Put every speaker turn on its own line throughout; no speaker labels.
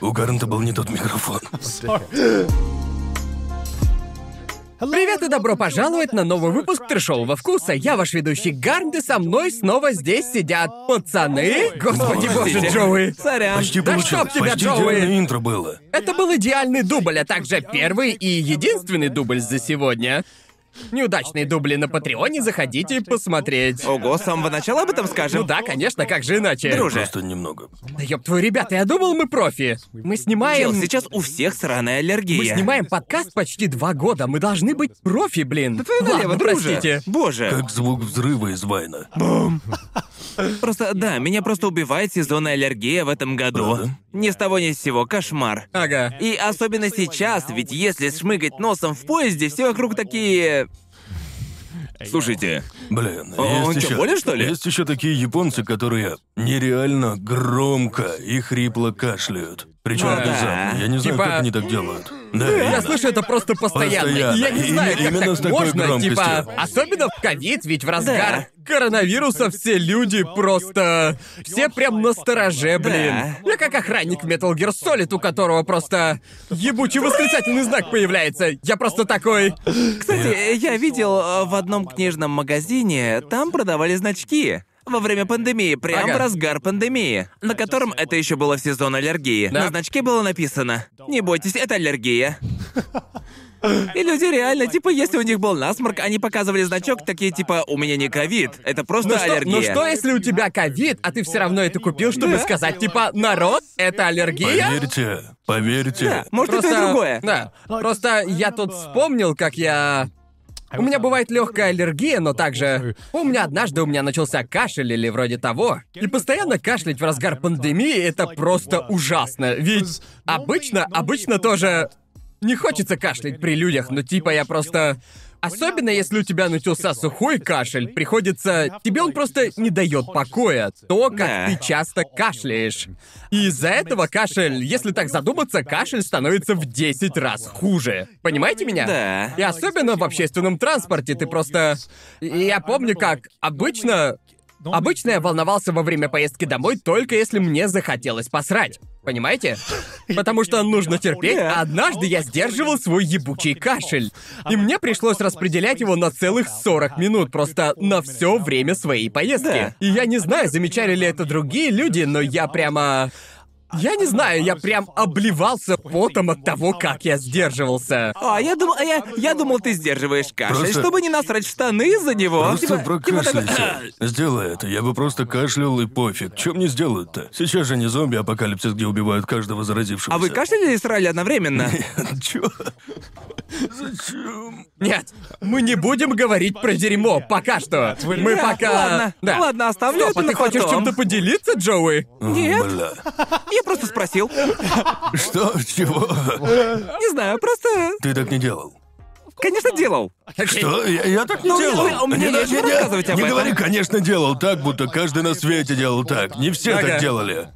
У Гарнта был не тот микрофон.
Привет и добро пожаловать на новый выпуск трешового вкуса. Я ваш ведущий Гарнт, и со мной снова здесь сидят пацаны. Господи боже,
Простите.
Джоуи. Сорян.
Почти
да
получилось.
чтоб тебя,
Почти
Джоуи.
идеальное интро было.
Это был идеальный дубль, а также первый и единственный дубль за сегодня. Неудачные дубли на Патреоне, заходите посмотреть.
Ого, с самого начала об этом скажем?
Ну да, конечно, как же иначе.
Друже.
Просто немного.
Да ёб твою, ребята, я думал, мы профи. Мы снимаем...
Чел, сейчас у всех сраная аллергия.
Мы снимаем подкаст почти два года, мы должны быть профи, блин.
Твою налево,
Ладно,
друже.
простите.
Боже.
Как звук взрыва из Вайна.
Э.
Просто, да, меня просто убивает сезонная аллергия в этом году.
Правда?
Ни с того ни с сего, кошмар.
Ага.
И особенно сейчас, ведь если шмыгать носом в поезде, все вокруг такие... Слушайте,
Блин,
О, он
есть
чё,
еще...
болен, что ли?
Есть еще такие японцы, которые нереально громко и хрипло кашляют. Причем
Ну
да. «Э,
Я не знаю,
Типа-
как они так делают. Да,
Я
именно.
слышу это просто постоянно.
Постоянно.
Я не
И-
знаю, как
именно
так
с такой
можно, типа,
громкостью.
особенно в ковид, ведь в разгар коронавируса все люди просто... Все прям на стороже, блин. Я как охранник в Metal Gear Solid, у которого просто ебучий восклицательный знак появляется. Я просто такой... «Ну
кстати, я видел э, в одном книжном магазине, там продавали значки. Во время пандемии, прямо
Ага.
в разгар пандемии, на котором это еще было в сезон аллергии.
Да.
На значке было написано: Не бойтесь, это аллергия. И люди реально, типа, если у них был насморк, они показывали значок, такие типа, у меня не ковид, это просто
Ну что,
аллергия.
ну что, если у тебя ковид, а ты все равно это купил, чтобы
Да.
сказать, типа, народ, это аллергия?
Поверьте, поверьте.
Да, может, и то, и
Просто-
другое.
Да. Просто я тут вспомнил, как я... У меня бывает легкая аллергия, но также... Помню, однажды у меня начался кашель или вроде того. И постоянно кашлять в разгар пандемии — это просто ужасно. Ведь обычно, обычно тоже... Не хочется кашлять при людях, но типа я просто... Особенно если у тебя начался сухой кашель, приходится... Тебе он просто не дает покоя. То, как
Да.
ты часто кашляешь. И из-за этого кашель, если так задуматься, кашель становится в 10 раз хуже. Понимаете меня?
Да.
И особенно в общественном транспорте ты просто... И Я помню, как обычно... Обычно я волновался во время поездки домой только если мне захотелось посрать. Понимаете? Потому что нужно терпеть, а однажды я сдерживал свой ебучий кашель.
А
И мне пришлось распределять его на целых 40 минут, просто на все время своей поездки.
Да. А
И я не знаю, замечали ли это другие люди, но я прямо...
А
Я не знаю, я прям обливался потом от того, как я сдерживался.
А, я думал, а я, я думал, ты сдерживаешь кашель,
Просто-
чтобы не насрать в штаны из-за него.
Просто
Типа- типа такой,
прокашляйся. Сделай это, я бы просто кашлял и пофиг. Чем мне сделают-то? Сейчас же не зомби-апокалипсис, где убивают каждого заразившегося.
А вы кашляли и срали одновременно?
Чё?
Нет, мы не будем говорить про дерьмо, пока что. Мы
Да,
пока...
Ладно,
да.
ладно, оставлю
Стоп,
это
а
на
ты хочешь
Ну, потом.
чем-то поделиться, Джоуи?
Нет.
Бля.
Я просто спросил.
Что? Чего?
Не знаю, просто,
Ты так не делал.
конечно, делал.
Что? Я, я так не
Ну,
делал.
мне- мне
Не-
нечего
не- не-
рассказывать об
Не
этом.
говори, конечно, делал так, будто каждый на свете делал так. Не все
Ага.
так делали.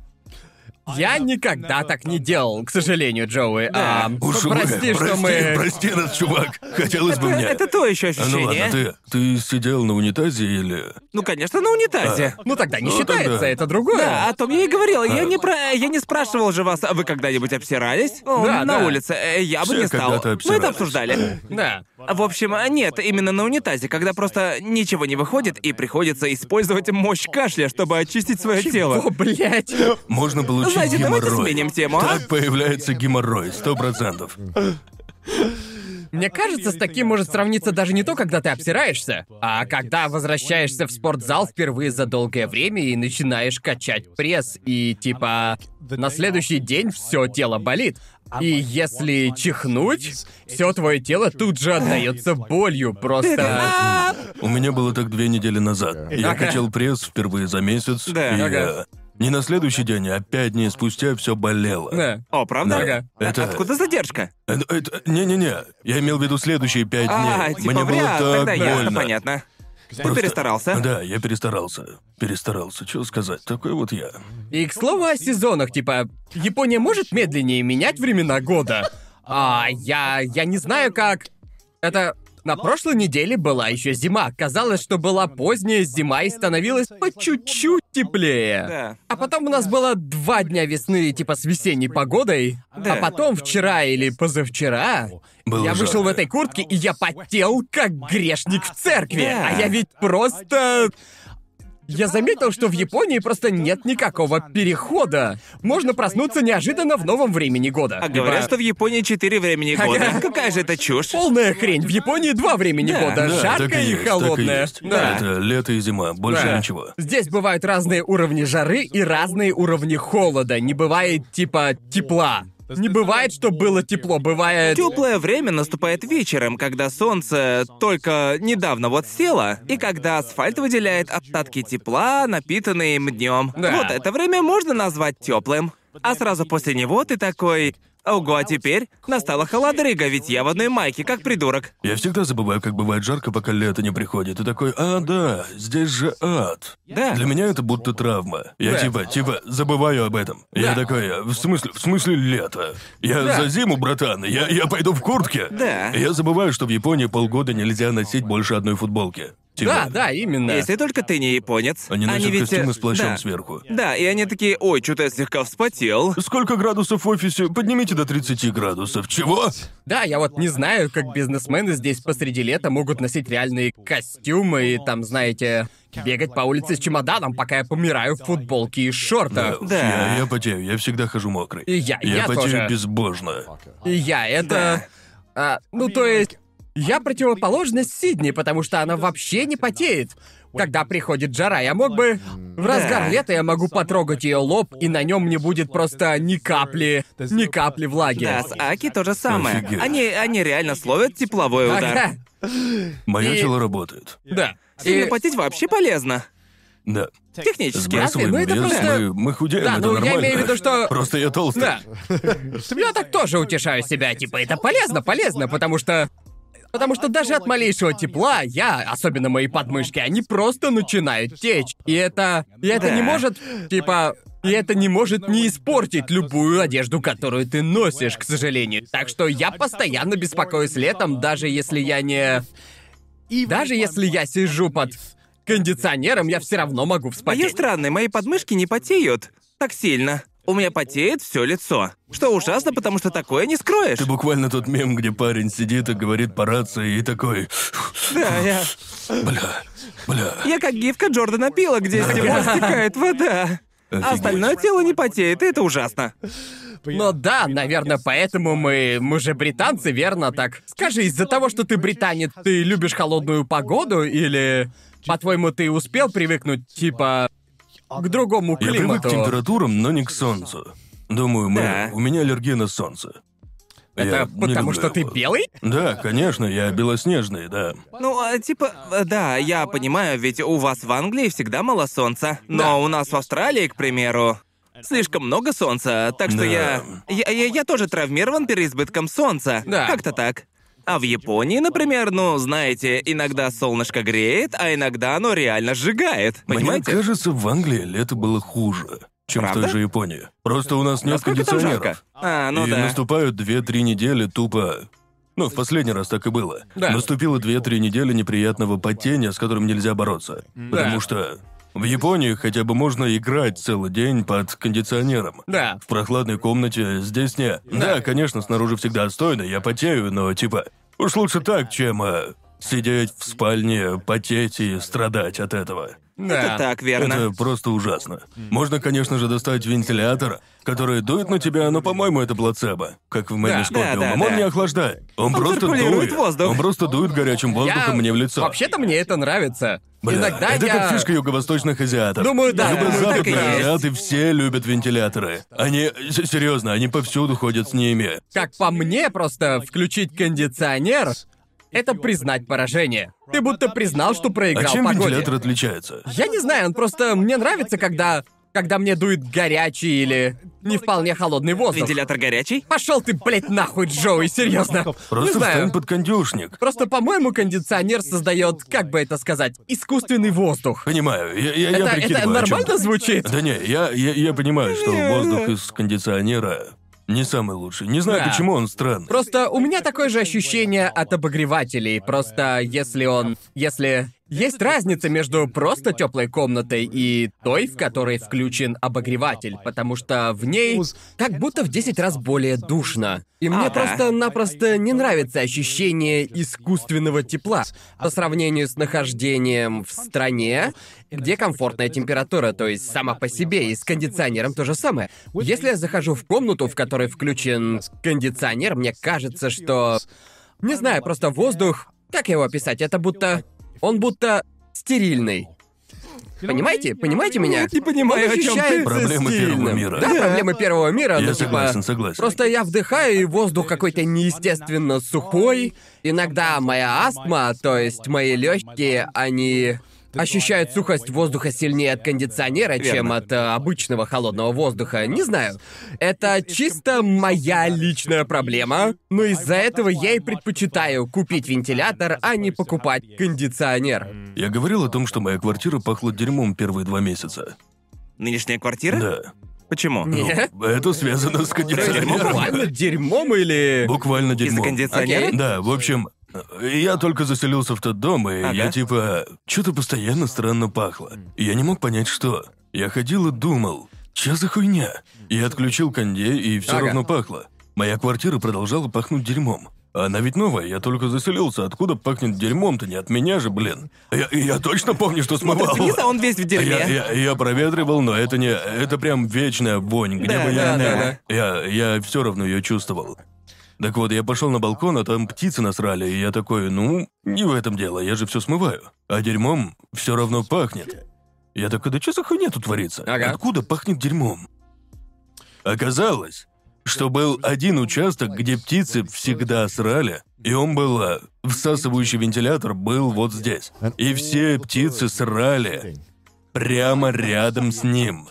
Я никогда так не делал, к сожалению, Джоуи.
Да.
А,
Уж
прости,
мы-
что мы...
Прости нас, чувак. Хотелось бы мне.
Это то еще
А ну
ощущение.
ладно, ты, ты сидел на унитазе или...
Ну, конечно, на унитазе.
Ну тогда не
Ну,
считается,
тогда.
это другое.
Да, о том я и говорил. Я не про, я не спрашивал же вас, а вы когда-нибудь обсирались? Ну,
Да,
на
да.
улице. Э, Я бы
Все
не стал.
когда-то
Мы это
обсирались.
обсуждали.
Да.
В общем, а, нет, именно на унитазе, когда просто ничего не выходит и приходится использовать мощь кашля, чтобы очистить свое тело.
О, блядь.
Можно получить
Знаете,
геморрой.
давайте сменим тему, а?
Так появляется геморрой, сто процентов.
Мне кажется, с таким может сравниться даже не то, когда ты обсираешься, а когда возвращаешься в спортзал впервые за долгое время и начинаешь качать пресс, и типа на следующий день все тело болит. И если чихнуть, все твое тело тут же отдается болью, просто.
А,
У меня было так две недели назад. Я
Ага.
качал пресс впервые за месяц,
Да.
и
Ага.
э, не на следующий день, а пять дней спустя все болело.
Да.
О,
Да.
правда?
Ага.
Это...
Откуда задержка?
э, это- Не-не-не, я имел в виду следующие пять
А,
дней.
типа
Мне было
вряд,
так
тогда
больно.
ясно, понятно. Ты
Просто-
перестарался?
Да, я перестарался. Перестарался, что сказать, такой вот я.
И к слову о сезонах, типа, Япония может медленнее менять времена года. А я. я не знаю, как. Это. На прошлой неделе была еще зима. Казалось, что была поздняя зима и становилось по чуть-чуть теплее.
Да.
А потом у нас было два дня весны, типа с весенней погодой.
Да.
А потом вчера или позавчера
Было
я вышел в
жарко.
этой куртке, и я потел, как грешник в церкви.
Да.
А я ведь просто... Я заметил, что в Японии просто нет никакого перехода. Можно проснуться неожиданно в новом времени года.
А говорят,
Типа,
что в Японии четыре времени
Ага.
года. Какая же это чушь?
Полная хрень. В Японии два времени
Да.
Да,
года.
так
Жаркое и,
есть,
холодное.
Так и есть.
Да.
Это лето и зима, больше
Да.
ничего.
Здесь бывают разные уровни жары и разные уровни холода. Не бывает типа тепла. Не бывает, что было тепло, бывает...
Теплое время наступает вечером, когда солнце только недавно вот село, и когда асфальт выделяет остатки тепла, напитанные им днем.
Да.
Вот это время можно назвать теплым. А сразу после него ты такой. Ого, а теперь настала холодрыга, ведь я в одной майке, как придурок.
Я всегда забываю, как бывает жарко, пока лето не приходит. И такой, а, да, здесь же ад.
Да.
Для меня это будто травма. Я
Да.
типа, типа, забываю об этом. Я
Да.
такой, э, в смысле, в смысле лето. Я
Да.
за зиму, братан, я, я пойду в куртке.
Да.
Я забываю, что в Японии полгода нельзя носить больше одной футболки. Типа,
Да, да, именно.
Если только ты не японец.
Они носят
ведь, э,
костюмы с плащом
да.
сверху.
Да, и они такие, ой, что-то я слегка вспотел.
Сколько градусов в офисе? Поднимите до 30 градусов. Чего?
Да, я вот не знаю, как бизнесмены здесь посреди лета могут носить реальные костюмы и там, знаете, бегать по улице с чемоданом, пока я помираю в футболке и шортах.
Уф,
Да.
Э, Я, я потею, я всегда хожу мокрый.
И я- я
потею
тоже.
безбожно.
И я это... а, ну, то есть... Я противоположность Сидни, потому что она вообще не потеет. Когда приходит жара, я мог бы... В разгар лета я могу потрогать ее лоб, и на нем не будет просто ни капли, ни капли влаги.
Да, с Аки то же самое.
Офигеть.
Они, они реально словят тепловой удар.
Ага,
Мое
И-
тело работает.
да.
Сильно
И-
потеть вообще полезно.
Да.
Технически.
Сбрасывай.
Сбрасываем
ну это
вес,
просто-
мы, мы худеем,
Да,
это
ну я
нормально.
имею в виду, что...
Просто я толстый.
Да. Я так тоже утешаю себя, типа, это полезно, полезно, потому что... Потому что даже от малейшего тепла я, особенно мои подмышки, они просто начинают течь. И это... И это
Да.
не может... Типа... И это не может не испортить любую одежду, которую ты носишь, к сожалению. Так что я постоянно беспокоюсь летом, даже если я не... Даже если я сижу под кондиционером, я все равно могу
Мое
вспотеть.
странное, А мои подмышки не потеют так сильно. У меня потеет все лицо. Что ужасно, потому что такое не скроешь.
Ты буквально тот мем, где парень сидит и говорит по рации и такой,
Да, я,
бля, бля.
я как гифка Джордана Пила, где с него стекает вода. А
Офигеть.
остальное тело не потеет, и это ужасно.
Ну да, наверное, поэтому мы... Мы же британцы, верно так? Скажи, из-за того, что ты британец, ты любишь холодную погоду или... По-твоему, ты успел привыкнуть, типа, к другому
Я привык к
климату?
температурам, но не к солнцу. Думаю, мы-
Да.
у меня аллергия на солнце. Я
Это
не люблю
потому что ты
его.
белый?
Да, конечно, я белоснежный, да.
Ну, а, типа, э, да, я понимаю, ведь у вас в Англии всегда мало солнца. Но у нас в Австралии, к примеру, слишком много солнца, так что
Да.
я, я, я... я тоже травмирован переизбытком солнца.
Да.
Как-то так. А в Японии, например, ну, знаете, иногда солнышко греет, а иногда оно реально сжигает.
Мне
Понимаете?
кажется, в Англии лето было хуже, чем в
Правда?
той же Японии. Просто у нас нет
Насколько там
кондиционеров.
жарко? А, ну
и
да.
наступают 2-3 недели тупо... Ну, в последний раз так и было.
Да.
Наступило 2-3 недели неприятного потения, с которым нельзя бороться. Потому что в Японии хотя бы можно играть целый день под кондиционером.
Да.
В прохладной комнате здесь не... Да, конечно, снаружи всегда отстойно, я потею, но типа... Уж лучше так, чем э, сидеть в спальне, потеть и страдать от этого.
Это
Да.
так, верно.
Это просто ужасно. Можно, конечно же, достать вентилятор, который дует на тебя, но, по-моему, это плацебо. Как в Мэри
Да,
да, да,
Он
да.
не охлаждает. Он, просто
циркулирует
дует.
воздух.
Он просто дует горячим воздухом
Я-
мне в лицо.
Вообще-то мне это нравится.
Бля,
Иногда
это
я...
как фишка юго-восточных азиатов.
Думаю, да,
Любые
думаю, так и
западные
есть.
азиаты все любят вентиляторы. Они... с- Серьезно, они повсюду ходят с ними.
Как по мне, просто включить кондиционер — это признать поражение. Ты будто признал, что
А
проиграл
чем
погоде.
вентилятор отличается?
Я не знаю, он просто... Мне нравится, когда... Когда мне дует горячий или не вполне холодный воздух.
Вентилятор горячий?
Пошел ты, блядь, нахуй, Джоуи, серьезно. не
Просто
знаю.
встань под кондюшник.
Просто, по-моему, кондиционер создает, как бы это сказать, искусственный воздух.
Понимаю, я, я, я
это, это
прикидываю, о чём
нормально
ты.
звучит?
Да не, я, я, я понимаю, что воздух из кондиционера Не самый лучший. Не знаю,
Да.
почему он странный.
Просто у меня такое же ощущение от обогревателей. Просто если он... Если... Есть разница между просто теплой комнатой и той, в которой включен обогреватель, потому что в ней как будто в 10 раз более душно. И мне
Ага.
просто-напросто не нравится ощущение искусственного тепла по сравнению с нахождением в стране, где комфортная температура, то есть сама по себе, и с кондиционером то же самое. Если я захожу в комнату, в которой включен кондиционер, мне кажется, что... Не знаю, просто воздух... Как его описать? Это будто... Он будто стерильный. Понимаете? Понимаете меня?
Нет, не понимаю,
Он
о чём ты.
ощущается
Проблемы первого
стерильным.
мира.
Да,
Да.
проблемы первого мира.
Я
ну, типа,
согласен, согласен.
Просто я вдыхаю, и воздух какой-то неестественно сухой. Иногда моя астма, то есть мои легкие, они ощущают сухость воздуха сильнее от кондиционера, чем
Верно.
от э, обычного холодного воздуха. Не знаю. Это чисто моя личная проблема, но из-за этого я и предпочитаю купить вентилятор, а не покупать кондиционер.
Я говорил о том, что моя квартира пахла дерьмом первые два месяца.
Нынешняя
Э?
квартира?
Да.
Почему?
Ну,
Нет.
это связано с
То есть
кондиционером.
буквально Э? дерьмом или...
Буквально
Из-за
дерьмом.
кондиционера?
Окей.
Да, в общем, я только заселился в тот дом, и
Ага.
я типа... Что-то постоянно странно пахло. И Я не мог понять, что. Я ходил и думал, что за хуйня? Я отключил конде, и все
Ага.
равно пахло. Моя квартира продолжала пахнуть дерьмом. Она ведь новая, я только заселился. Откуда пахнет дерьмом-то? Не от меня же, блин. Я, я точно помню, что смывал.
Вниз, а он весь в дерьме.
Я, я, я проветривал, но это не. Это прям вечная вонь, где
Да,
бы я.
да,
ни-
да,
Я, я все равно ее чувствовал. Так вот, я пошел на балкон, а там птицы насрали, и я такой, ну, не в этом дело, я же все смываю. А дерьмом все равно пахнет. Я такой, да что за хуйня тут творится?
Ага.
Откуда пахнет дерьмом? Оказалось, что был один участок, где птицы всегда срали, и он был... э, Всасывающий вентилятор был вот здесь. И все птицы срали прямо рядом с ним.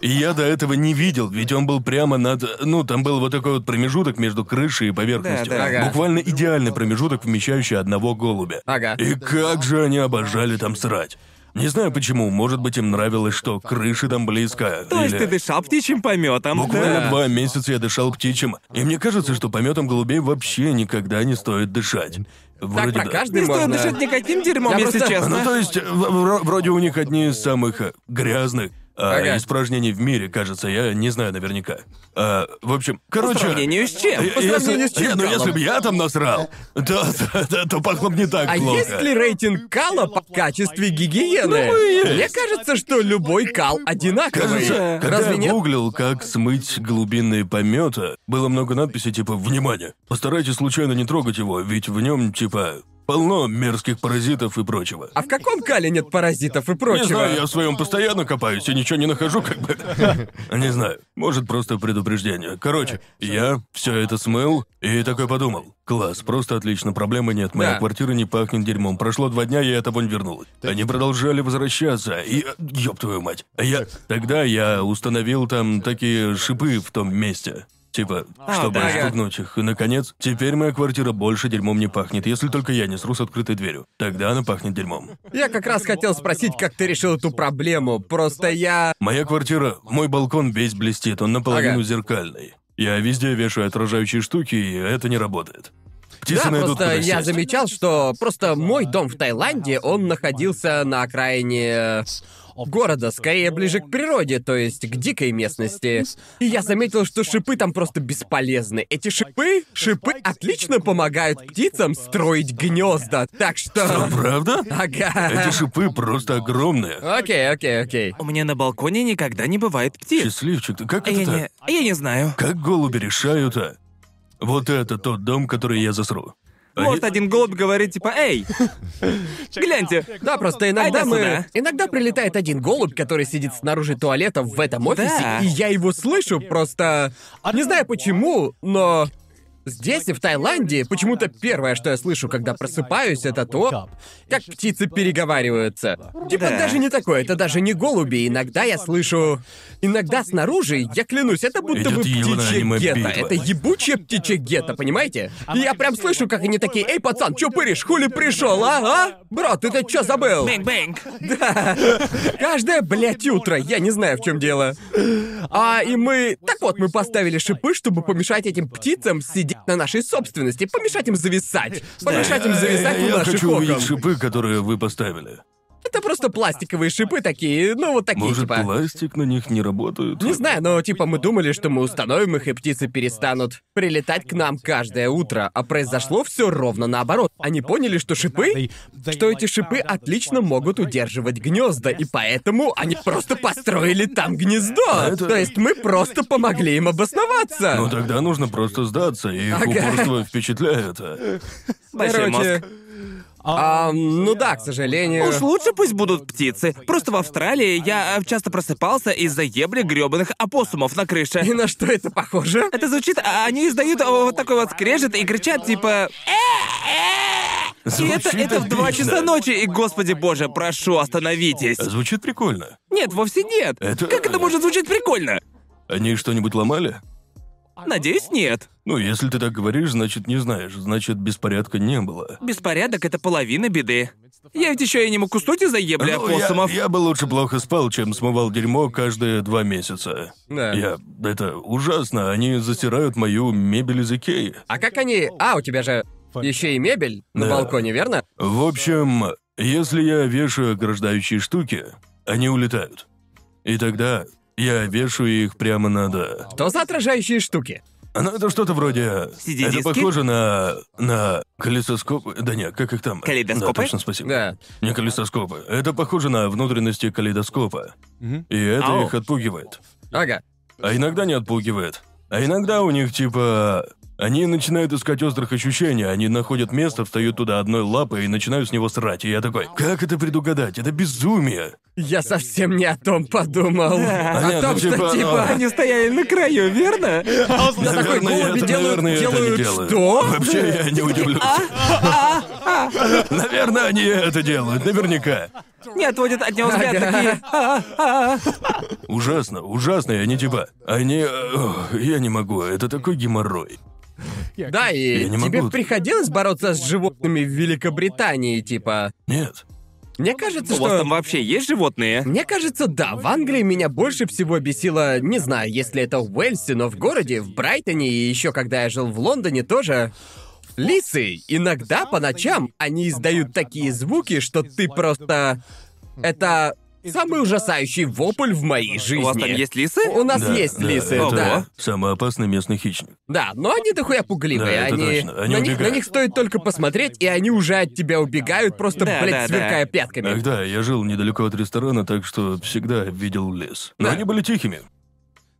И я до этого не видел, ведь он был прямо над... Ну, там был вот такой вот промежуток между крышей и поверхностью.
Да, да.
Ага.
Буквально идеальный промежуток, вмещающий одного голубя.
Ага.
И как же они обожали там срать. Не знаю почему, может быть им нравилось, что крыши там близко.
То есть
или-
ты дышал птичьим пометом.
Буквально
Да.
два месяца я дышал птичьим, и мне кажется, что пометом голубей вообще никогда не стоит дышать.
Так
Вроде
про
да.
каждый
Не стоит
можно.
дышать никаким дерьмом,
Я
если
просто-
Ну,
честно.
то есть, в- вро- вроде у них одни из самых э, грязных э,
Ага.
испражнений в мире, кажется, я не знаю наверняка. Э, в общем,
По
короче...
сравнению с чем?
Е-
По сравнению с
если,
чем
Нет, ну
Калом?
если бы я там насрал, то, то, то- то пахло бы не так
А
плохо.
есть ли рейтинг кала по качеству гигиены? Мне кажется, что любой кал одинаковый.
Кажется, когда
Разве
я
нет?
гуглил, как смыть глубинные помета, было много надписей типа «Внимание! Постарайтесь случайно не трогать его, ведь в нем, типа, полно мерзких паразитов и прочего».
А в каком кале нет паразитов и прочего?
Не знаю, я в своем постоянно копаюсь и ничего не нахожу, как бы. Не знаю. Может, просто предупреждение. Короче,
Э,
я все это смыл и такой подумал. Класс, просто отлично, проблемы нет. Моя
Да.
квартира не пахнет дерьмом. Прошло два дня, я эта вонь вернул. Они продолжали возвращаться, и... э, Ёб твою мать. Я... Тогда я установил там такие шипы в том месте. Типа,
А,
чтобы
да.
штукнуть их. И, наконец, теперь моя квартира больше дерьмом не пахнет, если только я не сру с открытой дверью. Тогда она пахнет дерьмом.
Я как раз хотел спросить, как ты решил эту проблему. Просто я...
Моя квартира, мой балкон весь блестит, он наполовину
Ага.
зеркальный. Я везде вешаю отражающие штуки, и это не работает. Птицы
Да,
найдут
просто
куда
я
сесть.
замечал, что просто мой дом в Таиланде, он находился на окраине э, города, скорее ближе к природе, то есть к дикой местности. И я заметил, что шипы там просто бесполезны. Эти шипы, шипы отлично помогают птицам строить гнезда, так
А,
что...
правда? Эти
Ага. А,
шипы просто огромные.
Окей, окей, окей.
У меня на балконе никогда не бывает птиц.
Счастливчик, ты как
А Я
это
не...
так?
а Я не знаю.
Как голуби решают, а? Вот это тот дом, который А я засру. Они-
Может, один голубь говорит, типа, «Эй, гляньте,
Да, просто иногда
Айда
мы...
сюда.
Иногда прилетает один голубь, который сидит снаружи туалета в этом офисе,
Да.
и я его слышу просто... Не знаю почему, но... Здесь и в Таиланде почему-то первое, что я слышу, когда просыпаюсь, это то, как птицы переговариваются. Типа
Да.
даже не такое, это даже не голуби. Иногда я слышу... Иногда снаружи, я клянусь, это будто
Идёт
бы
явная
птичья
аниме
гетто.
битва.
Это ебучая птичья гетто, понимаете? И я прям слышу, как они такие, «Эй, пацан, чё пыришь, хули пришел, а? а? Бро, ты то чё забыл?»
Бэнк-бэнк.
Каждое, блядь, утро, я не знаю, в чем дело. А, и мы... Так вот, мы поставили шипы, чтобы помешать этим птицам сидеть на нашей собственности, помешать им зависать. Помешать им зависать
Э,
у
Я
наших
хочу увидеть
окон.
шипы, которые вы поставили.
Это просто пластиковые шипы такие, ну вот такие,
Может,
типа...
пластик на них не работает?
Не знаю, но типа мы думали, что мы установим их, и птицы перестанут прилетать к нам каждое утро, а произошло все ровно наоборот. Они поняли, что шипы что эти шипы отлично могут удерживать гнезда, и поэтому они просто построили там гнездо.
А Это-
То есть мы просто помогли им обосноваться.
Ну тогда нужно просто сдаться, и их
Ага.
упорство впечатляет. а.
Большой мозг.
Короче, а, ну да, к сожалению.
Уж лучше пусть будут птицы. Просто в Австралии я э, часто просыпался из-за ебли грёбаных опоссумов на крыше.
И на что это похоже?
Это звучит, а они издают э, вот такой вот скрежет и кричат типа... И это,
Звучит
это в 2
отлично.
часа ночи, и, господи боже, прошу, остановитесь.
Звучит прикольно.
Нет, вовсе нет.
Это-
Как это может звучать прикольно?
Они что-нибудь ломали?
Надеюсь, нет.
Ну, если ты так говоришь, значит не знаешь, значит беспорядка не было.
Беспорядок — это половина беды. Я ведь еще и не а мог уснуть из-за ебли
Ну, я,
опоссумов.
я бы лучше плохо спал, чем смывал дерьмо каждые два месяца.
Да.
Я... Это ужасно, они засирают мою мебель из Икеи.
А как они... А, у тебя же еще и мебель на
Да.
балконе, верно?
В общем, если я вешаю ограждающие штуки, они улетают. И тогда я вешаю их прямо надо.
Что за отражающие штуки?
Ну, это что-то вроде...
CD-диски?
Это похоже на... на калейдоскопы... Да нет, как их там?
Калейдоскопы?
Да, точно, спасибо.
Да.
Не калейдоскопы. Это похоже на внутренности калейдоскопа. И это
Ау.
их отпугивает.
Ага.
А иногда не отпугивает. А иногда у них типа... Они начинают искать острых ощущений, они находят место, встают туда одной лапой и начинают с него срать. И я такой, как это предугадать? Это безумие.
Я совсем не о том подумал.
А
О
нет,
том,
ну
что
типа, а,
типа...
Они стояли на краю, верно?
Я такой,
Наверное, я
голуби
это-
делают-
наверное, я это не
делают
делаю.
что?
Вообще я не удивлюсь. Наверное, они это делают, наверняка.
Не отводят от него взгляд
Ага.
такие. «А, а, а».
Ужасно, ужасно, и они типа... Они... э, ох, я не могу, это такой геморрой.
Да, и
Я не
тебе
могу.
приходилось бороться с животными в Великобритании, типа.
Нет.
Мне кажется,
У вас
что.
там вообще есть животные?
Мне кажется, да, в Англии меня больше всего бесило, не знаю, если это в Уэльсе, но в городе, в Брайтоне и еще когда я жил в Лондоне тоже. Лисы иногда по ночам они издают такие звуки, что ты просто... Это самый ужасающий вопль в моей жизни.
У вас там есть лисы?
У нас
Да,
есть
да,
лисы,
это
да.
Самый опасный местный хищник.
Да, но они дохуя пугливые,
Да, это
они...
точно, они
на, них, на
убегают.
них стоит только посмотреть, и они уже от тебя убегают, просто,
Да, да, да.
блядь, сверкая пятками.
Ах да, я жил недалеко от ресторана, так что всегда видел лес. Но
Да.
они были тихими.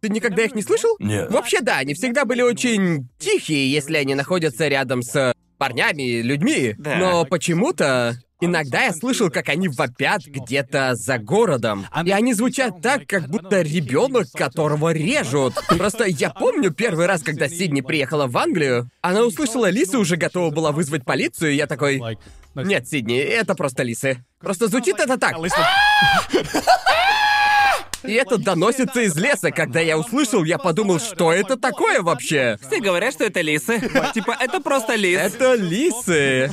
Ты никогда их не слышал?
Нет.
Вообще, да, они всегда были очень тихие, если они находятся рядом с парнями и людьми.
Да.
Но почему-то иногда я слышал, как они вопят где-то за городом. И они звучат так, как будто ребенок, которого режут. Просто я помню первый раз, когда Сидни приехала в Англию, она услышала лисы, уже готова была вызвать полицию, и я такой... Нет, Сидни, это просто лисы. Просто звучит это так. И это доносится из леса. Когда я услышал, я подумал, что это такое вообще?
Все говорят, что это лисы. Типа, это просто лис.
Это лисы.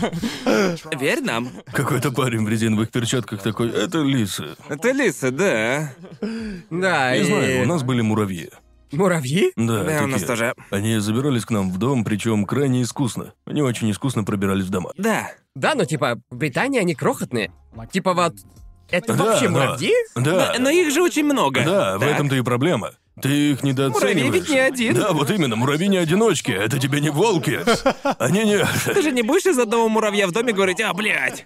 Верь нам.
Какой-то парень в резиновых перчатках такой, это лисы.
Это лисы, да.
Да,
Не
и...
знаю, у нас были муравьи.
Муравьи?
Да,
Да, у нас
такие.
тоже.
Они забирались к нам в дом, причем крайне искусно. Они очень искусно пробирались в дома.
Да.
Да, но типа, в Британии они крохотные. Типа вот... Это
Да,
вообще
да.
муравьи?
Да,
Но их же очень много.
да, в
Так.
этом-то и проблема. Ты их недооцениваешь.
Муравей ведь не один.
Да, вот именно, муравьи не одиночки, это тебе не волки. Они не...
Ты же не будешь из одного муравья в доме говорить, а, блядь.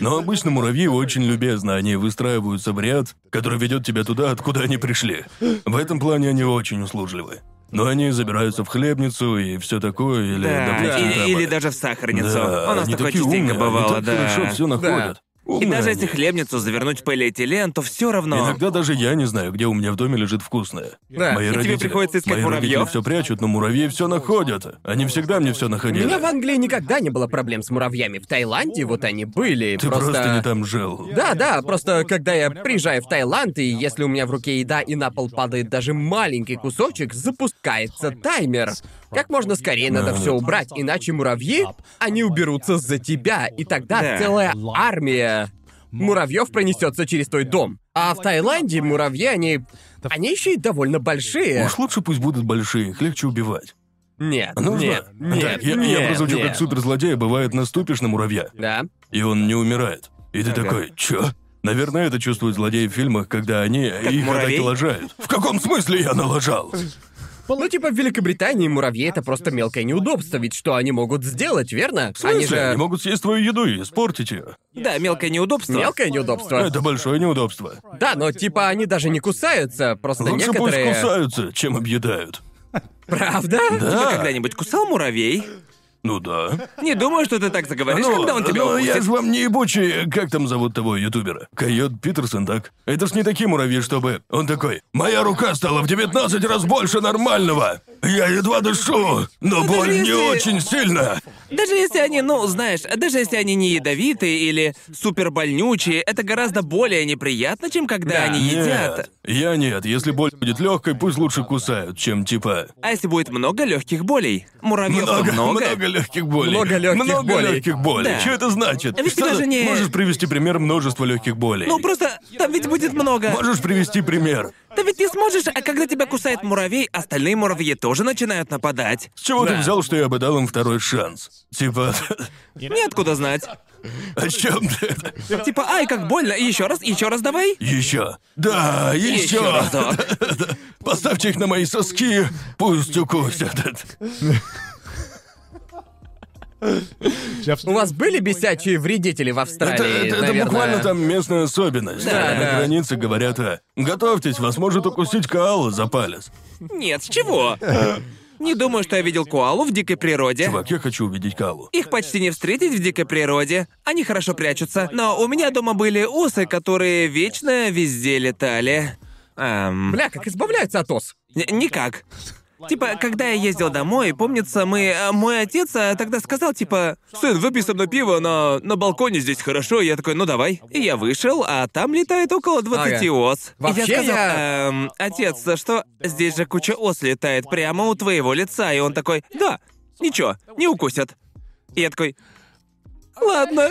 Но обычно муравьи очень любезно, они выстраиваются в ряд, который ведет тебя туда, откуда они пришли. В этом плане они очень услужливы. Но они забираются в хлебницу и все такое, или,
Да,
допустим,
или,
там- э,
или даже в сахарницу.
Да,
У нас
они
такое
такие
частенько
умные,
бывало,
они так
да.
хорошо все находят.
И
Умные
даже
они.
если хлебницу завернуть в полиэтилен, то все равно.
Иногда даже я не знаю, где у меня в доме лежит вкусное.
Да,
Мои
и
тебе
родители,
приходится искать
мои
муравьёв?
все прячут, но муравьи все находят. Они всегда мне все
У
находили.
меня в Англии никогда не было проблем с муравьями. В Таиланде вот они были.
Ты просто... не там жил.
Да, да, просто когда я приезжаю в Таиланд, и если у меня в руке еда и на пол падает даже маленький кусочек, запускается таймер. Как можно скорее надо
Да.
все убрать, иначе муравьи, они уберутся за тебя, и тогда
Да.
целая армия муравьев пронесется через твой дом. А в Таиланде муравьи, они... Они еще и довольно большие.
Уж лучше пусть будут большие, их легче убивать.
Нет,
Нужно?
нет,
ну, Да,
нет,
я, я
нет,
прозвучу
нет.
как суперзлодея, бывает, наступишь на муравья,
Да.
и он не умирает. И ты
Ага.
такой, чё? Наверное, это чувствуют злодеи в фильмах, когда они их
муравей?
атаки лажают. В каком смысле я налажал?
Ну, типа, в Великобритании муравьи это просто мелкое неудобство, ведь что они могут сделать, верно?
В
Они
смысле?
же...
могут съесть твою еду и испортить ее.
Да, мелкое неудобство.
Мелкое неудобство.
Это большое неудобство.
Да, но типа они даже не кусаются, просто
Лучше
некоторые.
пусть кусаются, чем объедают.
Правда?
Тебя
А, Да.
Типа когда-нибудь кусал муравей?
Ну да.
Не думаю, что ты так заговоришь, когда он тебя
ну, я
укусит.
же вам не ебучий, как там зовут того ютубера? Койот Питерсон, так? Это ж не такие муравьи, чтобы... Он такой, моя рука стала в 19 раз больше нормального. Я едва дышу, но
Ну, даже
боль не
если-
очень сильно.
Даже если они, ну, знаешь, даже если они не ядовитые или супер больнючие, это гораздо более неприятно, чем когда
Да.
они едят.
Нет, я нет. Если боль будет легкой, пусть лучше кусают, чем типа...
А если будет много легких болей? Муравьев
Много,
много.
много легких болей.
Много легких
много
болей.
легких болей.
Да.
Что это значит?
А ведь ты
Что
даже
за-
не-
Можешь привести пример множества легких болей?
Ну просто там ведь будет много.
Можешь привести пример?
Ты ведь не сможешь, а когда тебя кусает муравей, остальные муравьи тоже начинают нападать.
С чего ты взял, что я бы дал им второй шанс? Типа,
Неоткуда знать.
о чем ты? это?
Типа, ай, как больно, и еще раз, еще раз давай.
Еще. Да, еще.
Еще разок.
Поставьте их на мои соски, пусть укусят.
У вас были бесячие вредители в
Это,
Австралии?
это- это
наверное?
буквально там местная особенность.
Да,
на
да.
границе говорят, а, готовьтесь, вас может укусить коала за палец.
Нет, с чего? Не думаю, что я видел коалу в дикой природе.
Чувак, я хочу увидеть коалу.
Их почти не встретить в дикой природе. Они хорошо прячутся. Но у меня дома были осы, которые вечно везде летали. Эм,
Бля, как избавляются от ос.
н- никак. Типа, когда я ездил домой, помнится, мы... э, Мой отец э, тогда сказал, типа, «Сын, выпей со мной пиво, на, на балконе здесь хорошо». И я такой, «Ну давай». И я вышел, а там летает около 20
Ага.
ос. И
Вообще
я сказал,
я-
«Эм, «Отец, а что? Здесь же куча ос летает прямо у твоего лица». И он такой, «Да, ничего, не укусят». И я такой, «Ладно».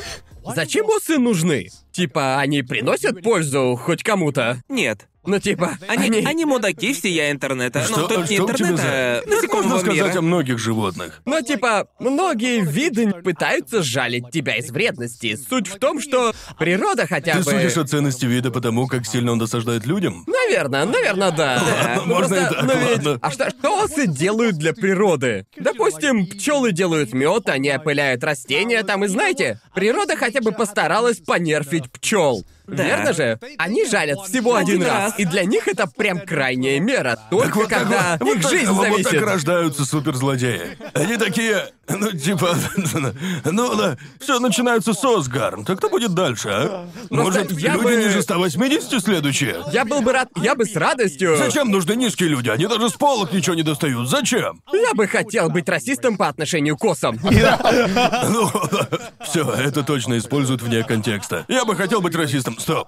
Зачем осы нужны? Типа, они приносят пользу хоть кому-то?
Нет.
Ну, типа,
Они, они... мудаки всея интернета.
Что-
ну, только не
что у тебя
интернета,
за-
а
Как
насекомого
Можно
мира.
сказать о многих животных.
Ну, типа, многие виды пытаются жалить тебя из вредности. Суть в том, что природа хотя
Ты
бы...
судишь о ценности вида потому, как сильно он досаждает людям?
Наверное, наверное, да.
Ладно,
Ну,
можно
просто,
и так,
ну ведь-
ладно.
А что, что осы делают для природы? Допустим, пчелы делают мед, они опыляют растения, там и знаете, природа хотя бы постаралась понерфить пчел. Верно же? Они жалят всего один,
Один
раз.
раз.
и для них это прям крайняя мера, только
вот так
когда
вот- вот
их
так-
жизнь
вот
зависит.
так рождаются суперзлодеи. Они такие, ну, типа, ну, да, все начинается с Осгарн. Так кто будет дальше, а? Может,
Ну, я
люди
бы-
ниже 180 следующие?
Я был бы рад, я бы с радостью.
Зачем нужны низкие люди? Они даже с полок ничего не достают. Зачем?
Я бы хотел быть расистом по отношению к осам.
Ну, все, это точно используют вне контекста. Я бы хотел быть расистом. Стоп.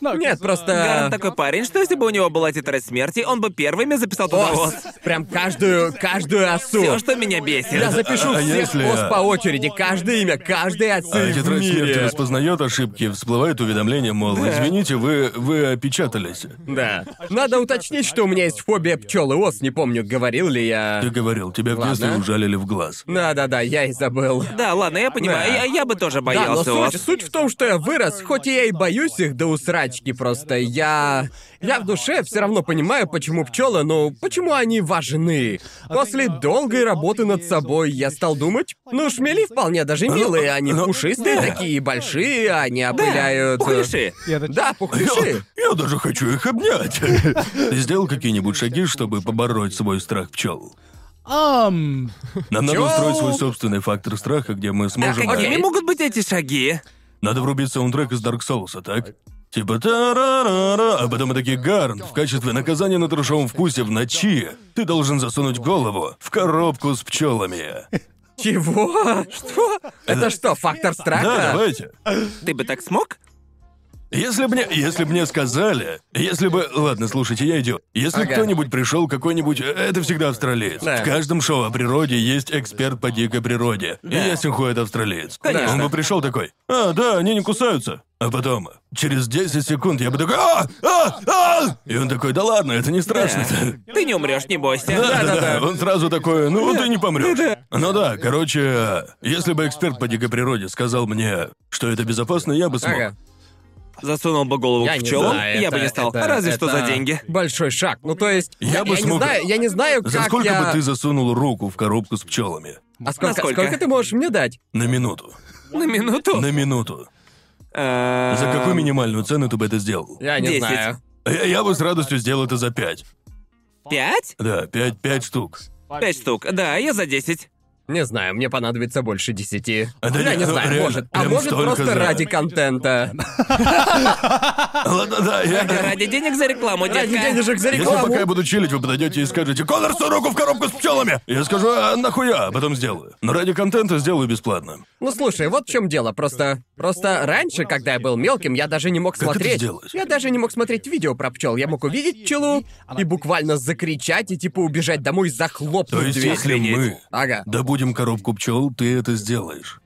Нет,
Гарн
просто...
такой парень, что если бы у него была тетрадь смерти, он бы первыми записал туда ос.
Ос. Прям каждую, каждую осу.
Все, что меня бесит.
Я запишу
А
всех
если-
пост по очереди, каждое имя, каждый
А
отцы в
тетрадь смерти
мире.
распознает ошибки, всплывает уведомление, мол, извините, вы, вы опечатались.
Да. Надо уточнить, что у меня есть фобия пчел и ос, не помню, говорил ли
Ты
я.
говорил, тебя в детстве
Ладно.
ужалили в глаз.
Да-да-да, я и забыл.
Да, ладно, я понимаю.
Да.
Я, я бы тоже
Да, но
боялся
суть,
ос.
суть в том, что я вырос, хоть я и боюсь их до усрачки, просто я... Я в душе все равно понимаю, почему пчелы, но почему они важны. После долгой работы над собой я стал думать, ну шмели вполне даже
Ну,
милые, они
но-
пушистые такие, большие, они опыляют... э,
Пухлиши.
Да,
Я,
пухлиши.
я даже хочу их обнять. Ты сделал какие-нибудь шаги, чтобы побороть свой страх пчел?
Um,
Нам надо
Чё?
устроить свой собственный фактор страха, где мы сможем... А,
Окей.
Какими могут быть эти шаги?
Надо врубить саундтрек из Dark Souls, а так? Типа та-ра-ра-ра, а потом такие Гарн, в качестве наказания на трешовом вкусе в ночи ты должен засунуть голову в коробку с пчелами.
Чего? Что? Это что, фактор
Да,
страха?
давайте.
Ты бы так смог?
Если бы мне, если бы мне сказали, если бы, ладно, слушайте, я идиот. Если бы
Ага.
кто-нибудь пришел, какой-нибудь, э, это всегда австралиец.
Да.
В каждом шоу о природе есть эксперт по дикой природе. И ясен ходит австралиец.
Конечно.
Он бы пришел такой, а, да, они не кусаются. А потом, через 10 секунд я бы такой, а, а, а! И он такой, да ладно, это не страшно.
Ты не умрешь, не бойся.
Да-да-да, он сразу такой, ну ты не помрешь. Ну да, короче, э, если бы эксперт по дикой природе сказал мне, что это безопасно, я бы смог.
Ага.
Засунул бы
ну,
голову
Я
в
не
пчелу,
знаю,
я
это-
бы не стал.
это-
Разве что за
это
деньги.
Большой шаг. Ну то есть.
Я бы
не
смог.
знаю- я не знаю, как
За сколько
я-
бы ты засунул руку в коробку с пчелами?
А сколько,
Насколько?
сколько ты можешь мне дать?
На минуту.
На минуту.
Ну,
На минуту.
Эм,
За какую минимальную цену ты бы это сделал?
Я не
Десять.
знаю.
Я, я бы с радостью сделал это за пять.
Пять?
Да, пять, пять штук.
Пять штук. Да, я за десять.
Не знаю, мне понадобится больше десяти.
А да
я
нет,
не
ну,
знаю,
реально,
может. А
прям
может
столько
просто
за-
ради контента.
Ладно, да, я...
Ради денег за рекламу,
Ради
детка.
денежек за
Если пока я
рекламу.
буду чилить, вы подойдете и скажете «Коннорсу руку в коробку с пчелами!» Я скажу «А нахуя?» а потом сделаю. Но ради контента сделаю бесплатно.
Ну слушай, вот в чем дело. Просто. Просто раньше, когда я был мелким, я даже не мог
это
смотреть.
сделаешь?
я даже не мог смотреть видео про пчел. Я мог увидеть пчелу и буквально закричать и типа убежать домой и захлопнуть
То есть
дверь.
если мы
Ага.
добудем коробку пчел, ты это сделаешь.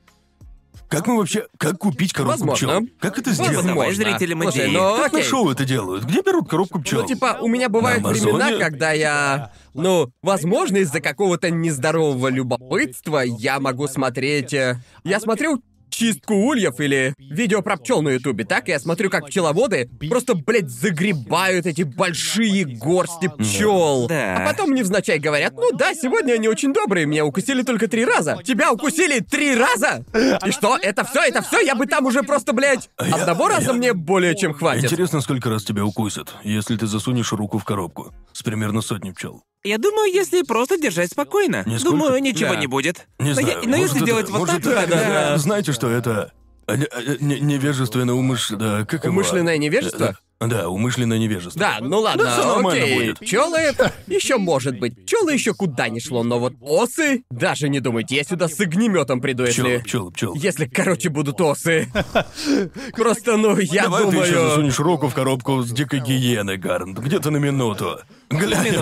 Как мы вообще... Как купить коробку
Возможно. Ну,
пчел? Как это сделать?
Возможно. Давай
Можно.
зрителям
Слушай,
идеи.
ну
Как на
окей.
шоу это делают? Где берут коробку пчел?
Ну, типа, у меня бывают
На Амазоне?
времена, когда я. Ну, возможно, из-за какого-то нездорового любопытства я могу смотреть. э, Я смотрю чистку ульев или видео про пчел на Ютубе, так? Я смотрю, как пчеловоды просто, блядь, загребают эти большие горсти пчел.
Да.
А потом невзначай говорят: ну да, сегодня они очень добрые, меня укусили только три раза. Тебя укусили три раза! И что? Это все, это все, я бы там уже просто, блядь, одного раза мне более чем хватит.
Интересно, сколько раз тебя укусят, если ты засунешь руку в коробку с примерно сотни пчел.
Я думаю, если просто держать спокойно.
Нисколько.
Думаю, ничего
Да.
не будет.
Не
но
знаю.
я- но
может,
если
это-
делать вот
может,
так,
это-
тогда-
Знаете, что это? э, э, не- Невежественное умыш... Да, как его?
Умышленное невежество?
Э, э, Да, умышленное невежество.
Да, ну ладно,
всё нормально
окей.
будет.
Пчелы еще может быть. Пчелы еще куда не шло, но вот осы. Даже не думайте, я сюда с огнеметом приду,
Пчел,
если.
пчел, пчел.
Если, короче, будут осы. Просто, ну, я
Давай ты еще
думаю.
засунешь руку в коробку с дикой гиеной, Гарнт. Где-то на минуту. Глянь.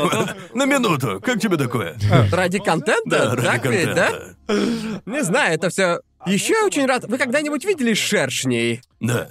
На минуту. Как тебе такое?
Ради контента?
ради
так ведь, да?
контента.
Не знаю, это все. Еще я очень рад. Вы когда-нибудь видели шершней?
Да.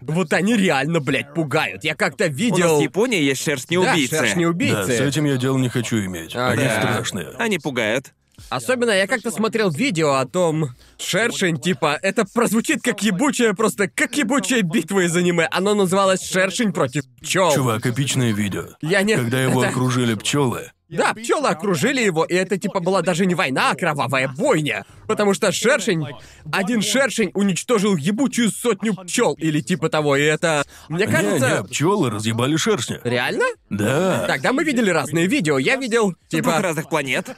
Вот они реально, блядь, пугают. Я как-то
У нас в
видел.
Японии есть шершни-убийцы.
Да,
Да, с
шершни-убийцы.
этим я дел не хочу иметь.
А,
Они
да.
страшные.
Они пугают.
Особенно я как-то смотрел видео о том, шершень, типа, это прозвучит как ебучая, просто как ебучая битва из аниме. Оно называлось «Шершень против пчел».
Чувак, эпичное видео.
Я не...
Когда его
это-
окружили пчелы,
Да, пчелы окружили его, и это типа была даже не война, а кровавая бойня. Потому что шершень... Один шершень уничтожил ебучую сотню пчел или типа того, и это... Мне
не,
кажется...
не, пчелы разъебали шершня.
Реально?
Да.
Тогда мы видели разные видео. Я видел,
Двух
типа...
разных планет.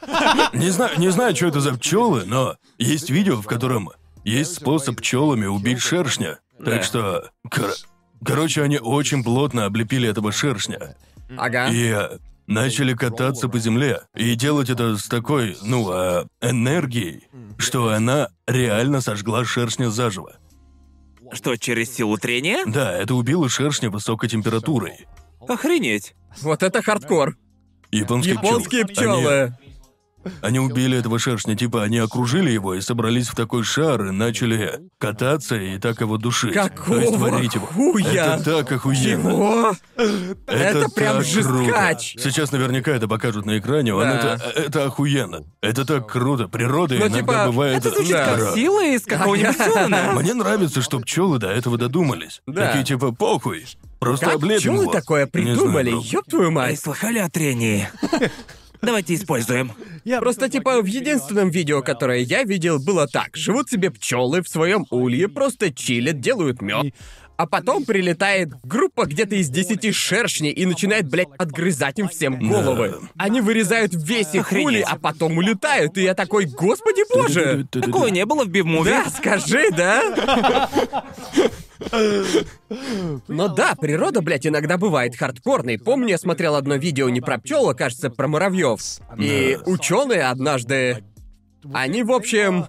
Не знаю, не знаю, что это за пчелы, но есть видео, в котором есть способ пчелами убить шершня.
Да.
Так что, кор- короче, они очень плотно облепили этого шершня
Ага.
и э, начали кататься по земле и делать это с такой, ну, э, энергией, что она реально сожгла шершня заживо.
Что, через силу трения?
Да, это убило шершня высокой температурой.
Охренеть.
Вот это хардкор.
Японские,
Японские пчелы.
Они убили этого шершня, типа они окружили его и собрались в такой шар и начали кататься и так его душить.
Какого
То есть варить его.
хуя?
Это так охуенно.
Чего?
Это,
Это прям
так круто.
жесткач.
Сейчас наверняка это покажут на экране, он
Да.
это, это охуенно. Это так круто. Природа
Ну,
иногда
типа,
бывает...
Это звучит
да.
здорово.
как сила из какого-нибудь Сёнэна.
Мне нравится, что пчелы до этого додумались.
Да.
Такие типа похуй. Просто
Как
облепим
пчелы
его.
такое
Не
придумали?
знаю, ну.
Ёб твою
Ай,
мать.
слыхали о трении? Давайте используем.
Просто типа в единственном видео, которое я видел, было так. Живут себе пчелы в своем улье, просто чилят, делают мед. А потом прилетает группа где-то из десяти шершней и начинает, блядь, отгрызать им всем головы. Они вырезают весь их
Охренеть.
хули, а потом улетают. И я такой, господи боже!
Такого не было в бивмуве.
Да, скажи, да? Но да, природа, блядь, иногда бывает хардкорной. Помню, я смотрел одно видео не про пчел, а кажется, про муравьев. И ученые однажды... Они, в общем...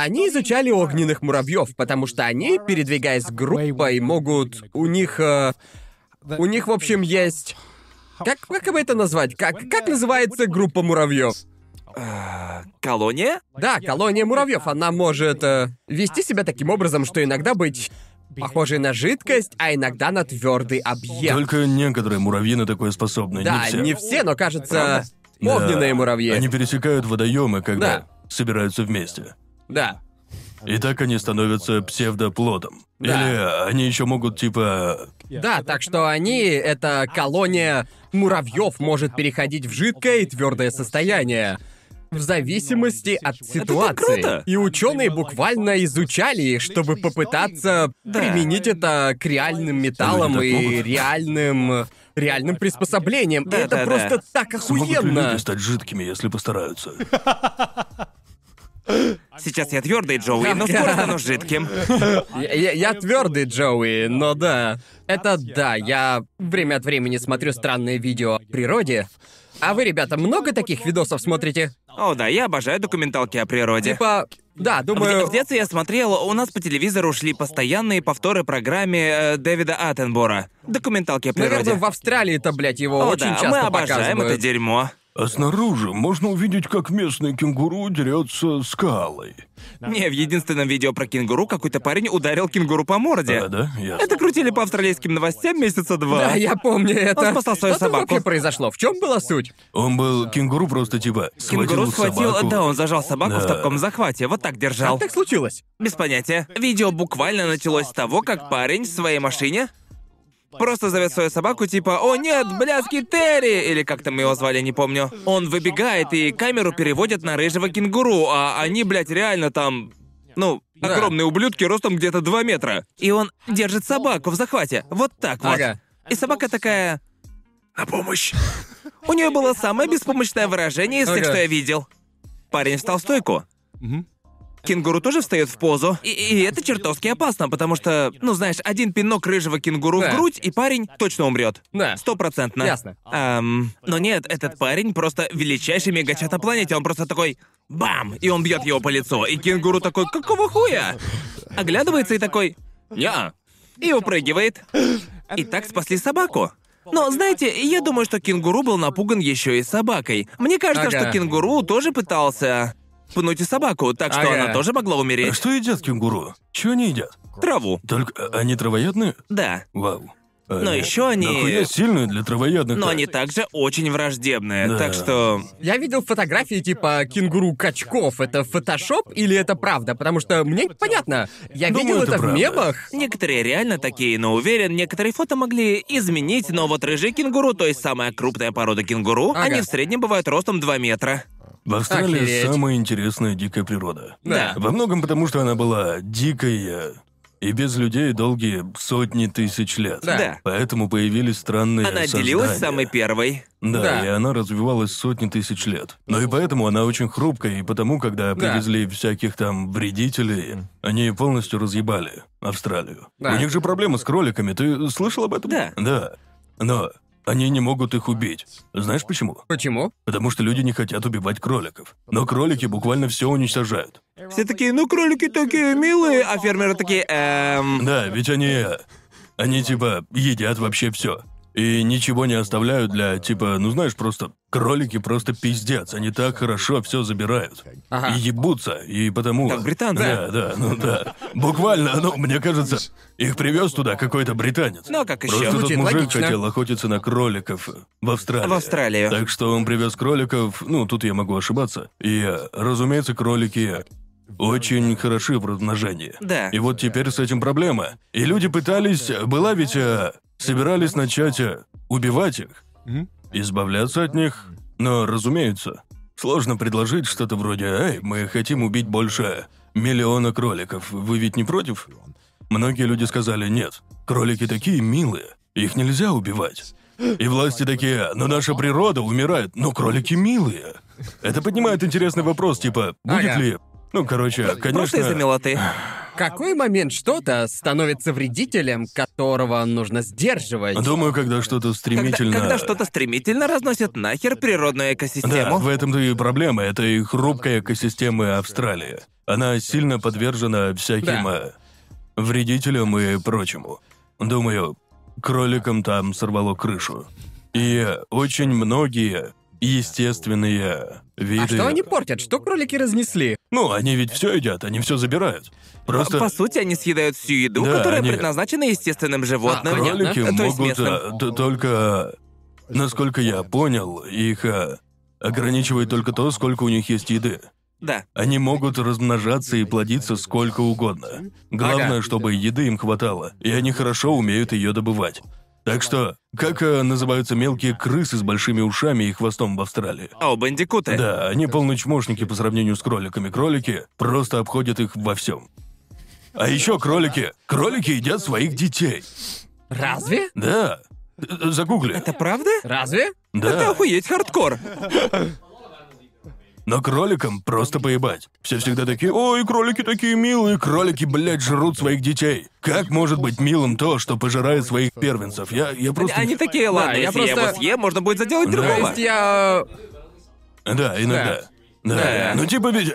Они изучали огненных муравьев, потому что они, передвигаясь группой, могут... У них... э, у них, в общем, есть... Как, как бы это назвать? Как, как называется группа муравьев?
Колония?
Да, колония муравьев, она может э, вести себя таким образом, что иногда быть похожей на жидкость, а иногда на твердый объект.
Только некоторые муравьи на такое способны,
да,
не все.
но кажется,
Да.
огненные муравьи.
Они пересекают водоемы, когда
Да.
собираются вместе.
Да.
И так они становятся псевдоплодом.
Да.
Или э, они еще могут типа
Да, так что они, эта колония муравьев может переходить в жидкое и твердое состояние. В зависимости от ситуации.
круто!
И ученые буквально изучали их, чтобы попытаться
Да.
применить это к реальным металлам
Люди так
и
могут.
реальным реальным приспособлением. И
Да,
это
да, да.
просто так
смогут ли
охуенно.
люди стать жидкими, если постараются.
Сейчас я твердый, Джоуи, но скоро стану жидким.
Я, я- я твердый, Джоуи, но да. Это да, я время от времени смотрю странные видео о природе. А вы, ребята, много таких видосов смотрите?
О, да, я обожаю документалки о природе.
Типа, да,
В,
думаю...
в детстве я смотрел, у нас по телевизору шли постоянные повторы программе э, Дэвида Аттенбора. Документалки о природе.
Наверное, в Австралии-то, блядь, его
О,
очень
да,
часто
мы обожаем
показывают.
это дерьмо.
А снаружи можно увидеть, как местные кенгуру дерется скалой.
Не, в единственном видео про кенгуру какой-то парень ударил кенгуру по морде.
А, да? Ясно.
Это крутили по австралийским новостям месяца два.
Да, я помню это.
спасал свою
Что там
собаку.
вообще произошло? В чем была суть?
Он был кенгуру просто типа схватил
Кенгуру схватил,
собаку.
да, он зажал собаку в
Да.
таком захвате, вот так держал.
Как так случилось?
Без понятия. Видео буквально началось с того, как парень в своей машине просто зовет свою собаку типа «О нет, блядский Терри!» или как там его звали, не помню. Он выбегает и камеру переводят на рыжего кенгуру, а они, блядь, реально там... Ну,
Да.
огромные ублюдки ростом где-то 2 метра. И он держит собаку в захвате. Вот так вот.
Ага.
И собака такая... На помощь. У нее было самое беспомощное выражение из всех,
Ага.
что я видел. Парень встал в стойку. Кенгуру тоже встает в позу. И, и это чертовски опасно, потому что, ну знаешь, один пинок рыжего кенгуру
Да.
в грудь, и парень точно умрет.
Да.
Стопроцентно.
Ясно.
Эм, но нет, этот парень просто величайший мегачат на планете. Он просто такой бам! И он бьет его по лицу. И кенгуру такой, какого хуя? Оглядывается и такой, «Ня!» И упрыгивает. И так спасли собаку. Но, знаете, я думаю, что кенгуру был напуган еще и собакой. Мне кажется,
Ага.
что кенгуру тоже пытался пнуть и собаку, так что
Ага.
она тоже могла
А
умереть.
что едят кенгуру? Чего они едят?
Траву.
Только э, они травоядные?
Да.
Вау. А
Но еще Ну, они-
Нахуя сильные для травоядных?
Но они также очень враждебные,
Да.
так что...
Я видел фотографии типа кенгуру качков. Это фотошоп или это правда? Потому что мне непонятно. Я
Думаю,
видел
это
это, в
правда.
мемах.
Некоторые реально такие, но уверен, некоторые фото могли изменить, но вот рыжие кенгуру, то есть самая крупная порода кенгуру,
Ага.
они в среднем бывают ростом 2 метра.
В Австралии
Охереть.
самая интересная дикая природа.
Да.
Во многом потому, что она была дикой э, и без людей долгие сотни тысяч лет.
Да.
Да.
Поэтому появились странные
Она делилась
создания.
самой первой.
Да,
Да.
и она развивалась сотни тысяч лет. Но и поэтому она очень хрупкая, и потому, когда
Да.
привезли всяких там вредителей, они полностью разъебали Австралию.
Да.
У них же проблемы с кроликами, ты слышал об этом?
Да.
Да. Но они не могут их убить. Знаешь почему?
Почему?
Потому что люди не хотят убивать кроликов. Но кролики буквально все уничтожают.
Все такие, ну кролики такие милые, а фермеры такие, эм...
Да, ведь они... э, Они типа едят вообще все. И ничего не оставляют для, типа, ну знаешь, просто кролики просто пиздец. Они так хорошо все забирают.
Ага.
И ебутся, и потому...
А. Как британцы.
Да, да, ну да. Буквально, ну, мне кажется, их привез туда какой-то британец.
Ну, а как еще?
Просто тот
Звучит
мужик
логично.
хотел охотиться на кроликов в Австралии.
В Австралию.
Так что он привез кроликов, ну, тут я могу ошибаться. И, э, разумеется, кролики очень хороши в размножении.
Да.
И вот теперь с этим проблема. И люди пытались, была ведь, э, собирались начать э, убивать их, избавляться от них. Но, разумеется, сложно предложить что-то вроде «Эй, мы хотим убить больше миллиона кроликов, вы ведь не против?» Многие люди сказали «нет». Кролики такие милые, их нельзя убивать. И власти такие, но наша природа умирает, но кролики милые. Это поднимает интересный вопрос, типа, будет
Ага.
ли... Ну, короче,
Просто из-за
конечно...
милоты.
В какой момент что-то становится вредителем, которого нужно сдерживать?
Думаю, когда что-то
Когда,
стремительно...
когда что-то стремительно разносит нахер природную
Да,
экосистему.
в этом-то и проблема. Это и хрупкая экосистема Австралии. Она сильно подвержена всяким
Да.
э, вредителям и прочему. Думаю, кроликам там сорвало крышу. И очень многие естественные виды...
А что они портят? Что кролики разнесли?
Ну, они ведь все едят, они все забирают. Просто
По сути, они съедают всю еду,
Да,
которая
они-
предназначена естественным
А,
животным.
понятно.
кролики
Ну, То есть
могут
местным.
э, т- только, э, насколько я понял, их э, ограничивает только то, сколько у них есть еды.
Да.
Они могут размножаться и плодиться сколько угодно. Главное,
Ага.
чтобы еды им хватало, и они хорошо умеют ее добывать. Так что, как э, называются мелкие крысы с большими ушами и хвостом в Австралии?
О, А бандикуты.
Да, они полночмошники по сравнению с кроликами. Кролики просто обходят их во всем. А еще кролики. Кролики едят своих детей.
Разве?
Да. Э, Загугли.
Это правда?
Разве?
Это
Да.
охуеть хардкор.
Но кроликам просто поебать. Все всегда такие, ой, кролики такие милые, кролики, блядь, жрут своих детей. Как может быть милым то, что пожирает своих первенцев? Я, я просто...
Они такие, ладно,
я
если я
просто-
его съем, можно будет заделать
Да.
Ну, То
другого.
есть я... э,
Да, иногда. Да.
Да. Ну,
Ну типа ведь...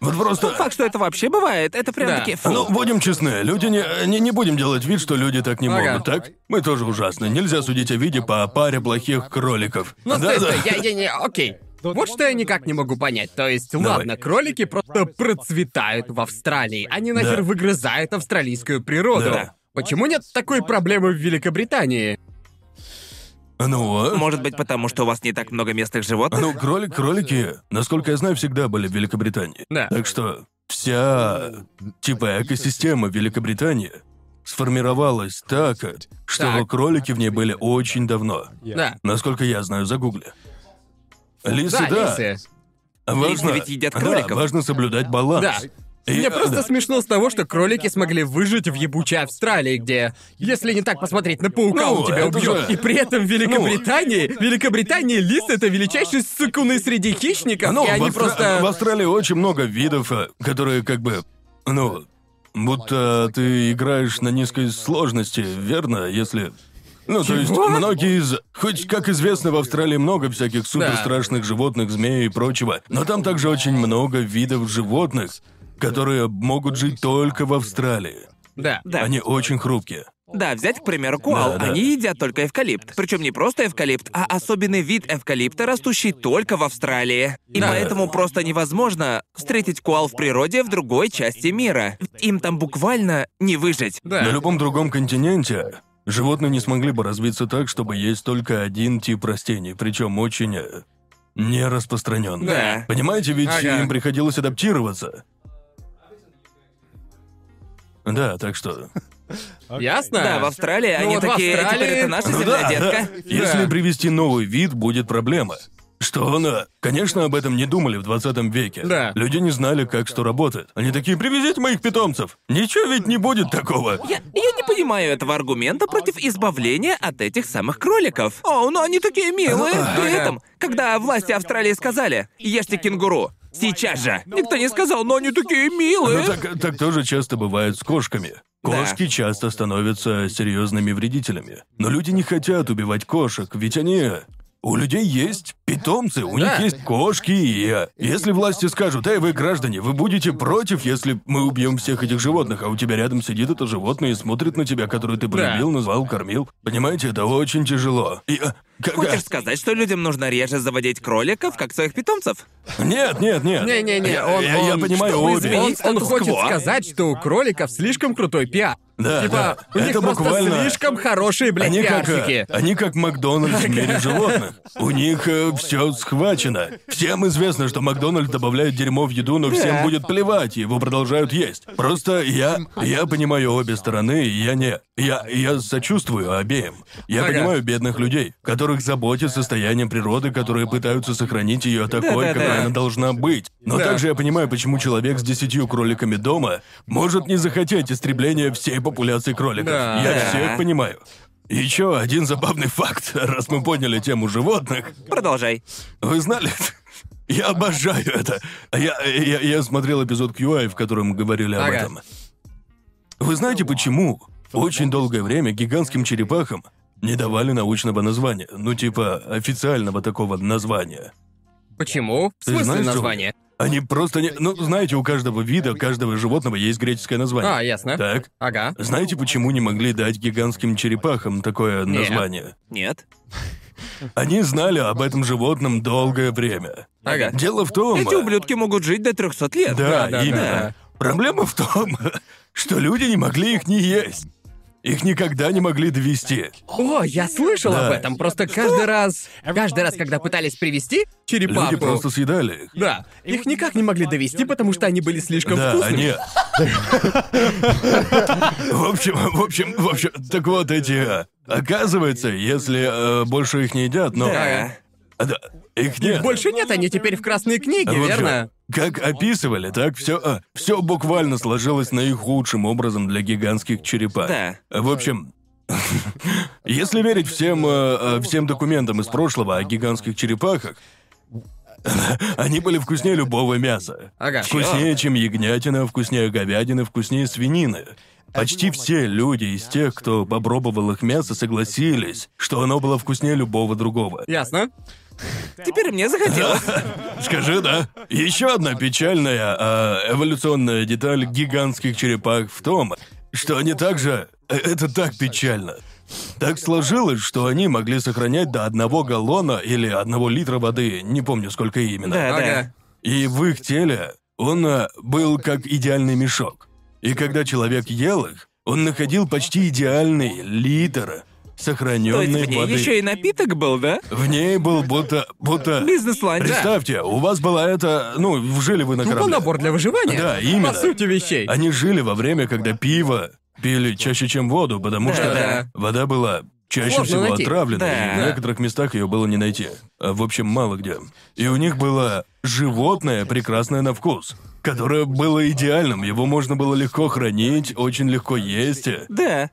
Вот просто...
Факт, что это вообще бывает, это прям
Да.
таки фу.
Ну, будем честны, люди не, не, не будем делать вид, что люди так не
Ага.
могут, так? Мы тоже ужасны. Нельзя судить о виде по паре плохих кроликов.
Ну,
да,
стой,
да.
стой, я, я не... Окей. Вот что я никак не могу понять. То есть,
Давай.
ладно, кролики просто процветают в Австралии. Они нахер
Да.
выгрызают австралийскую природу.
Да.
Почему нет такой проблемы в Великобритании?
Ну, а?
Может быть, потому что у вас не так много местных животных?
Ну, кролик, кролики, насколько я знаю, всегда были в Великобритании.
Да.
Так что вся, типа, экосистема Великобритании сформировалась так, что
Так.
кролики в ней были очень давно.
Да.
Насколько я знаю, загугли. Лисы, да.
Да, лисы.
Важно,
ведь едят
да,
кроликов.
важно соблюдать баланс.
Да.
И- э,
Мне просто
да.
смешно с того, что кролики смогли выжить в ебучей Австралии, где, если не так посмотреть на паука,
Ну,
он тебя
это
убьет.
же- Ну.
И при этом в Великобритании, в Великобритании лис это величайший сыкуны среди хищников,
Ну,
и
в,
они
Австра-
просто...
в Австралии очень много видов, э, которые как бы, ну, будто ты играешь на низкой сложности, верно, если... Ну, то есть,
Чего?
многие из... Хоть, как известно, в Австралии много всяких суперстрашных животных, змей и прочего, но там также очень много видов животных, которые могут жить только в Австралии.
Да.
Да.
Они очень хрупкие.
Да, взять, к примеру, куал.
Да, да.
Они едят только эвкалипт. Причем не просто эвкалипт, а особенный вид эвкалипта, растущий только в Австралии. И
Да.
поэтому просто невозможно встретить куал в природе в другой части мира. Им там буквально не выжить.
Да.
На любом другом континенте животные не смогли бы развиться так, чтобы есть только один тип растений, причем очень э, нераспространенный.
Да.
Понимаете, ведь
Ага.
им приходилось адаптироваться. Да, так что.
Ясно?
Да, в Австралии
Ну
они
вот в
такие,
Австралии-
теперь это наша
Ну
земля,
да,
детка.
да. Если
Да.
привести новый вид, будет проблема. Что она? Конечно, об этом не думали в 20 веке.
Да.
Люди не знали, как что работает. Они такие, привезите моих питомцев. Ничего ведь не будет такого.
Я, я не понимаю этого аргумента против избавления от этих самых кроликов. О, но они такие милые. При этом, когда власти Австралии сказали, ешьте кенгуру, сейчас же, никто не сказал, но они такие
Ну,
милые.
так, так тоже часто бывает с кошками. Кошки часто становятся серьезными вредителями. Но люди не хотят убивать кошек, ведь они... У людей есть питомцы, у
Да.
них есть кошки, и э, если власти скажут, эй, вы граждане, вы будете против, если мы убьем всех этих животных, а у тебя рядом сидит это животное и смотрит на тебя, которое ты полюбил, назвал, кормил. Понимаете, это очень тяжело. И, э, как-
Хочешь сказать, что людям нужно реже заводить кроликов, как своих питомцев?
Нет, нет, нет.
Не-не-не,
Я-
он,
я, я
он-
понимаю
чтобы
обе.
изменить
Он- он
статус-кво. хочет сказать, что у кроликов слишком крутой пиар.
Да,
типа,
да.
у них
Это
просто
буквально-
слишком хорошие, блядь,
Они как, э,
пиарщики.
они как Макдональдс в мире животных. У них все схвачено. Всем известно, что Макдональдс добавляет дерьмо в еду, но всем будет плевать, его продолжают есть. Просто я, я понимаю обе стороны, и я не, я, я сочувствую обеим. Я
Ага.
понимаю бедных людей, которых заботит состояние природы, которые пытаются сохранить ее такой,
Да-да-да.
какой она должна быть. Но
Да.
также я понимаю, почему человек с десятью кроликами дома может не захотеть истребления всей популяции кроликов.
Да.
Я
Да.
всех понимаю. Еще один забавный факт, раз мы подняли тему животных.
Продолжай.
Вы знали? Я обожаю это. Я, я, я смотрел эпизод QI, в котором говорили об
Ага.
этом. Вы знаете почему? Очень долгое время гигантским черепахам не давали научного названия. Ну, типа, официального такого названия.
Почему? В
Ты
смысле
знаешь,
название?
Они просто не... Ну, знаете, у каждого вида, каждого животного есть греческое название.
А, ясно.
Так?
Ага.
Знаете, почему не могли дать гигантским черепахам такое
Нет.
название?
Нет.
Они знали об этом животном долгое время.
Ага.
Дело в том...
Эти ублюдки могут жить до 300 лет.
Да,
Да, да,
именно.
да.
Проблема в том, что люди не могли их не есть. Их никогда не могли довести.
О, я слышал
Да.
об этом. Просто каждый раз, каждый раз, когда пытались привести черепаху,
Люди просто съедали их.
да, их никак не могли довести, потому что они были слишком
Да,
вкусными.
они... В общем, в общем, в общем, так вот эти... а, Оказывается, если э, больше их не едят, но...
Да.
А, да, их нет.
Больше нет, они теперь в красной книге,
В общем,
верно?
Как описывали, так все, все буквально сложилось наихудшим образом для гигантских черепах.
Да.
В общем, если верить всем, э, э, всем документам из прошлого о гигантских черепахах, они были вкуснее любого мяса.
Ага.
Вкуснее, чем ягнятина, вкуснее говядины, вкуснее свинины. Почти все люди из тех, кто попробовал их мясо, согласились, что оно было вкуснее любого другого.
Ясно.
Теперь мне захотелось.
Скажи, да. Еще одна печальная а, эволюционная деталь гигантских черепах в том, что они также... э, Это так печально. Так сложилось, что они могли сохранять до одного галлона или одного литра воды, не помню сколько именно.
Да,
Ага.
И в их теле он а, был как идеальный мешок. И когда человек ел их, он находил почти идеальный литр
То есть
сохраненной
в ней
воды.
еще и напиток был, да?
В ней был будто... будто...
Бизнес-ланч.
Представьте, у вас была это, ну, жили вы на
Тупо
корабле.
набор для выживания.
Да, именно.
По сути вещей.
Они жили во время, когда пиво пили чаще, чем воду, потому
Да,
что
да.
вода была чаще
Сложно
всего
найти.
отравлена,
Да.
и в некоторых местах ее было не найти. А, В общем, мало где. И у них было животное, прекрасное на вкус, которое было идеальным. Его можно было легко хранить, очень легко есть.
Да.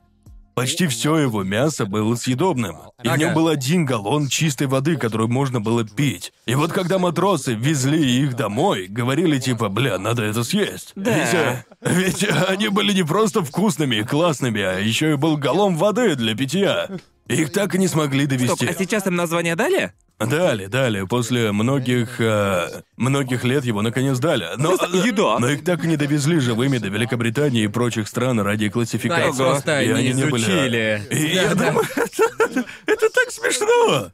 Почти все его мясо было съедобным. И в
Ага.
нем был один галлон чистой воды, которую можно было пить. И вот когда матросы везли их домой, говорили типа, бля, надо это съесть.
Да.
Ведь, э, ведь, э, они были не просто вкусными и классными, а еще и был галлон воды для питья. Их так и не смогли
Стоп,
довести.
а сейчас им название дали?
Дали, дали. После многих э, многих лет его наконец дали. Но, э,
Просто еда.
но их так и не довезли живыми до Великобритании и прочих стран ради
Да,
классификации.
их просто
и
не
они не были- э,
изучили.
И
Да,
я
да.
думаю, это, это так смешно.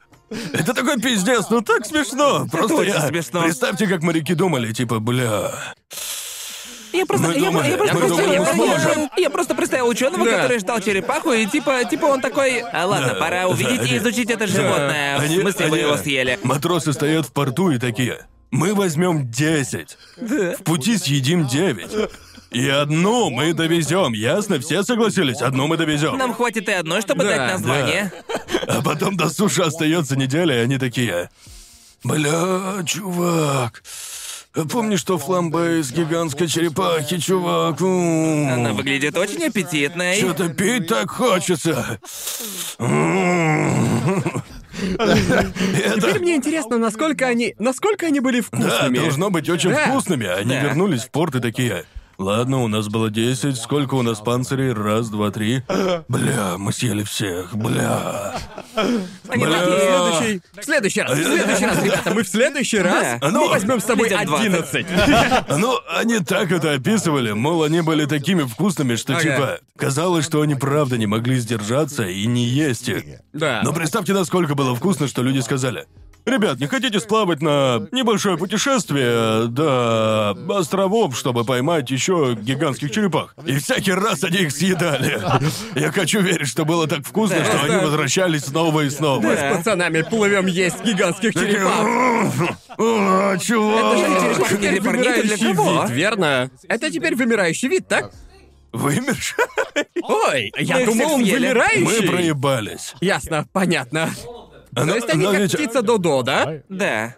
Это такой пиздец, ну так смешно. Просто
очень
я-
смешно.
Представьте, как моряки думали, типа, бля.
Я просто,
Мы
я,
думали,
я просто,
мы
представил-
думали, мы
я-
сможем.
я просто представил ученого,
Да.
который ждал черепаху, и типа, типа он такой, а ладно,
Да,
пора увидеть
да,
и
они-
изучить это животное.
Они-
В смысле, вы
они-
его съели.
Матросы стоят в порту и такие. Мы возьмем 10. В пути съедим 9. И одну мы довезем, ясно? Все согласились, одну мы довезем.
Нам хватит и одной, чтобы
Да,
дать название.
А потом до суши остается неделя, и они такие. Бля, чувак. Помнишь, что фламбе из гигантской черепахи, чувак?
Она выглядит очень аппетитной.
Что-то пить так хочется. М.
Теперь
Это...
мне интересно, насколько они, насколько они были
Да,
вкусными.
должно быть очень
Да.
вкусными. Они
Да.
вернулись в порт и такие... Ладно, у нас было 10, сколько у нас панцирей? Раз, два, три. Бля, мы съели всех, бля.
Они
Бля.
В
такие,
следующий, в следующий раз, в следующий раз, ребята, мы в следующий раз
Да. Ну,
мы возьмем с собой
людям 20.
11.
Ну, они так это описывали, мол, они были такими вкусными, что
Ага.
типа казалось, что они правда не могли сдержаться и не есть их.
Да.
Но представьте, насколько было вкусно, что люди сказали. Ребят, не хотите сплавать на небольшое путешествие до островов, чтобы поймать еще гигантских черепах? И всякий раз они их съедали. Я хочу верить, что было так вкусно, что они возвращались снова и
Мы
снова.
с пацанами плывем есть гигантских
Такие,
черепах.
«О,
Это же
чувак!
теперь
Черепахи для парней
вымирающий
для кого?
вид, верно? Это теперь вымирающий вид, так?
Вымершь?
Ой,
Мы
я
их
думал,
всех
он
съели.
Мы
вымирающий.
проебались. Ну,
Ясно, понятно. То есть они
но
как
ведь-
птица Додо, да?
да.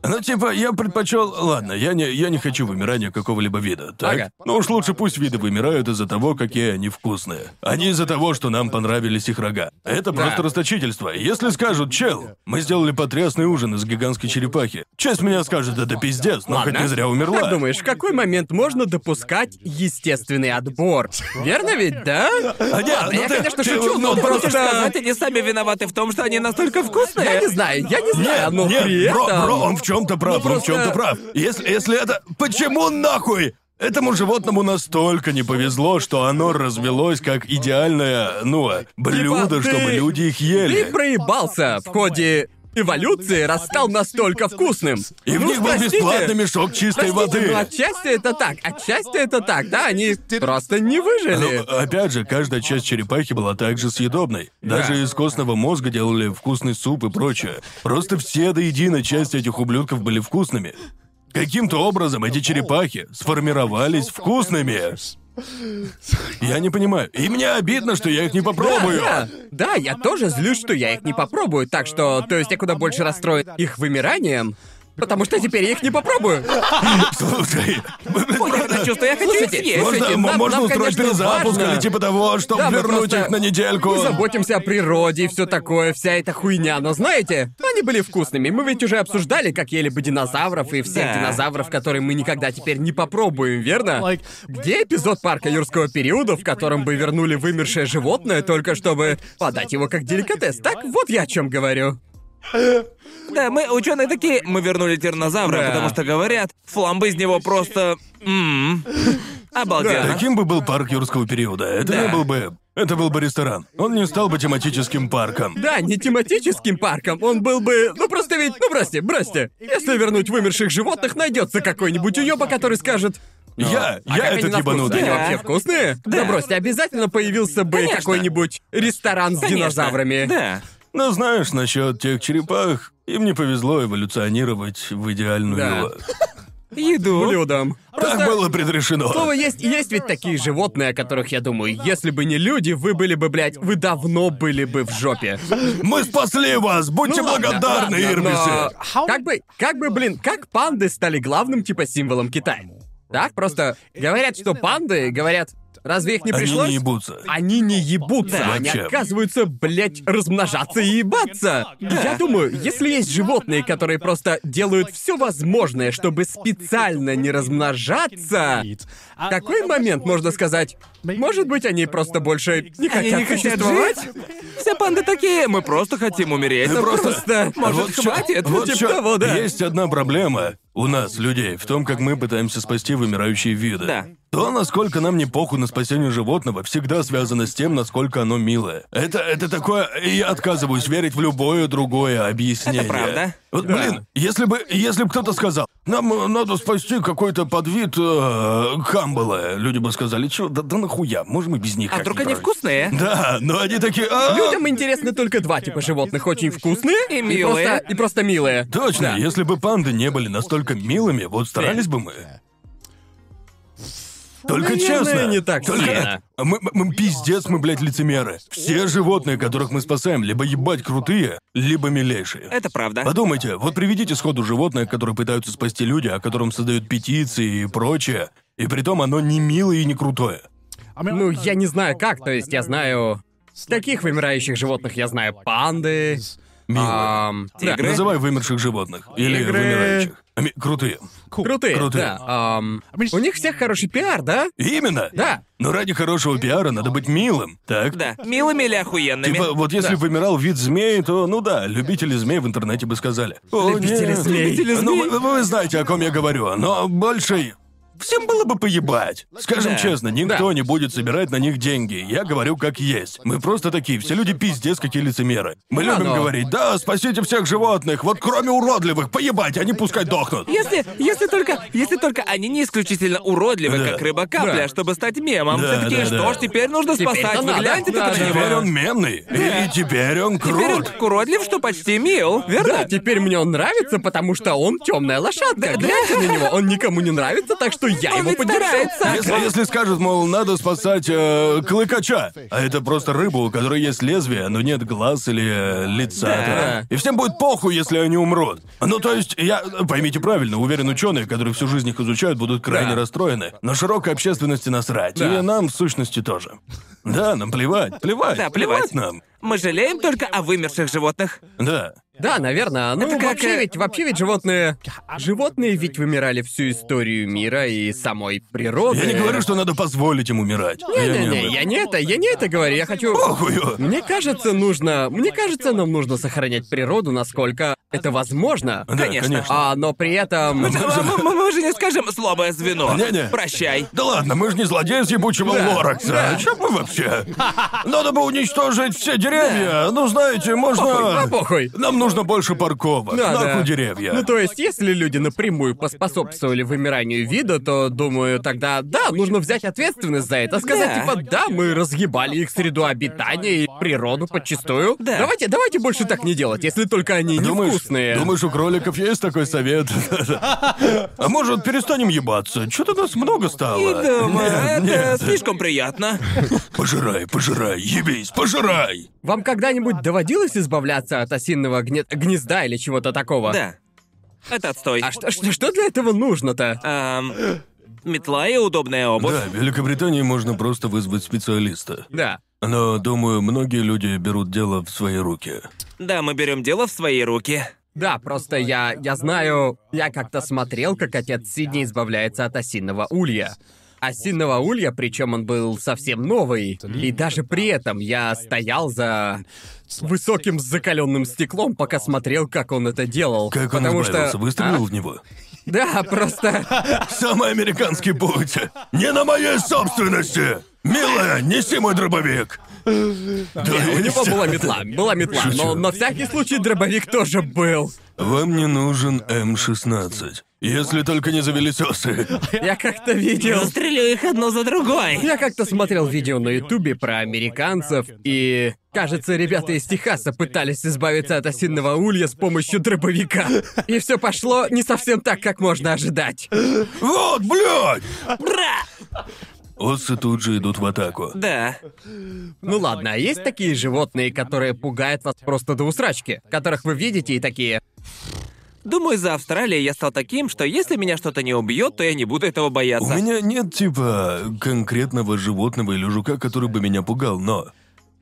Ну, типа, я предпочел. Ладно, я не, я не хочу вымирания какого-либо вида, так?
Ага.
Но уж лучше пусть виды вымирают из-за того, какие они вкусные. А не из-за того, что нам понравились их рога. Это просто расточительство. Если скажут, чел, мы сделали потрясный ужин из гигантской черепахи. Часть меня скажет, это пиздец, но хоть не зря умерла.
Как думаешь, в какой момент можно допускать естественный отбор? Верно ведь, да?
А не, ну
я,
ты-
конечно,
ты-
шучу,
ну,
но просто...
Хочешь сказать, они сами виноваты в том, что они настолько вкусные?
Я не знаю, я не знаю, но
Нет,
при
бро,
этом... Ну,
бро, он в чем-то прав, он в
просто-
чем-то прав. Если, если это. Почему нахуй? Этому животному настолько не повезло, что оно развелось как идеальное, ну, блюдо,
Типа ты-
чтобы люди их
Ты
ели.
проебался в ходе эволюции, раз стал настолько вкусным.
И в
Ну,
них был
простите,
бесплатный мешок чистой
простите,
воды.
но отчасти это так, отчасти это так, да, они просто не выжили.
Ну, опять же, каждая часть черепахи была также съедобной. Даже
Да.
из костного мозга делали вкусный суп и прочее. Просто все до единой части этих ублюдков были вкусными. Каким-то образом эти черепахи сформировались вкусными. Я не понимаю. И мне обидно, что я их не попробую.
Да, да, я тоже злюсь, что я их не попробую, так что, то есть я куда больше расстроен их вымиранием, потому что теперь я их не попробую.
Слушай,
Понял это чувство, я хочу их
Слушайте,
съесть.
можно,
слушайте,
м-
нам-
можно
нам,
устроить
конечно,
перезапуск
важно.
или типа того, чтобы
Да, мы
вернуть
просто-
их на недельку.
Мы заботимся о природе и все такое, вся эта хуйня, но знаете, они были вкусными. Мы ведь уже обсуждали, как ели бы динозавров и всех
Да.
динозавров, которые мы никогда теперь не попробуем, верно?
Like-
Где эпизод парка юрского периода, в котором бы вернули вымершее животное, только чтобы подать его как деликатес? Так вот я о чем говорю.
Да, мы ученые такие, мы вернули тиранозавра,
Да.
потому что говорят, фламбы из него просто. Ммм. Обалденно.
Таким бы был парк юрского периода. Это
Да.
не был бы... Это был бы ресторан. Он не стал бы тематическим парком.
Да, не тематическим парком, он был бы... Ну просто ведь... Ну бросьте, бросьте. Если вернуть вымерших животных, найдется какой-нибудь уёба, который скажет...
Я,
А
я
как они
этот
на вкус?
ебанутый.
Они
Да.
вообще вкусные? Да. бросьте, обязательно появился бы
Конечно.
какой-нибудь ресторан с
Конечно.
динозаврами.
Да.
Но знаешь, насчет тех черепах, им не повезло эволюционировать в идеальную...
Да.
Еду.
Блюдом.
Так
Просто
было предрешено.
Слово есть, есть ведь такие животные, о которых я думаю, если бы не люди, вы были бы, блядь, вы давно были бы в жопе. Ну
Мы спасли вас! Будьте
ладно,
благодарны,
ладно,
Ирбисы!
но Как бы, как бы, блин, как панды стали главным типа символом Китая? Так, просто говорят, что панды, говорят, разве их не
Они
пришлось? А
не ебутся.
Они не ебутся,
Да.
они
Вообще.
оказываются, блядь, размножаться и ебаться. Я думаю, если есть животные, которые просто делают все возможное, чтобы специально не размножаться, в такой момент можно сказать, может быть, они просто больше не
Они
хотят
не хотят
существовать?
жить? Все панды такие, мы просто хотим умереть.
Это просто...
Может,
Вот чё-
хватит?
вот
Типа
чё-
того, да.
Есть одна проблема у нас, людей, в том, как мы пытаемся спасти вымирающие виды.
Да.
То, насколько нам не похуй на спасение животного, всегда связано с тем, насколько оно милое. Это, это такое... и Я отказываюсь верить в любое другое объяснение.
Это правда.
Вот, блин, если бы если бы кто-то сказал, нам э, надо спасти какой-то подвид э, камбала, люди бы сказали, чё, да, да нахуя, можем и без них.
А вдруг они
как-нибудь».
вкусные?
Да, но они такие... «А,
Людям Ну, интересны только два типа животных. Очень вкусные
И милые.
просто, и просто милые.
Точно, если бы панды не были настолько милыми, вот старались бы мы. Только
Наверное,
честно,
не так
только А
сильно.
мы, мы- мы пиздец, мы, блядь, лицемеры. Все животные, которых мы спасаем, либо ебать крутые, либо милейшие.
Это правда.
Подумайте, вот приведите сходу животное, которое пытаются спасти люди, о котором создают петиции и прочее, и притом оно не милое и не крутое.
Ну, я не знаю как, то есть я знаю... Таких вымирающих животных я знаю. Панды.
Милое.
ам, да,
Тигры.
Называй вымерших животных. Или
Тигры.
вымирающих. Ми- крутые.
Крутые,
Крутые.
да. ам, у них всех хороший пиар, да?
Именно?
Да.
Но ради хорошего пиара надо быть милым, так?
Да. Милыми или охуенными?
Типа, вот если вымирал вид змей, то, ну да, любители змей в интернете бы сказали. «О,
Любители
нет,
змей.
любители змей». Ну, вы, вы знаете, о ком я говорю, но больше... Всем было бы поебать. Скажем
Да.
честно, никто
Да.
не будет собирать на них деньги. Я говорю как есть. Мы просто такие, все люди пиздец, какие лицемеры. Мы
Да,
любим
но-
говорить, да, спасите всех животных, вот кроме уродливых, поебать, они пускай дохнут.
Если, если только, если только они не исключительно уродливы,
Да.
как рыба капля,
Да.
чтобы стать мемом.
Да,
Все такие,
да, да.
что ж, теперь нужно
Теперь-то
спасать. Вы
надо.
гляньте
Да,
только на
да,
него.
А Теперь
да.
он мемный, и теперь он
Теперь он
крут.
так уродлив, что почти мил,
Да,
верно?
теперь мне он нравится, потому что он темная лошадка. Гляньте на него, он никому не нравится, так что я
Он
его
ведь
поддержал.
старается.
Если, если скажут, мол, надо спасать э, клыкача, а это просто рыба, у которой есть лезвие, но нет глаз или э, лица.
Да.
да. И всем будет похуй, если они умрут. Ну, то есть, я... Поймите правильно, уверен, ученые, которые всю жизнь их изучают, будут крайне
Да.
расстроены. Но широкой общественности насрать.
Да.
И нам, в сущности, тоже. Да, нам плевать, плевать.
Да, плевать.
нам.
Мы жалеем только о вымерших животных.
Да.
Да, наверное. Ну,
Это как,
вообще
э,
ведь, вообще ведь животные... Животные ведь вымирали всю историю мира и самой природы.
Я не говорю, что надо позволить им умирать. Я не об
Не-не-не,
этом.
я не это, я не это говорю, я хочу...
Похую.
Мне кажется, нужно... Мне кажется, нам нужно сохранять природу, насколько это возможно.
Да,
Конечно.
конечно.
А, но при этом...
Мы, мы- мы- мы же не скажем слабое звено.
Не-не.
Прощай.
Да ладно, мы же не злодеи с ебучего
Да,
Лоракса.
да.
О чем мы вообще? Надо бы уничтожить все деревья. Ну, знаете, можно...
Похуй, а, похуй.
Нам нужно больше парковок.
Да,
Нахуй
да.
деревья.
Ну, то есть, если люди напрямую поспособствовали вымиранию вида, то, думаю, тогда, да, нужно взять ответственность за это. Сказать,
Да.
типа, да, мы разъебали их среду обитания и природу подчистую.
Да.
Давайте, давайте больше так не делать, если только они
Думаешь,
невкусные.
думаешь, у кроликов есть такой совет? А может, перестанем ебаться? Что-то нас много
И
стало.
думаю, это
Нет, нет.
слишком приятно.
Пожирай, пожирай, ебись, пожирай!
Вам когда-нибудь доводилось избавляться от осинного гне- гнезда или чего-то такого?
Да. Это отстой.
А что, что, что для этого нужно-то?
Эм, метла и удобная обувь.
Да, в Великобритании можно просто вызвать специалиста.
Да.
Но, думаю, многие люди берут дело в свои руки.
Да, мы берем дело в свои руки.
Да, просто я, я знаю, я как-то смотрел, как отец Сидни избавляется от осиного улья. Осиного улья, причем он был совсем новый. И даже при этом я стоял за высоким закаленным стеклом, пока смотрел, как он это делал.
Как он
Потому
избавился?
что...
Выстрелил в него?
А? Да, просто...
Самый американский путь. Не на моей собственности. Милая, неси мой дробовик. Да,
У
есть.
него была метла, была метла. Но на всякий случай дробовик тоже был.
Вам не нужен М16. Если только не завелись осы.
Я как-то видел...
Застрелю их одно за другой.
Я как-то смотрел видео на Ютубе про американцев, и, кажется, ребята из Техаса пытались избавиться от осинного улья с помощью дробовика. И все пошло не совсем так, как можно ожидать.
Вот, блядь!
Бра!
Осы тут же идут в атаку.
Да.
Ну ладно, а есть такие животные, которые пугают вас просто до усрачки, которых вы видите и такие...
Думаю, за Австралией я стал таким, что если меня что-то не убьет, то я не буду этого
У
бояться.
меня нет, типа, конкретного животного или жука, который бы меня пугал, но...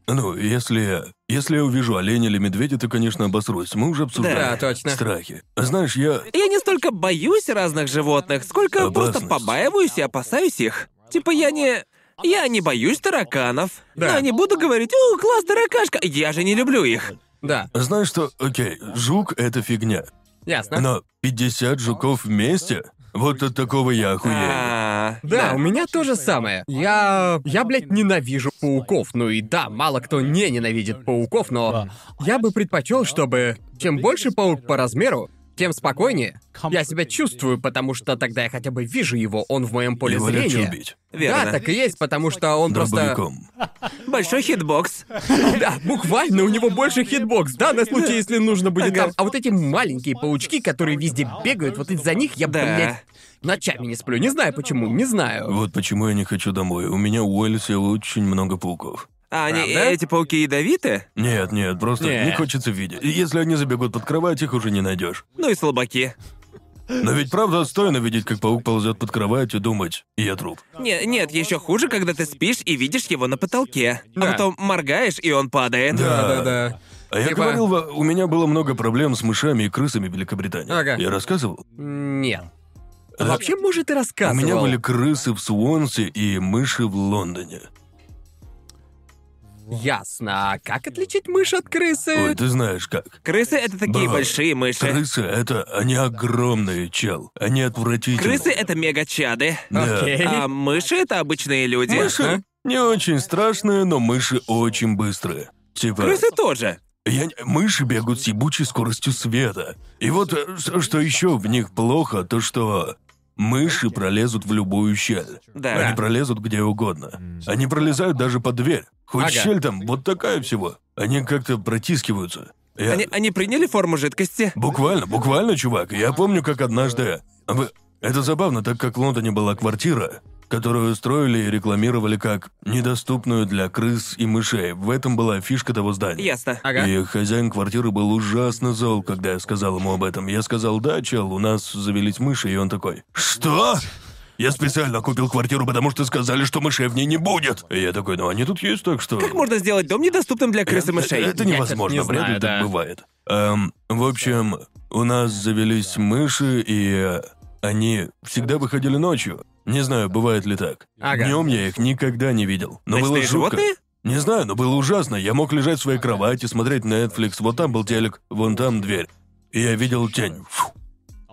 Ну, если... Если я увижу оленя или медведя, то, конечно, обосрусь. Мы уже обсуждали.
Да, точно.
Страхи. Знаешь, я...
Я не столько боюсь разных животных, сколько просто
Опасность.
побаиваюсь и опасаюсь их. Типа я не... Я не боюсь тараканов.
Да.
Я не буду говорить, о, класс, таракашка. Я же не люблю их.
Да,
Знаешь что, окей, жук — это фигня.
ясно.
Но 50 жуков вместе? Вот от такого я охуею.
А,
Да, у меня то же самое. Я... Я, блядь, ненавижу пауков. Ну и да, мало кто не ненавидит пауков, но я бы предпочел, чтобы... Чем больше паук по размеру, тем спокойнее. Я себя чувствую, потому что тогда я хотя бы вижу его, он в моем поле
Его легче
зрения.
убить.
Да,
верно.
так и есть, потому что он просто...
Дробовиком.
Большой хитбокс.
Да, буквально, у него больше хитбокс, да, на случай, если нужно будет
Ага.
там. А вот эти маленькие паучки, которые везде бегают, вот из-за них я,
Да.
блядь, ночами не сплю. Не знаю почему, не знаю.
Вот почему я не хочу домой. У меня у Уэльсе очень много пауков.
А они,
Правда?
эти пауки ядовиты?
Нет, нет, просто
Не.
не хочется видеть. И Если они забегут под кровать, их уже не найдешь.
Ну и слабаки.
Но ведь правда отстойно видеть, как паук ползет под кровать и думать, я труп.
Нет, нет, еще хуже, когда ты спишь и видишь его на потолке.
Да.
А потом моргаешь, и он падает.
Да.
Да-да-да.
А я
Типа-
говорил, во- у меня было много проблем с мышами и крысами в Великобритании.
Ага.
Я рассказывал?
Нет.
Да.
Вообще, может, и
А? У
рассказывал.
меня были крысы в Суонсе и мыши в Лондоне.
Ясно. А как отличить мышь от
Ой,
крысы?
ты знаешь как.
Крысы — это такие
Бра.
большие мыши.
Крысы — это... Они огромные, чел. Они отвратительные.
Крысы — это мега-чады.
Да.
Окей.
А мыши — это обычные люди.
Мыши не очень страшные, но мыши очень быстрые. Типа...
Крысы тоже.
Я... не- Мыши бегут с ебучей скоростью света. И вот э, ш- что еще в них плохо, то что мыши пролезут в любую щель.
Да.
Они пролезут где угодно. Они пролезают даже под дверь. Хоть
Ага.
щель там вот такая всего. Они как-то протискиваются. Я-
Они, они приняли форму жидкости.
Буквально, буквально, чувак. Я помню, как однажды... Вы, Это забавно, так как в Лондоне была квартира, которую строили и рекламировали как недоступную для крыс и мышей. В этом была фишка того здания.
Ясно.
Ага.
И хозяин квартиры был ужасно зол, когда я сказал ему об этом. Я сказал, да, чел, у нас завелись мыши, и он такой, что? Я специально купил квартиру, потому что сказали, что мышей в ней не будет. И я такой, ну они тут есть, так что...
Как можно сделать дом недоступным для крыс и мышей?
э, Это невозможно,
не
вряд ли
знаю,
так
да.
бывает. Эм, в общем, у нас завелись мыши, и э, они всегда выходили ночью. Не знаю, бывает ли так.
Ага.
Днем я их никогда не видел. Но ну, было
Ночные
жутко.
животные?
Не знаю, но было ужасно. Я мог лежать в своей кровати, смотреть Netflix. Вот там был телек, вон там дверь. И я видел тень фу,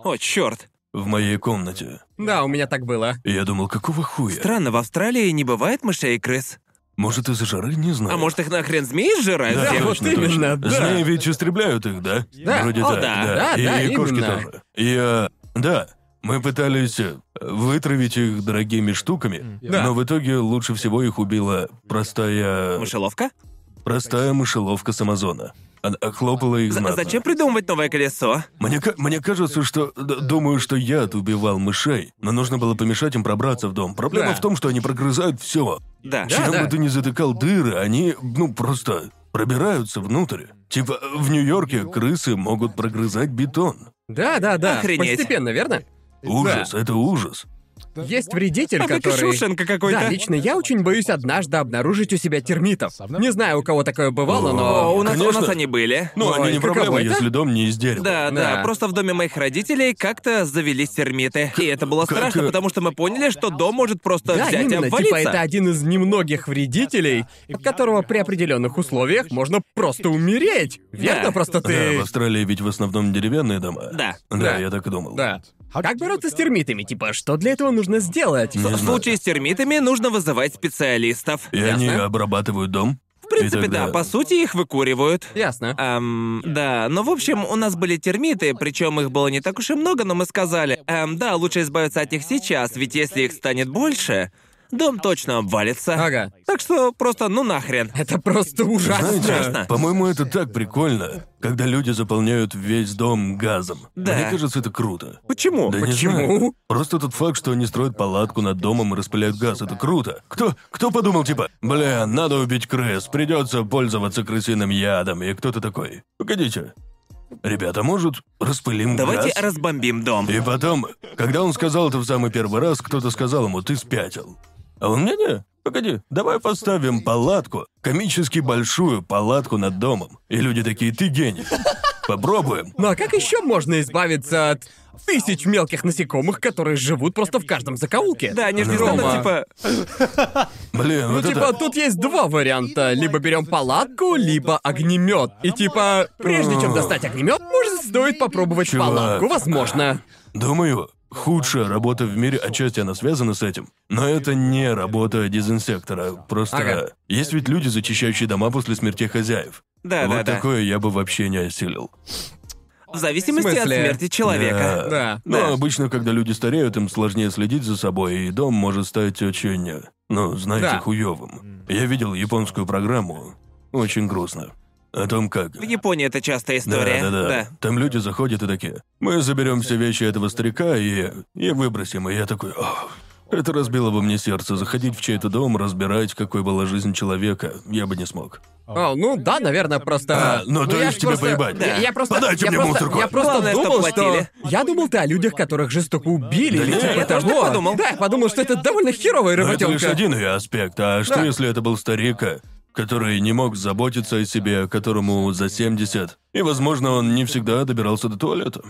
О, черт.
в моей комнате.
Да, у меня так было.
И я думал, какого хуя?
Странно, в Австралии не бывает мышей и крыс.
Может, из-за жары? Не знаю.
А может, их нахрен змеи сжирают?
Э. Да,
Да,
всех?
вот
точно,
именно,
точно.
да.
А Змеи ведь истребляют их, да?
Да.
Вроде
О,
так,
да,
да,
И,
да,
и кошки
именно.
тоже. И, э, да, мы пытались э, вытравить их дорогими штуками,
Да.
но в итоге лучше всего их убила простая...
Мышеловка?
Простая мышеловка с Амазона. Она хлопала их
З-
знатно.
зачем придумывать новое колесо?
Мне, ка- мне кажется, что... д- Думаю, что я убивал мышей, но нужно было помешать им пробраться в дом. Проблема
Да.
в том, что они прогрызают все.
Да.
Чем
да.
бы ты ни затыкал дыры, они, ну, просто пробираются внутрь. Типа, в Нью-Йорке крысы могут прогрызать бетон.
Да, да, да.
Охренеть.
Постепенно, верно?
Ужас, это ужас.
Есть вредитель,
А как и
который...
Шушенко какой-то.
Да, лично я очень боюсь однажды обнаружить у себя термитов. Не знаю, у кого такое бывало,
О,
но...
у нас, у
Конечно.
нас они были.
Ну,
Ой,
они не
каково
проблема,
это?
если дом не из дерева.
Да, да,
Да.
просто в доме моих родителей как-то завелись термиты. И это было
как,
страшно,
э,
потому что мы поняли, что дом может просто
Да,
взять и
именно,
обвалиться.
типа это один из немногих вредителей, от которого при определенных условиях можно просто умереть. Верно,
Да.
просто
Да,
ты...
в Австралии ведь в основном деревянные дома.
Да.
Да,
Да.
я так и думал.
Да. Как бороться с термитами? Типа, что для этого нужно сделать?
Не
В
знаю.
случае с термитами нужно вызывать специалистов.
И они
Ясно.
обрабатывают дом.
В принципе, да, по сути, их выкуривают.
Ясно.
Эм, да, но в общем, у нас были термиты, причем их было не так уж и много, но мы сказали, эм, да, лучше избавиться от них сейчас, ведь если их станет больше, дом точно обвалится.
Ага.
Так что просто ну нахрен.
Это просто ужасно.
Страшно.
Знаете, по-моему, это так прикольно, когда люди заполняют весь дом газом.
Да.
Мне кажется, это круто.
Почему?
Да не знаю. Просто тот факт, что они строят палатку над домом и распыляют газ, это круто. Кто, кто подумал, типа, бля, надо убить крыс, придется пользоваться крысиным ядом, и кто-то такой. Погодите. Ребята, может, распылим
Давайте
газ?
разбомбим дом.
И потом, когда он сказал это в самый первый раз, кто-то сказал ему, ты спятил. А он мне не, погоди, давай поставим палатку, комически большую палатку над домом. И люди такие, ты гений. Попробуем.
Ну а как еще можно избавиться от тысяч мелких насекомых, которые живут просто в каждом закоулке?
Да, они же не
Рома.
станут типа.
Блин,
Ну,
вот
типа,
это...
тут есть два варианта. Либо берем палатку, либо огнемет. И типа, прежде чем достать огнемет, может, стоит попробовать
Чувак.
палатку, возможно.
Думаю, худшая работа в мире, отчасти она связана с этим. Но это не работа дезинсектора. Просто
Ага.
есть ведь люди, зачищающие дома после смерти хозяев.
Да,
вот
да, да.
такое я бы вообще не осилил.
В зависимости
В
от
смысле?
смерти
А.
человека.
Да.
Но
Да.
обычно, когда люди стареют, им сложнее следить за собой, и дом может стать очень, э, ну, знаете,
Да.
хуёвым. Я видел японскую программу. Очень грустно. О том, как...
В Японии это частая
Да,
история.
да, да, Там люди заходят и такие. Мы заберем все вещи этого старика и, и выбросим. И я такой, «Ох, это разбило бы мне сердце. Заходить в чей-то дом, разбирать, какой была жизнь человека, я бы не смог.
А, ну да, наверное, просто.
А, ну, то
я
есть
ж
тебе
просто-
поебать.
Я, я просто.
Подайте
я
мне
просто,
мусорку.
Я просто
Главное, чтоб
думал,
платили.
что. Я думал ты о людях, которых жестоко убили
Да
или
нет,
типа
я
того.
тоже так подумал.
Да, я подумал, что это довольно херовая
Но Ну, это
работенка.
лишь один ее аспект. А что,
Да.
если это был старика, который не мог заботиться о себе, которому за 70, и, возможно, он не всегда добирался до туалета?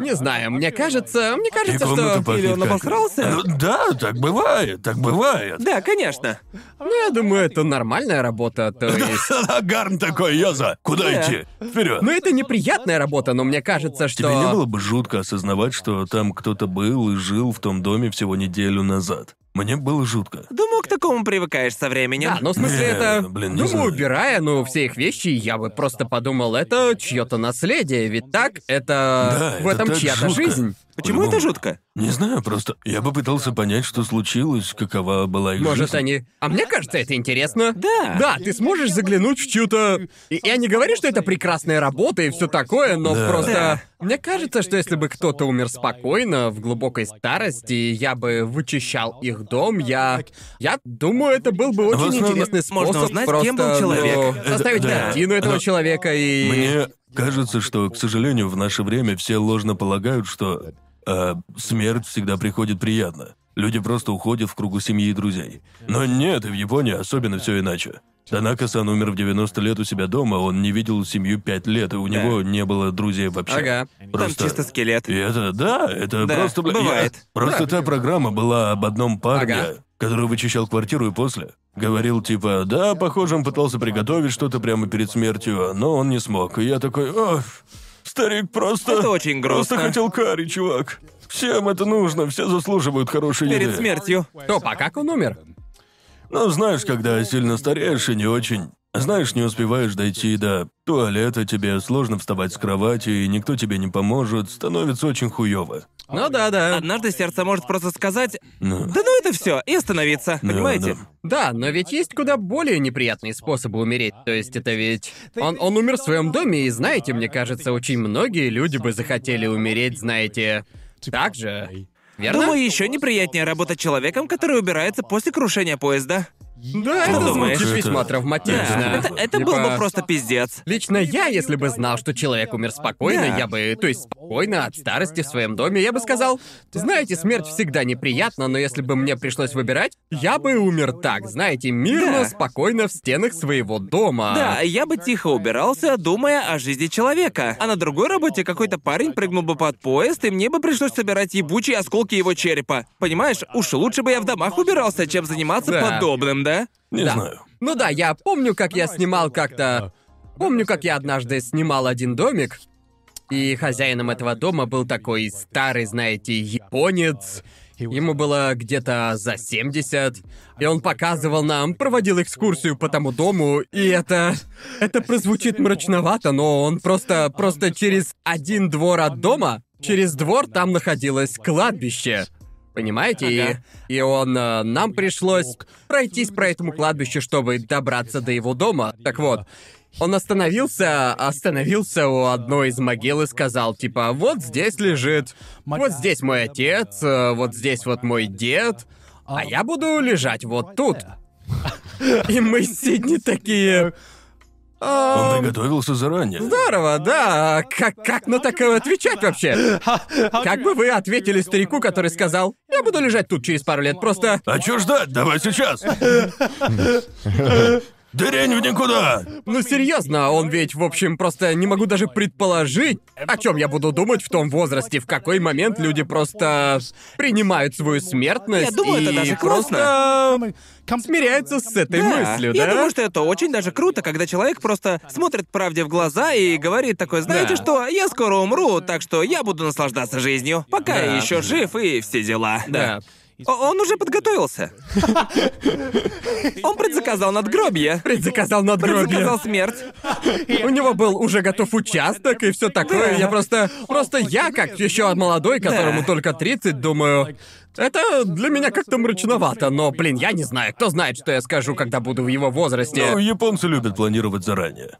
Не знаю, мне кажется, мне кажется,
и комната
что.
пахнет
или он
как-
обосрался?
Ну да, так бывает, так бывает.
Да, конечно.
Ну, я думаю, это нормальная работа, то есть.
Гарн такой, Йоза, куда
Да.
идти? Вперед!
Ну, это неприятная работа, но мне кажется, что.
Тебе не было бы жутко осознавать, что там кто-то был и жил в том доме всего неделю назад? Мне было жутко.
Думаю, к такому привыкаешь со временем.
Да, ну в смысле
Не,
это.
блин, не
думаю,
знаю.
убирая, ну, все их вещи, я бы просто подумал, это чье-то наследие, ведь так это
Да,
в
это
этом
так
чья-то
жутко.
жизнь.
Почему это
По-любому.
жутко?
Не знаю, просто я попытался понять, что случилось, какова была их
Может,
жизнь.
они... А мне кажется, это интересно.
Да.
Да, ты сможешь заглянуть в чью-то... И я не говорю, что это прекрасная работа и все такое, но
Да.
просто...
Да.
Мне кажется, что если бы кто-то умер спокойно, в глубокой старости, и я бы вычищал их дом, я... Я думаю, это был бы очень
основном,
интересный способ
можно узнать,
просто,
кем был человек.
ну,
Это-
составить
да.
картину этого
Но-
человека и...
Мне кажется, что, к сожалению, в наше время все ложно полагают, что э, смерть всегда приходит приятно. Люди просто уходят в кругу семьи и друзей. Но нет, и в Японии особенно все иначе. Танака-сан умер в 90 лет у себя дома, он не видел семью 5 лет, и у него не было друзей вообще.
Ага.
Там
Просто...
чисто скелет.
И это, да, это
Да,
просто... бля, я-
бывает.
просто та программа была об одном парне,
Ага.
который вычищал квартиру и после. Говорил, типа, да, похоже, он пытался приготовить что-то прямо перед смертью, но он не смог. И я такой, ох, старик просто...
Это очень
Просто
грустно.
хотел карри, чувак. Всем это нужно, все заслуживают хорошей еды.
Перед смертью.
Топ, а как он умер?
Ну, знаешь, когда сильно стареешь и не очень... Знаешь, не успеваешь дойти до туалета, тебе сложно вставать с кровати, и никто тебе не поможет, становится очень хуёво.
Ну да, да.
Однажды сердце может просто сказать
Ну.
«Да ну это все и остановиться,
Да,
понимаете?
да.
Да, но ведь есть куда более неприятные способы умереть. То есть это ведь... Он, он умер в своем доме, и знаете, мне кажется, очень многие люди бы захотели умереть, знаете, так же. Верно?
Думаю, еще неприятнее работать человеком, который убирается после крушения поезда.
Да, это
думаешь?
звучит
Это-
весьма
Да,
травматично.
это, это
Типа,
был бы просто пиздец.
Лично я, если бы знал, что человек умер спокойно,
Да.
я бы, то есть спокойно, от старости в своем доме, я бы сказал, знаете, смерть всегда неприятна, но если бы мне пришлось выбирать, я бы умер так, знаете, мирно,
Да.
спокойно в стенах своего дома.
Да, я бы тихо убирался, думая о жизни человека. А на другой работе какой-то парень прыгнул бы под поезд, и мне бы пришлось собирать ебучие осколки его черепа. Понимаешь, уж лучше бы я в домах убирался, чем заниматься
Да.
подобным, да?
Не
Да.
знаю.
Ну да, я помню, как я снимал как-то... Помню, как я однажды снимал один домик, и хозяином этого дома был такой старый, знаете, японец. Ему было где-то за 70, и он показывал нам, проводил экскурсию по тому дому, и это... Это прозвучит мрачновато, но он просто... Просто через один двор от дома, через двор там находилось кладбище. Понимаете? И-
Ага.
И, он... э, нам пришлось пройтись по этому кладбищу, чтобы добраться до его дома. Так вот, он остановился, остановился у одной из могил и сказал, типа, вот здесь лежит, вот здесь мой отец, э, вот здесь вот мой дед, а я буду лежать вот тут. И мы с Сидни такие... «А,
Он приготовился заранее.
Здорово, да. а Как, как на такое отвечать вообще? Как бы вы ответили старику, который сказал, я буду лежать тут через пару лет, просто...
А чё ждать? Давай сейчас! Дырень в никуда!
Ну серьезно, он ведь, в общем, просто не могу даже предположить, о чем я буду думать в том возрасте, в какой момент люди просто принимают свою смертность
Я думаю, это
и
даже
просто смиряются с этой
Да.
мыслью, да?
Я думаю, что это очень даже круто, когда человек просто смотрит правде в глаза и говорит такое, знаете
Да.
что, я скоро умру, так что я буду наслаждаться жизнью, пока
Да.
я еще жив и все дела.
Да.
О- Он уже подготовился. Он предзаказал надгробье.
Предзаказал надгробие.
Предзаказал смерть.
У него был уже готов участок и все такое. Я просто. Просто я, как еще молодой, которому
Да.
только 30, думаю. Это для меня как-то мрачновато, но, блин, я не знаю, кто знает, что я скажу, когда буду в его возрасте.
Ну, японцы любят планировать заранее.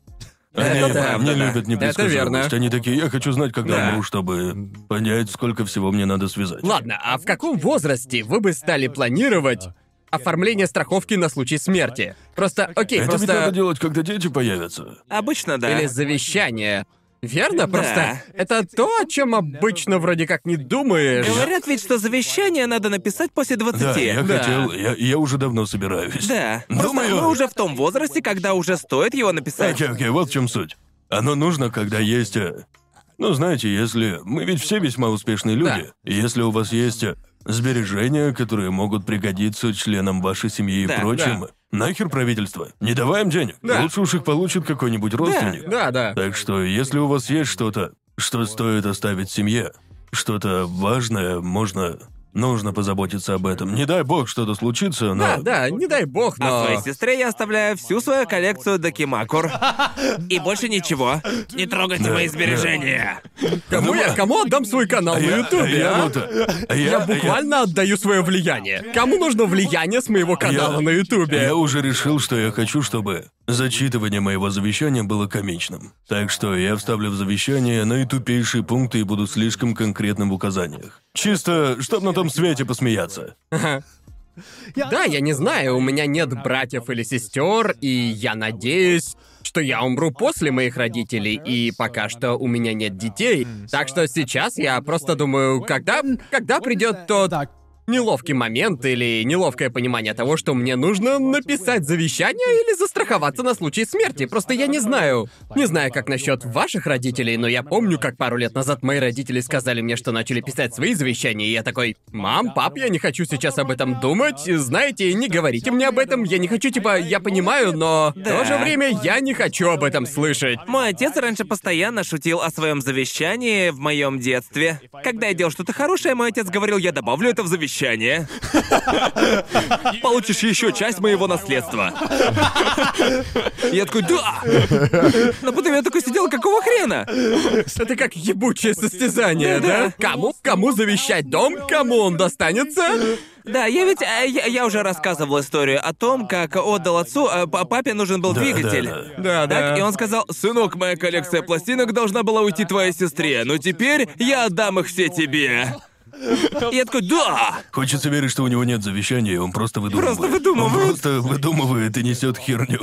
Они
Это да,
не
да, да.
любят непредсказуемость.
Это верно.
Они такие, я хочу знать, когда
Да.
умру, чтобы понять, сколько всего мне надо связать.
Ладно, а в каком возрасте вы бы стали планировать оформление страховки на случай смерти? Просто, окей,
Это ведь надо
просто...
делать, когда дети появятся.
Обычно, да.
Или завещание. Верно, просто это то, о чем обычно вроде как не думаешь.
Говорят ведь, что завещание надо написать после 20.
Да, я
Да.
хотел, я, я уже давно собираюсь.
Да. Просто
Думаю. Э,
мы уже в том возрасте, когда уже стоит его написать.
Окей, окей, вот в чем суть. Оно нужно, когда есть... э, Ну, знаете, если... Мы ведь все весьма успешные люди. И Если у вас есть э, сбережения, которые могут пригодиться членам вашей семьи
Да,
и прочим, нахер правительство. Не давай им денег.
Да.
Лучше уж их получит какой-нибудь родственник.
Да, да.
Так что, если у вас есть что-то, что стоит оставить семье, что-то важное, можно... Нужно позаботиться об этом. Не дай бог что-то случится, но...
Да, да, не дай бог,
А
но...
своей сестре я оставляю всю свою коллекцию докимакур. И больше ничего. Не трогайте мои сбережения.
Кому я, кому отдам свой канал
А
на
я-
Ютубе,
я
а?
вот- а
Я
я-
буквально отдаю свое влияние. Кому нужно влияние с моего канала
Я-
на Ютубе?
Я уже решил, что я хочу, чтобы зачитывание моего завещания было комичным. Так что я вставлю в завещание наитупейшие пункты и буду слишком конкретным в указаниях. Чисто, чтоб на том свете посмеяться.
Да, я не знаю, у меня нет братьев или сестер, и я надеюсь, что я умру после моих родителей, и пока что у меня нет детей. Так что сейчас я просто думаю, когда, когда придет тот неловкий момент или неловкое понимание того, что мне нужно написать завещание или застраховаться на случай смерти. Просто я не знаю. Не знаю, как насчет ваших родителей, но я помню, как пару лет назад мои родители сказали мне, что начали писать свои завещания, и я такой, мам, пап, я не хочу сейчас об этом думать, знаете, не говорите мне об этом, я не хочу, типа, я понимаю, но в то же время я не хочу об этом слышать.
Мой отец раньше постоянно шутил о своем завещании в моем детстве. Когда я делал что-то хорошее, мой отец говорил, я добавлю это в завещание. Получишь еще часть моего наследства. Я такой, да! Но потом я такой сидел, какого хрена?
Это как ебучее состязание, да?
Да-да.
Кому, кому завещать дом, кому он достанется?
Да, я ведь... э, Я, я уже рассказывал историю о том, как отдал отцу, э, па- папе нужен был
Да,
двигатель.
да, да.
Да, да.
Так, и он сказал, сынок, моя коллекция пластинок должна была уйти твоей сестре, но теперь я отдам их все тебе. Я такой, да!
Хочется верить, что у него нет завещания, и он просто выдумывает.
Просто выдумывает.
Он просто выдумывает и несет херню.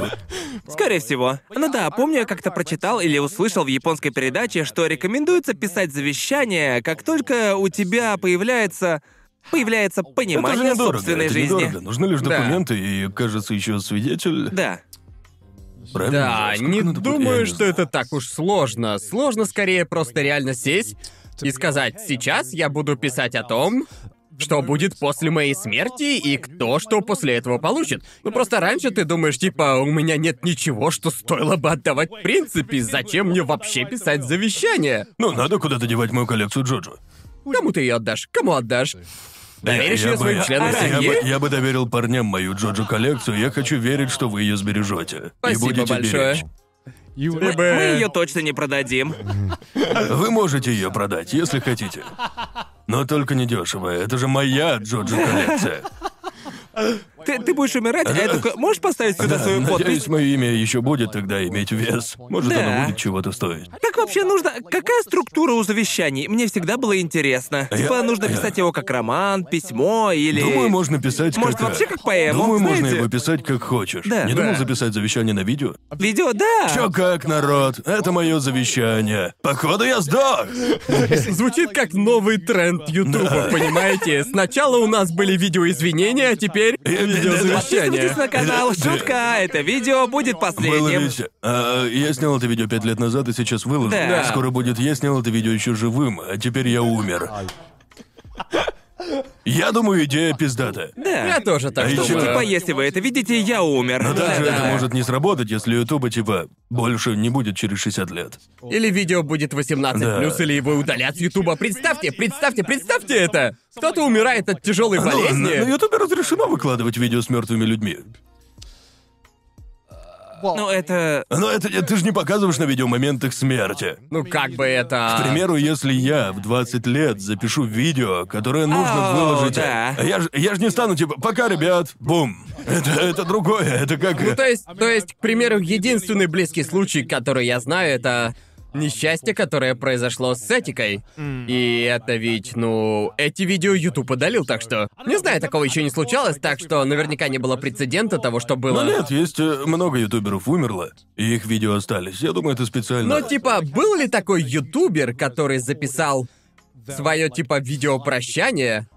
Скорее всего. Ну да, помню, я как-то прочитал или услышал в японской передаче, что рекомендуется писать завещание, как только у тебя появляется... Появляется
Это же
понимание
недорого,
собственной
это
жизни.
недорого. Нужны лишь
Да.
документы и, кажется, еще свидетель.
Да.
Правильно?
Да,
а Сколько
не
надо будет? Я
думаю,
не
что
знаю.
это так уж сложно. Сложно скорее просто реально сесть и сказать, сейчас я буду писать о том, что будет после моей смерти и кто что после этого получит. Ну просто раньше ты думаешь, типа, у меня нет ничего, что стоило бы отдавать в принципе, зачем мне вообще писать завещание?
Ну, надо куда-то девать мою коллекцию Джоджо.
Кому ты ее отдашь? Кому отдашь?
Э,
Доверишь
Я
ее
бы-
своим членам
я бы-
семьи?
Я бы доверил парням мою Джоджо коллекцию. Я хочу верить, что вы ее сбережете. и
Спасибо
будете
большое.
беречь.
Ты
Мы
бы-
ее точно не продадим.
Вы можете ее продать, если хотите. Но только не дешево. Это же моя Джоджо коллекция.
Ты, ты будешь умирать, а я такой, можешь поставить сюда свою
Э. Надеюсь,
подпись?
мое имя еще будет тогда иметь вес. Может,
Да.
оно будет чего-то стоить.
Как вообще нужно... Какая структура у завещаний? Мне всегда было интересно.
Я-
Типа, нужно
я-
писать его как роман, письмо или...
Думаю, можно писать
Может,
как...
вообще как поэму,
Думаю, можно
знаете?
его писать как хочешь.
Да.
Не
Да.
думал записать завещание на видео?
Видео, да.
Чё как, народ? Это мое завещание. Походу, я сдох!
Звучит как новый тренд Ютуба, понимаете? Сначала у нас были видеоизвинения, а теперь
Подписывайтесь на
видеозвещания.
канал,
Да.
шутка, это видео будет
Э, Было
последним.
ведь... а, я снял это видео пять лет назад и сейчас выложил.
Да.
Скоро будет я снял это видео еще живым, а теперь я умер. Я думаю, идея пиздата.
Я
Да.
тоже так
А
Что,
ещё-
думаю.
типа, если вы это видите, я умер.
Но даже
да.
это может не сработать, если Ютуба типа больше не будет через 60 лет.
Или видео будет 18
Да.
плюс, или его удалят с Ютуба. Представьте, представьте, представьте это! Кто-то умирает от тяжелой
Ну, на, на
болезни.
Ютубе разрешено выкладывать видео с мертвыми людьми.
Ну, это...
Но это ты же не показываешь на видео момент их смерти.
Ну как бы
К
это.
примеру, если я в 20 лет запишу видео, которое нужно
О,
выложить.
да.
а Я же я ж не стану типа пока, ребят, бум. Это, это другое, это как.
Ну, то есть, то есть, к примеру, единственный близкий случай, который я знаю, это несчастье, которое произошло с Этикой. И это ведь, ну, эти видео YouTube удалил, так что... Не знаю, такого еще не случалось, так что наверняка не было прецедента того, что
Ну
было.
нет, есть э, много ютуберов умерло, и их видео остались. Я думаю, это специально.
Но типа, был ли такой ютубер, который записал свое типа видео прощание?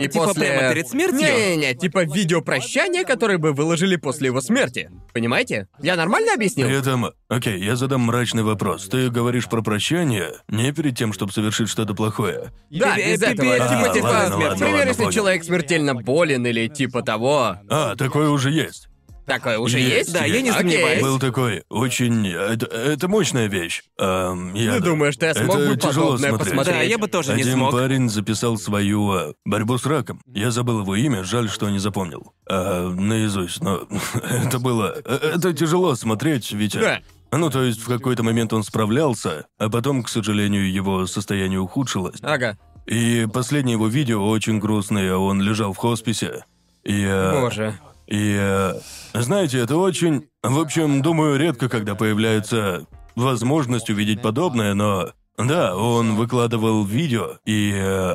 И
Типа
после...
прямо перед смертью?
Не-не-не, типа видео прощания, которое бы выложили после его смерти. Понимаете? Я нормально объяснил?
При
Э,
этом, окей, я задам мрачный вопрос. Ты говоришь про прощание не перед тем, чтобы совершить что-то плохое.
Да,
Пи-
без
пи-
этого.
пи-
Типа,
ладно,
типа,
ладно,
например,
ладно,
если
понял.
человек смертельно болен или типа того.
А, такое уже есть.
Такое уже
Есть.
есть?
Да, я не
Окей.
сомневаюсь.
Был такой очень... а, Это, это мощная вещь. Эм, я...
Ты думаешь, ты
Это
смог бы
тяжело
подобное
смотреть.
посмотреть?
Да, я бы тоже не
Один
смог.
парень записал свою э, борьбу с раком. Я забыл его имя, жаль, что не запомнил. Э, наизусть, но это было... э, Это тяжело смотреть, Витя.
Да.
Ну, то есть в какой-то момент он справлялся, а потом, к сожалению, его состояние ухудшилось.
Ага.
И последнее его видео очень грустное, он лежал в хосписе. И, э,
Боже.
и, э, знаете, это очень... В общем, думаю, редко, когда появляется возможность увидеть подобное, но... Да, он выкладывал видео, и... э,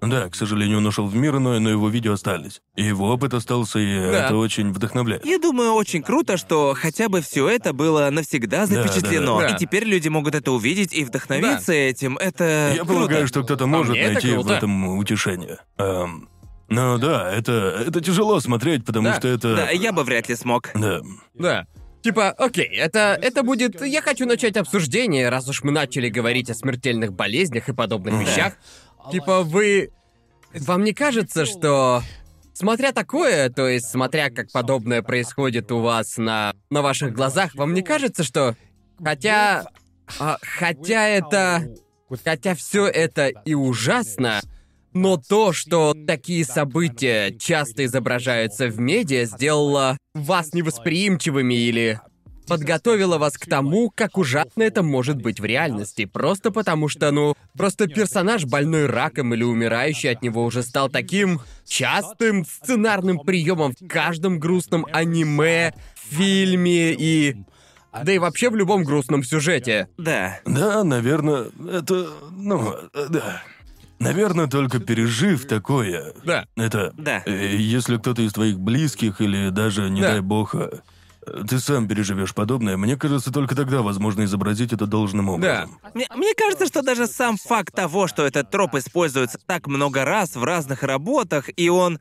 Да, к сожалению, он ушел в мир иной, но его видео остались. И его опыт остался, и
Да.
это очень вдохновляет.
Я думаю, очень круто, что хотя бы все это было навсегда
да, да.
запечатлено.
Да.
И теперь люди могут это увидеть и вдохновиться этим. Это
Я
круто.
полагаю, что кто-то может
А мне это
найти в
круто.
этом утешение. Эм, но да, это, это тяжело смотреть, потому
Да.
что это...
Да, я бы вряд ли смог.
Да.
Да. Типа, окей, это, это будет... Я хочу начать обсуждение, раз уж мы начали говорить о смертельных болезнях и подобных вещах. Типа, вы... Вам не кажется, что... Смотря такое, то есть смотря как подобное происходит у вас на, на ваших глазах, вам не кажется, что... Хотя... а, хотя это... Хотя все это и ужасно, но то, что такие события часто изображаются в медиа, сделало вас невосприимчивыми или подготовило вас к тому, как ужасно это может быть в реальности. Просто потому что, ну, просто персонаж, больной раком или умирающий от него, уже стал таким частым сценарным приемом в каждом грустном аниме, фильме и... Да и вообще в любом грустном сюжете.
Да.
Да, наверное, это... Ну, э, да. Наверное, только пережив такое...
Да.
Это...
Да.
э, Если кто-то из твоих близких или даже, не
Да.
дай бог, э, ты сам переживешь подобное, мне кажется, только тогда возможно изобразить это должным образом.
Мне, мне кажется, что даже сам факт того, что этот троп используется так много раз в разных работах, и он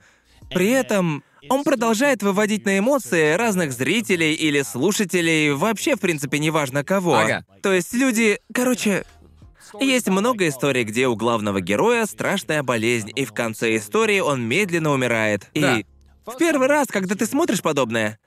при этом он продолжает выводить на эмоции разных зрителей или слушателей, вообще, в принципе, неважно кого.
Ага.
То есть люди, короче, есть много историй, где у главного героя страшная болезнь, и в конце истории он медленно умирает. И
Да.
в первый раз, когда ты смотришь подобное,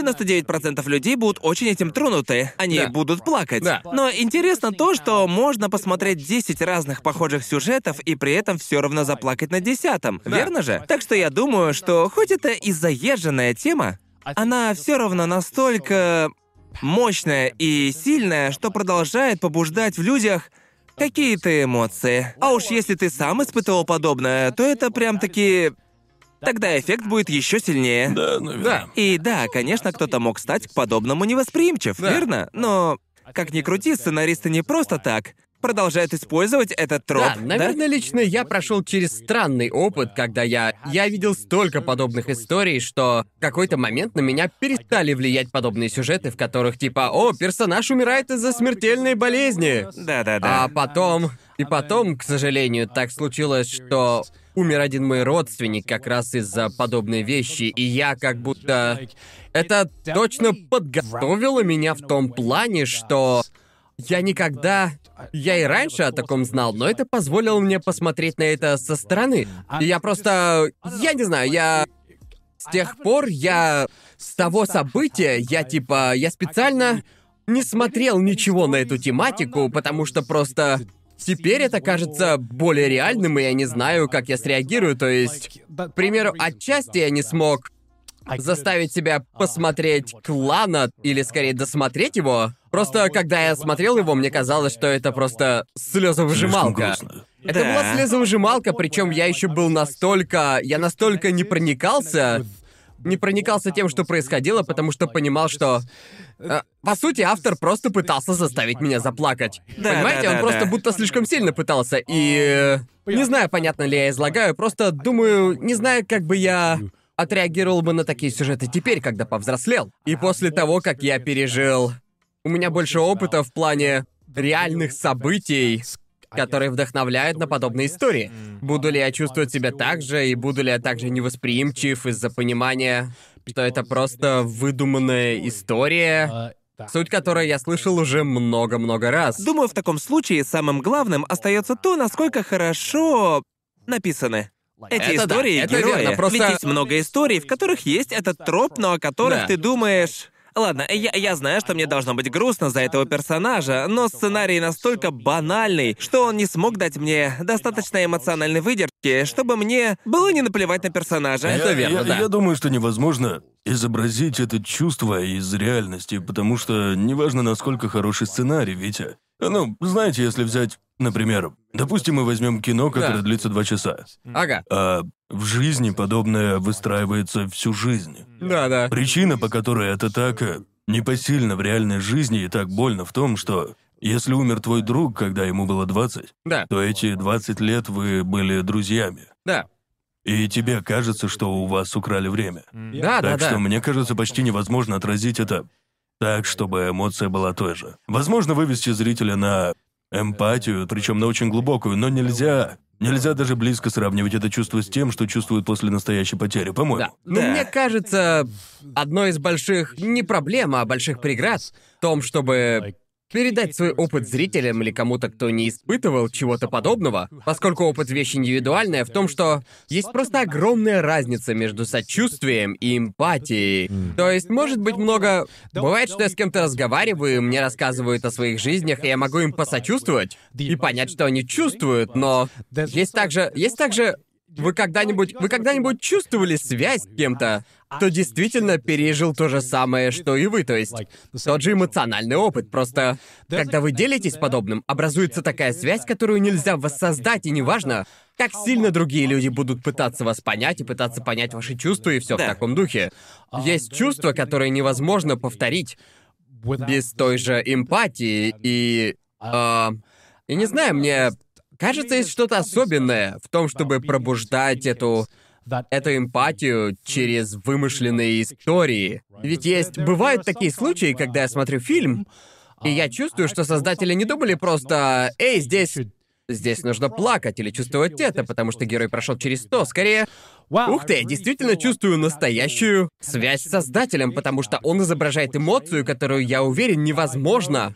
99% людей будут очень этим тронуты. Они
Да.
будут плакать.
Да.
Но интересно то, что можно посмотреть 10 разных похожих сюжетов и при этом все равно заплакать на десятом,
Да.
верно же? Так что я думаю, что хоть это и заезженная тема, она все равно настолько мощная и сильная, что продолжает побуждать в людях какие-то эмоции. А уж если ты сам испытывал подобное, то это прям-таки... Тогда эффект будет еще сильнее.
Да,
ну,
наверное.
И да, конечно, кто-то мог стать к подобному невосприимчив,
Да.
верно? Но, как ни крути, сценаристы не просто так продолжают использовать этот троп,
Да, наверное, лично я прошел через странный опыт, когда я... Я видел столько подобных историй, что в какой-то момент на меня перестали влиять подобные сюжеты, в которых типа «О, персонаж умирает из-за смертельной болезни!»
Да-да-да.
А потом... И потом, к сожалению, так случилось, что умер один мой родственник как раз из-за подобной вещи, и я как будто... Это точно подготовило меня в том плане, что я никогда... Я и раньше о таком знал, но это позволило мне посмотреть на это со стороны. И я просто... Я не знаю, я... С тех пор я... С того события я типа... Я специально не смотрел ничего на эту тематику, потому что просто... Теперь это кажется более реальным, и я не знаю, как я среагирую. То есть, к примеру, отчасти я не смог заставить себя посмотреть клана, или скорее досмотреть его. Просто когда я смотрел его, мне казалось, что это просто
Слишком
слезовыжималка.
грустно.
Это
Да.
была слезовыжималка, причем я еще был настолько. Я настолько не проникался. Не проникался тем, что происходило, потому что понимал, что. э, по сути, автор просто пытался заставить меня заплакать.
Да,
Понимаете,
да,
он
да,
просто
да.
будто слишком сильно пытался. И. э, Не знаю, понятно ли я излагаю, просто думаю, не знаю, как бы я отреагировал бы на такие сюжеты теперь, когда повзрослел. И после того, как я пережил. У меня больше опыта в плане реальных событий, которые вдохновляют на подобные истории. Буду ли я чувствовать себя так же, и буду ли я также невосприимчив из-за понимания, что это просто выдуманная история, суть которой я слышал уже много-много раз.
Думаю, в таком случае самым главным остается то, насколько хорошо написаны. Эти
Это да,
истории
это
героя.
верно, просто-
Ведь есть много историй, в которых есть этот троп, но о которых
Да.
ты думаешь... Ладно, я, я знаю, что мне должно быть грустно за этого персонажа, но сценарий настолько банальный, что он не смог дать мне достаточно эмоциональной выдержки, чтобы мне было не наплевать на персонажа.
Это
Я-
верно,
я,
да.
я думаю, что невозможно изобразить это чувство из реальности, потому что неважно, насколько хороший сценарий, Витя. Ну, знаете, если взять, например, допустим, мы возьмем кино, которое
Да.
длится два часа,
Ага.
а в жизни подобное выстраивается всю жизнь.
Да, да.
Причина, по которой это так э, непосильно в реальной жизни и так больно в том, что если умер твой друг, когда ему было 20,
Да,
то эти 20 лет вы были друзьями.
да.
И тебе кажется, что у вас украли время.
Да, да,
так что,
да.
мне кажется, почти невозможно отразить это так, чтобы эмоция была той же. Возможно, вывести зрителя на эмпатию, причем на очень глубокую, но нельзя. Нельзя даже близко сравнивать это чувство с тем, что чувствуют после настоящей потери,
Да.
по-моему.
Ну,
Да.
мне кажется, одной из больших, не проблем, а больших преград в том, чтобы передать свой опыт зрителям или кому-то, кто не испытывал чего-то подобного, поскольку опыт — вещь индивидуальная, в том, что есть просто огромная разница между сочувствием и эмпатией. То есть, может быть, много... Бывает, что я с кем-то разговариваю, мне рассказывают о своих жизнях, и я могу им посочувствовать и понять, что они чувствуют, но есть также... Есть также вы когда-нибудь, вы когда-нибудь чувствовали связь с кем-то, кто действительно пережил то же самое, что и вы, то есть тот же эмоциональный опыт. Просто когда вы делитесь подобным, образуется такая связь, которую нельзя воссоздать, и неважно, как сильно другие люди будут пытаться вас понять и пытаться понять ваши чувства и все в
Да.
таком духе. Есть чувства, которые невозможно повторить без той же эмпатии и... э, я не знаю, мне кажется, а, есть что-то особенное в том, чтобы пробуждать эту эту эмпатию через вымышленные истории. Ведь есть... Бывают такие случаи, когда я смотрю фильм, и я чувствую, что создатели не думали просто «Эй, здесь...» Здесь нужно плакать или чувствовать это, потому что герой прошел через то. Скорее, ух ты, я действительно чувствую настоящую связь с создателем, потому что он изображает эмоцию, которую, я уверен, невозможно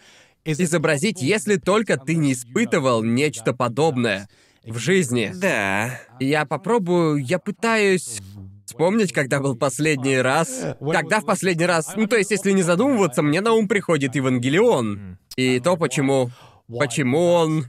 изобразить, если только ты не испытывал нечто подобное в жизни.
Да.
Я попробую, я пытаюсь вспомнить, когда был последний раз. Когда в последний раз... Ну, то есть, если не задумываться, мне на ум приходит Евангелион. И то, почему... Почему он...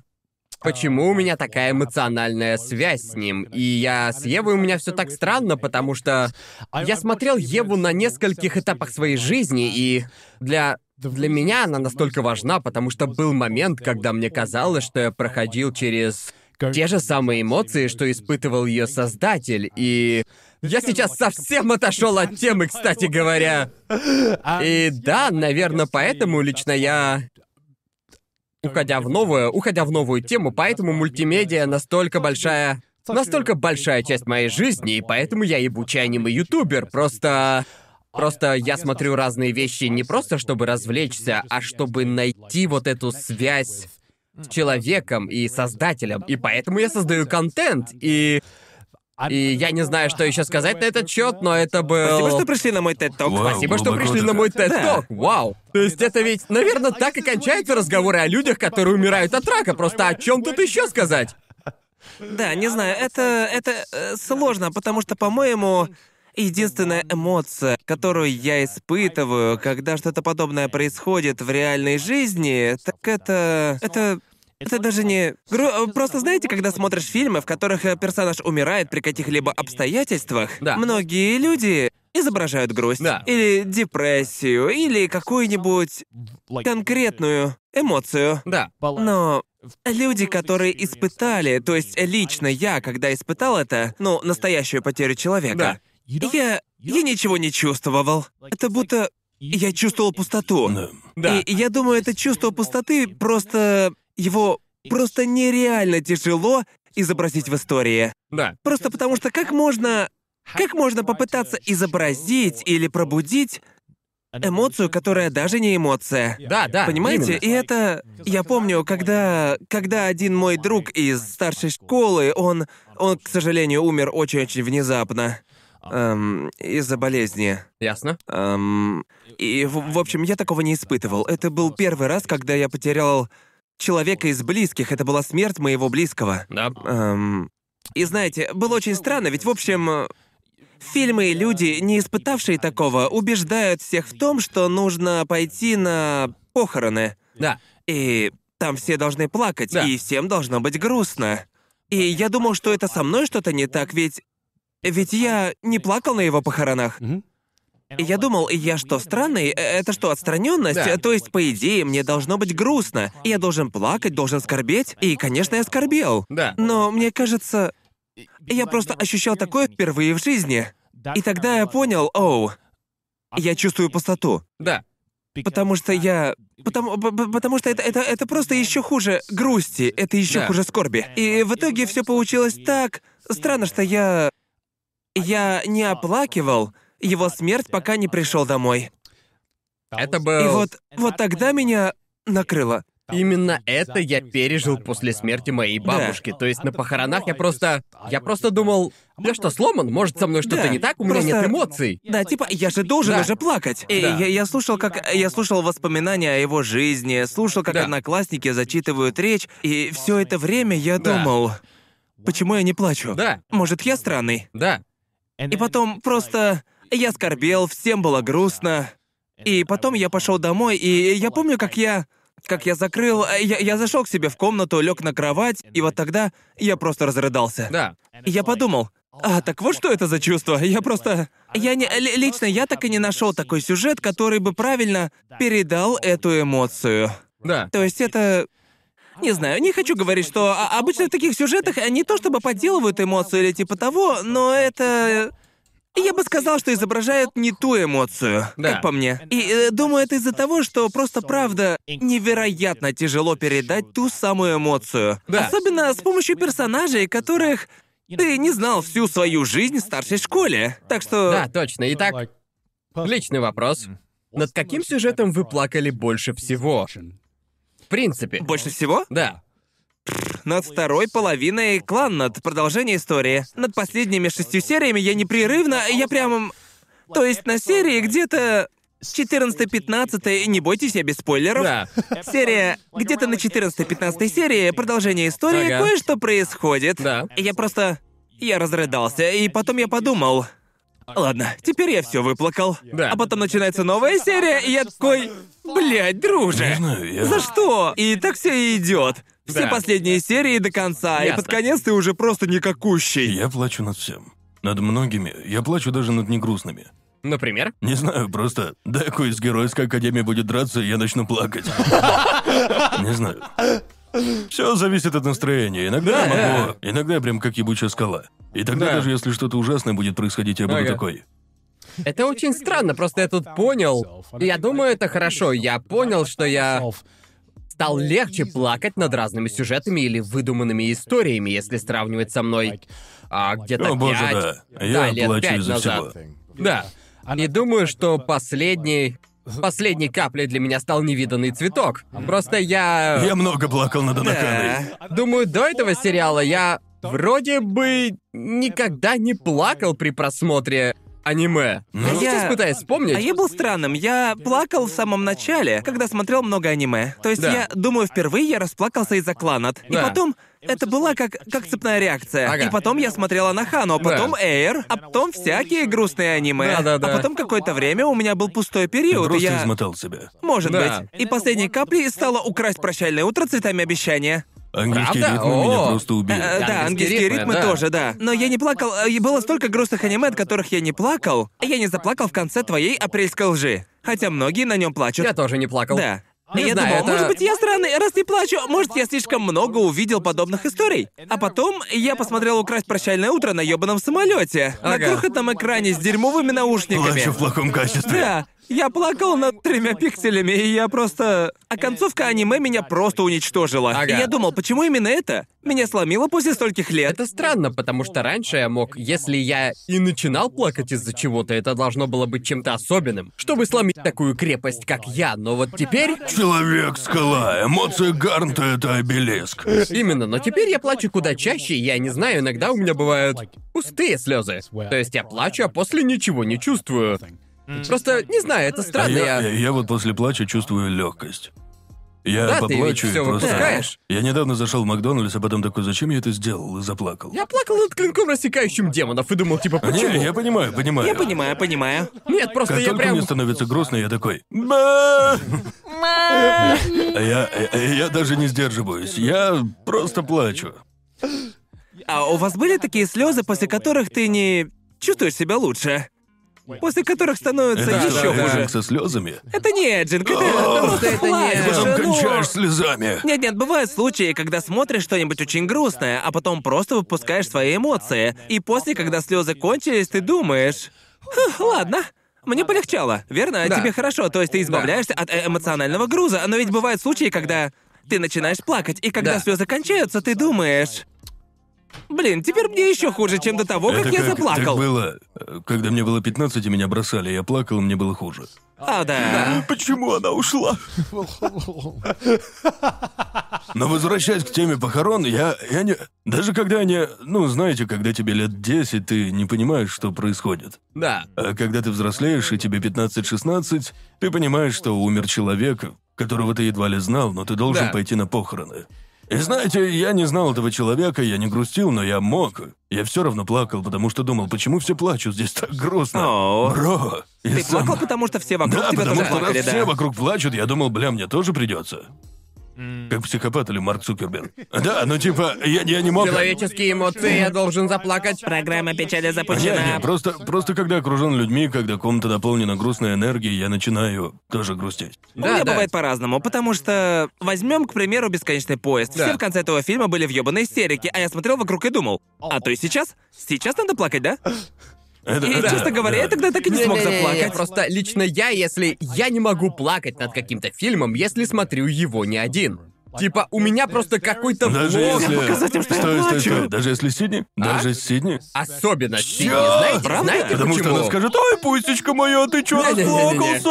Почему у меня такая эмоциональная связь с ним? И я с Евой у меня все так странно, потому что э, я смотрел Еву на нескольких этапах своей жизни, и для для меня она настолько важна, потому что был момент, когда мне казалось, что я проходил через те же самые эмоции, что испытывал ее создатель, и я сейчас совсем отошел от темы, кстати говоря. И да, наверное, поэтому лично я уходя в новую, уходя в новую тему, поэтому мультимедиа настолько большая настолько большая часть моей жизни, и поэтому я ебучий аниме-ютубер. Просто... Просто я смотрю разные вещи не просто, чтобы развлечься, а чтобы найти вот эту связь с человеком и создателем. И поэтому я создаю контент, и... И я не знаю, что еще сказать на этот счет, но это был...
Спасибо, что пришли на мой TED-ток.
Вау.
Спасибо, что
глубоко
пришли
так.
на мой TED
Да.
Talk. Вау. То есть это ведь, наверное, так и кончаются разговоры о людях, которые умирают от рака. Просто о чем тут еще сказать?
Да, А, не знаю, это, это э, сложно, потому что, по-моему, единственная эмоция, которую я испытываю, когда что-то подобное происходит в реальной жизни, так это... это... Это даже не... гру- э, Просто знаете, когда смотришь фильмы, в которых э, персонаж умирает при каких-либо обстоятельствах,
Да.
многие люди изображают грусть,
Да.
или депрессию, или какую-нибудь конкретную эмоцию.
Да.
Но люди, которые испытали, то есть лично я, когда испытал это, ну, настоящую потерю человека, я... я ничего не чувствовал. Это будто... Я чувствовал пустоту.
Да.
Да.
И я думаю, это чувство пустоты просто... Его просто нереально тяжело изобразить в истории.
Да.
Просто потому что как можно... Как можно попытаться изобразить или пробудить эмоцию, которая даже не эмоция?
Да, да.
Понимаете,
именно.
и это... Я помню, когда... Когда один мой друг из старшей школы, он... Он, к сожалению, умер очень-очень внезапно. эм, из-за болезни.
Ясно.
Эм, и, в, в общем, я такого не испытывал. Это был первый раз, когда я потерял человека из близких. Это была смерть моего близкого.
Да.
Эм, И знаете, было очень странно, ведь в общем... э, Фильмы и люди, не испытавшие такого, убеждают всех в том, что нужно пойти на похороны.
Да.
И там все должны плакать,
Да.
и всем должно быть грустно. И я думал, что это со мной что-то не так, ведь... Ведь я не плакал на его похоронах. И я думал, я что, странный? Э, Это что, отстраненность?
Да.
То есть, по идее, мне должно быть грустно. Я должен плакать, должен скорбеть. И, конечно, я скорбел.
Да.
Но мне кажется, я просто ощущал такое впервые в жизни. И тогда я понял, оу, я чувствую пустоту.
Да.
Потому что я... Потому, п- п- потому что это, это, это просто еще хуже грусти, это еще
Да.
хуже скорби. И в итоге все получилось так. Странно, что я... Я не оплакивал его смерть, пока не пришел домой.
Это был...
И вот, вот тогда меня накрыло.
Именно это я пережил после смерти моей бабушки. То есть на похоронах я просто... Я просто думал, я что, сломан? Может, со мной что-то
Да,
не так? У меня нет
просто-
эмоций.
Да, типа, я же должен
Да.
уже плакать. И
Да.
я, я слушал, как я слушал воспоминания о его жизни, слушал, как
Да.
одноклассники зачитывают речь, и все это время я
Да.
думал, почему я не плачу?
Да,
Может, я странный?
да.
И потом просто я скорбел, всем было грустно. И потом я пошел домой, и я помню, как я. Как я закрыл, я, я зашел к себе в комнату, лег на кровать, и вот тогда я просто разрыдался.
Да.
И я подумал, а так вот что это за чувство? Я просто... Я не... ли- Лично я так и не нашел такой сюжет, который бы правильно передал эту эмоцию.
Да.
То есть это... Не знаю, не хочу говорить, что а- обычно в таких сюжетах не то чтобы подделывают эмоцию или типа того, но это... Я бы сказал, что изображают не ту эмоцию,
Да.
как по мне. И э, думаю, это из-за того, что просто правда невероятно тяжело передать ту самую эмоцию.
Да.
Особенно с помощью персонажей, которых ты не знал всю свою жизнь в старшей школе. Так что...
Да, точно. Итак, личный вопрос. Над каким сюжетом вы плакали больше всего? В принципе.
Больше всего?
Да.
Над второй половиной клан над продолжение истории. Над последними шестью сериями я непрерывно, я прям... То есть на серии где-то 14-15, не бойтесь, я без спойлеров.
Да.
Серия, где-то на 14-15 серии продолжение истории,
Ага.
кое-что происходит.
Да.
И Я просто... Я разрыдался, и потом я подумал... Ладно, теперь я все выплакал.
Да.
А потом начинается новая серия, и я такой... Блядь, друже!
Не
Э.
знаю, я...
За что? И так все и идет. Все
Да.
последние серии до конца, и
Ясно.
под конец ты уже просто никакущий.
Я плачу над всем. Над многими. Я плачу даже над негрустными.
Например?
Не знаю, просто да какой из геройской академии будет драться, я начну плакать. Не знаю. Все зависит от настроения. Иногда я могу, иногда я прям как ебучая скала. И тогда
Да.
даже если что-то ужасное будет происходить, я буду
Ага.
такой.
Это очень странно, просто я тут понял. Я думаю, это хорошо. Я понял, что я стал легче плакать над разными сюжетами или выдуманными историями, если сравнивать со мной а, где-то
О боже,
пять-
да. Я
лет
плачу
пять
из-за
назад.
всего.
Да. И думаю, что последний... Последней каплей для меня стал невиданный цветок. Просто я...
Я много плакал над Анаканой.
Да.
Думаю, до этого сериала я вроде бы никогда не плакал при просмотре аниме. Я
Ну,
сейчас
я-
пытаюсь вспомнить.
А я был странным, я плакал в самом начале, когда смотрел много аниме. То есть
Да.
я, думаю, впервые я расплакался из-за кланат. И
Да.
потом это была как, как цепная реакция.
Ага.
И потом я смотрела на Хану, а
Да.
потом Эйр, а потом всякие грустные аниме.
Да-да-да.
А потом какое-то время у меня был пустой период, и
Просто
я...
измотал себя.
Может
Да.
быть. И последней каплей стало украсть прощальное утро цветами обещания.
Английский
Правда?
ритм меня
О.
просто убил.
Э,
Да,
Да, английские ритмы
да.
тоже, да. Но я не плакал, э, и было столько грустных аниме, от которых я не плакал, а я не заплакал в конце твоей апрельской лжи. Хотя многие на нем плачут.
Я тоже не плакал.
Да.
Не
я
знаю,
думал,
это-
может быть, я странный, раз не плачу, может, я слишком много увидел подобных историй. А потом я посмотрел «Украсть прощальное утро» на ёбаном самолете, на
Ага.
крохотном экране с дерьмовыми наушниками.
Плачу в плохом качестве.
Да, я плакал над тремя пикселями, и я просто... А концовка аниме меня просто уничтожила.
Ага.
И я думал, почему именно это? Меня сломило после стольких лет.
Это странно, потому что раньше я мог, если я и начинал плакать из-за чего-то, это должно было быть чем-то особенным, чтобы сломить такую крепость, как я. Но вот теперь...
Человек-скала, эмоции Гарнта — это обелиск.
Именно, но теперь я плачу куда чаще, и я не знаю, иногда у меня бывают пустые слезы. То есть я плачу, а после ничего не чувствую. Просто, не знаю, это
А
странно,
я,
я...
я- я вот после плача чувствую легкость. Я
Да, ты ведь
поплачу и
всё
просто-
выпускаешь.
Я недавно зашел в Макдональдс, а потом такой, зачем я это сделал? И заплакал.
Я плакал над клинком, рассекающим демонов, и думал, типа, почему?
Не, я понимаю, понимаю.
Я понимаю, понимаю.
Нет, просто
Как
я
только
прям...
мне становится грустно, я такой. «Ба!» А Я, э, я даже не сдерживаюсь. Я просто плачу.
А у вас были такие слезы, после которых ты не чувствуешь себя лучше? После которых становится
Это
еще
что,
да.
хуже.
эджинг со слезами?
Это не эджинг, это просто
это не
плачешь,
Ты там
Слушай,
ну.
кончаешь слезами.
Нет, нет, бывают случаи, когда смотришь что-нибудь очень грустное, а потом просто выпускаешь свои эмоции. И после, когда слезы кончились, ты думаешь. «Хм, Ладно. Мне полегчало, верно?
Да.
Тебе хорошо, то есть ты избавляешься от э- эмоционального груза. Но ведь бывают случаи, когда ты начинаешь плакать, и когда
Да.
слезы кончаются, ты думаешь. Блин, теперь мне еще хуже, чем до того, как
Это
я
как, так
заплакал.
было, э, когда мне было 15, и меня бросали, я плакал, мне было хуже.
А, да.
Почему она ушла? Но возвращаясь к теме похорон, я, я не... Даже когда они... Ну, знаете, когда тебе лет 10, ты не понимаешь, что происходит.
Да.
А когда ты взрослеешь, и тебе 15-16, ты понимаешь, что умер человек, которого ты едва ли знал, но ты должен
Да.
пойти на похороны. И знаете, я не знал этого человека, я не грустил, но я мог. Я все равно плакал, потому что думал, почему все плачут, здесь так грустно.
О,
Бро, и
ты
сам-
плакал, потому что все вокруг
Да,
тебя
потому
тоже
что раз
плакали,
все
да.
вокруг плачут, я думал, бля, мне тоже придется. Как психопат или Марк Цукерберг. Да, ну типа, я, я не мог...
Человеческие эмоции я должен заплакать.
Программа печали
Не,
запущена.
не, просто, просто когда окружен людьми, когда комната наполнена грустной энергией, я начинаю тоже грустить.
У меня
да.
бывает по-разному, потому что возьмем, к примеру, бесконечный поезд.
Да.
Все в конце этого фильма были в ёбаной истерике, а я смотрел вокруг и думал: а то и сейчас? Сейчас надо плакать, да?
Это-
И,
это-
честно говоря, я
да.
тогда так и не смог
Не-не-не-не,
заплакать.
Просто лично я, если я не могу плакать над каким-то фильмом, если смотрю его не один. Типа, у меня просто какой-то
Даже
блок.
если...
показать им, что я
Стой, стой,
плачу. А?
стой. Даже если Сидни? Даже Сидни?
Особенно Сидни,
Чё?
знаете,
Правда?
знаете
Потому
почему?
что она скажет, ой, пусечка моя, ты чё
Не-не-не-не-не.
расплакался?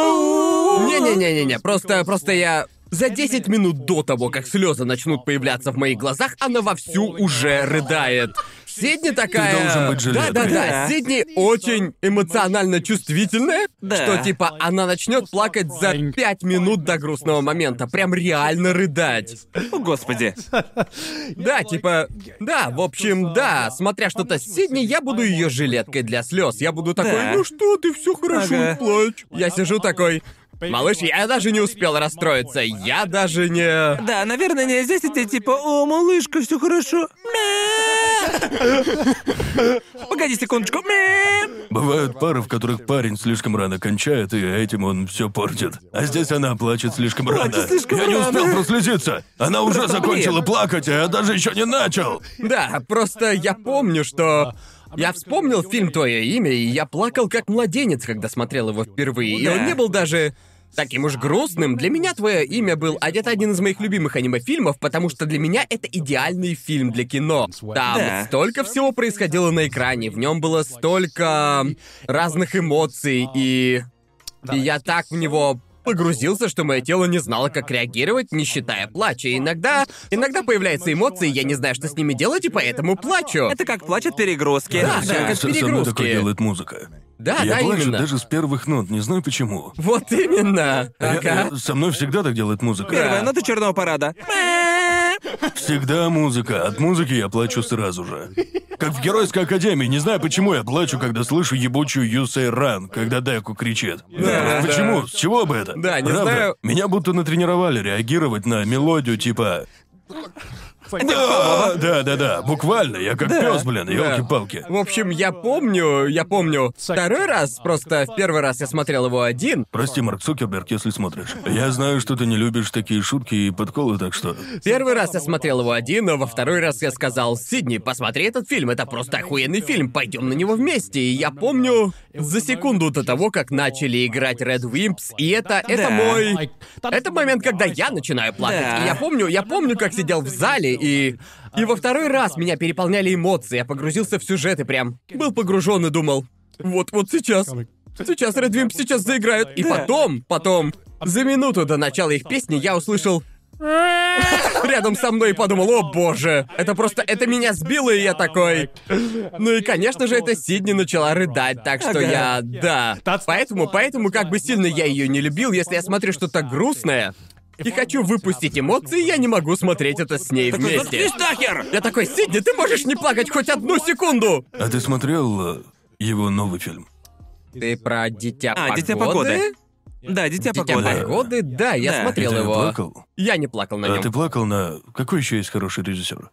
Не-не-не-не-не, просто, просто я... За 10 минут до того, как слезы начнут появляться в моих глазах, она вовсю уже рыдает. Сидни такая...
должен быть жилеткой.
Да-да-да,
Да.
Сидни очень эмоционально чувствительная,
Да.
что типа она начнет плакать за 5 минут до грустного момента. Прям реально рыдать.
О, господи.
Да, типа... Да, в общем, да. Смотря что-то с Сидни, я буду ее жилеткой для слез. Я буду такой,
Да.
ну что ты, все хорошо,
Ага.
плачь. Я сижу такой, малыш, я даже не успел расстроиться. Я даже не...
Да, наверное, нельзя сидеть типа, о, малышка, все хорошо. Мя. Погоди секундочку. Мя.
Бывают пары, в которых парень слишком рано кончает, и этим он все портит. А здесь она плачет слишком рано.
слишком
Я не
рано.
успел проследиться. Она уже
Просто
закончила
бред.
плакать, а я даже еще не начал.
Да, просто я помню, что... Я вспомнил фильм «Твое имя», и я плакал как младенец, когда смотрел его впервые. И он
Да.
не был даже таким уж грустным. Для меня «Твое имя» был одет один из моих любимых аниме-фильмов, потому что для меня это идеальный фильм для кино. Там
Да.
столько всего происходило на экране, в нем было столько разных эмоций, и... и я так в него погрузился, что мое тело не знало, как реагировать, не считая плача. И Иногда, иногда появляются эмоции, я не знаю, что с ними делать, и поэтому плачу.
Это как плачут перегрузки.
Да, да, как
Со- со мной
перегрузки.
такое делает музыка.
Да,
я
да,
плачу
именно.
даже с первых нот, не знаю почему.
Вот именно.
Я-
Ага.
я- со мной всегда так делает музыка.
Первая нота ну, черного парада. Мя.
Всегда музыка. От музыки я плачу сразу же. Как в Геройской Академии. Не знаю, почему я плачу, когда слышу ебучую Юсей Ран, когда Деку кричит.
Да.
Почему? С чего бы это?
Да, не
Правда?
знаю.
Меня будто натренировали реагировать на мелодию типа... Да, да, да, да, буквально, я как пес, блин, елки-палки.
В общем, я помню, я помню. Второй раз, просто в первый раз я смотрел его один.
Прости, Марк Цукерберг, если смотришь. Я знаю, что ты не любишь такие шутки и подколы, так что...
Первый раз я смотрел его один, а во второй раз я сказал, Сидни, посмотри этот фильм, это просто охуенный фильм, пойдем на него вместе. И я помню, за секунду до того, как начали играть Red Wimps, и это, это
Да.
мой... Это момент, когда я начинаю плакать.
Да.
И я помню, я помню, как сидел в зале, и... И во второй раз меня переполняли эмоции, я погрузился в сюжет и прям был погружен и думал, вот-вот сейчас, сейчас Red Wimps сейчас заиграют. И
Да.
потом, потом, за минуту до начала их песни я услышал рядом со мной и подумал, о боже, это просто, это меня сбило, и я такой... Ну и, конечно же, это Сидни начала рыдать, так что
Ага.
я... Да. Поэтому, поэтому, как бы сильно я ее не любил, если я смотрю что-то грустное, и хочу выпустить эмоции, я не могу смотреть это с ней
Такой,
вместе.
заткнись нахер!
Я такой, Сидни, ты можешь не плакать хоть одну секунду!
А ты смотрел э, его новый фильм?
Ты про дитя
А,
погоды?
«Дитя погоды». Да, дитя,
Дитя
погоды.
погоды, да, я
Да.
смотрел
Ты
его. Э,
плакал?
Я не плакал на
А
нем.
ты плакал на... Какой еще есть хороший режиссер?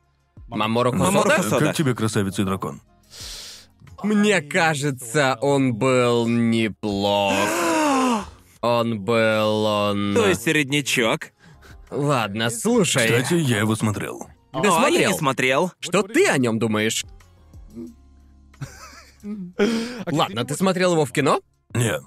Маморо
Маморо
Косода?
Косода.
Как тебе «Красавица и дракон»?
Мне кажется, он был неплох. Он был он.
То есть середнячок.
Ладно, слушай.
Кстати, я его смотрел.
Ты
О, а я
смотрел?
не смотрел.
Что ты о нем думаешь? Ладно, ты смотрел его в кино?
Не,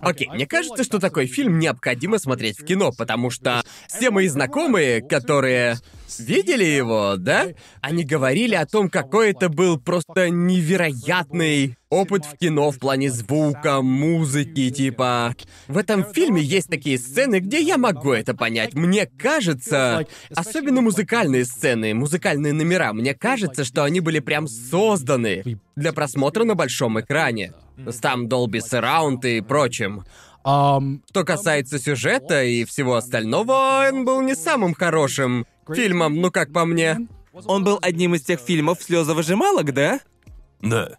Окей, мне кажется, что такой фильм необходимо смотреть в кино, потому что все мои знакомые, которые видели его, да, они говорили о том, какой это был просто невероятный опыт в кино в плане звука, музыки, типа... В этом фильме есть такие сцены, где я могу это понять. Мне кажется, особенно музыкальные сцены, музыкальные номера, мне кажется, что они были прям созданы для просмотра на большом экране. С там Dolby Surround и прочим. Что касается сюжета и всего остального, он был не самым хорошим фильмом, ну как по мне.
Он был одним из тех фильмов слезовыжималок, да?
да.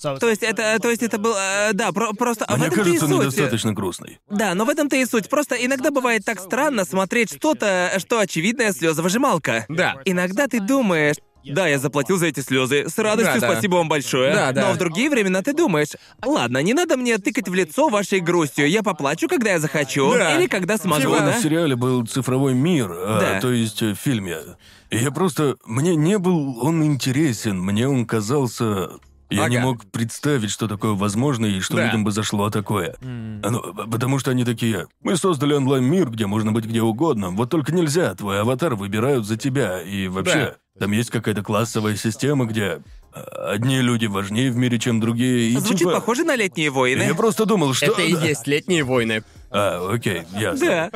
То есть это, то есть это был, э, да, про- просто. а в
Мне
этом-то и
кажется, он
суть.
недостаточно грустный.
Да, но в этом-то и суть. Просто иногда бывает так странно смотреть что-то, что очевидная слезовыжималка.
Да.
Иногда ты думаешь. Да, я заплатил за эти слезы. С радостью,
Да-да.
спасибо вам большое.
Да-да.
Но в другие времена ты думаешь, ладно, не надо мне тыкать в лицо вашей грустью. Я поплачу, когда я захочу.
Да.
Или когда смогу,
Типа,
да?
В сериале был цифровой мир, а,
Да.
то есть э, в фильме. И я просто... Мне не был он интересен, мне он казался... Я не
Ага.
мог представить, что такое возможно и что
Да.
людям бы зашло такое. Ну, п- потому что они такие, мы создали онлайн-мир, где можно быть где угодно, вот только нельзя, твой аватар выбирают за тебя, и вообще, там есть какая-то классовая система, где э, одни люди важнее в мире, чем другие, и
Звучит
типа...
похоже на летние
Я
войны.
просто думал, что...
Это и есть «Летние войны».
А, окей, ясно.
Да.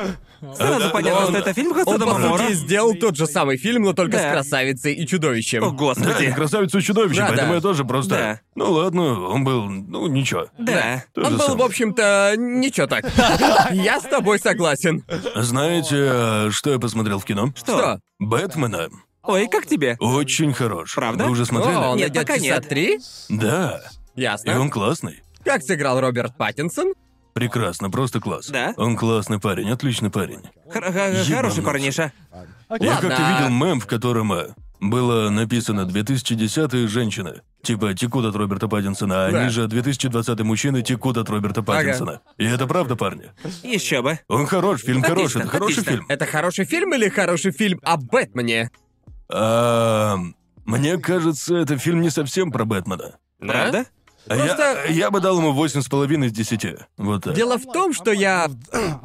Сразу понятно,
он-
что это фильм
Он,
Хасада
по
Мамора.
сути, сделал тот же самый фильм, но только
Да.
с красавицей и чудовищем.
О,
Да,
господи.
не красавицу и чудовище,
Э. Да,
поэтому
да.
я тоже просто...
Да.
Ну ладно, он был, ну ничего.
Да.
То
Он
же
был,
самое.
в общем-то, ничего так. Я с тобой согласен.
Знаете, э, что я посмотрел в кино?
Что?
Бэтмена.
Ой, как тебе?
Очень хорош.
Правда?
Вы уже смотрели?
О, А? он
Нет,
идет
пока
часа
нет.
три?
Да. И
Ясно.
он классный.
Как сыграл Роберт Паттинсон?
Прекрасно, просто класс.
Да?
Он классный парень, отличный парень.
Хор- хор-
Ебануться.
Хороший парниша.
Я
Ладно.
как-то видел мем, в котором э, было написано 2010-е женщины. Типа, текут от Роберта Паттинсона, а
Да.
они же 2020-е мужчины текут от Роберта Паттинсона. И это правда, парни.
Еще бы.
Он хорош, фильм хороший,
Отлично,
это хороший
отлично.
фильм.
Это хороший фильм или хороший фильм о Бэтмене?
А, Мне кажется, это фильм не совсем про Бэтмена.
Да?
Правда?
А
Просто-
Я, я бы дал ему 8,5 из 10. Вот так.
Дело в том, что я...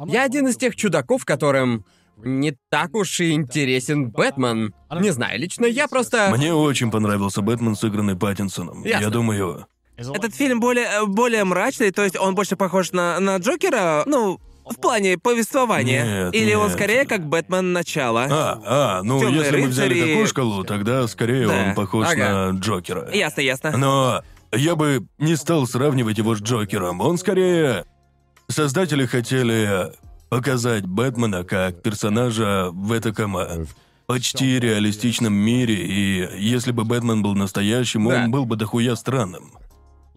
Я один из тех чудаков, которым не так уж и интересен Бэтмен. Не знаю, лично я просто...
Мне очень понравился Бэтмен, сыгранный Паттинсоном. Я
Ясно.
думаю,
Этот фильм более, э, более мрачный, то есть он больше похож на, на Джокера, ну, в плане повествования.
Нет,
Или он
нет.
скорее как Бэтмен начало.
А, а, ну
«Тёмные
если мы взяли
рыцари».
такую шкалу, тогда скорее
Да.
он похож
Ага.
на Джокера.
Ясно, ясно.
Но я бы не стал сравнивать его с Джокером. Он скорее... Создатели хотели показать Бэтмена как персонажа в этаком э, почти реалистичном мире, и если бы Бэтмен был настоящим,
Да.
он был бы дохуя странным.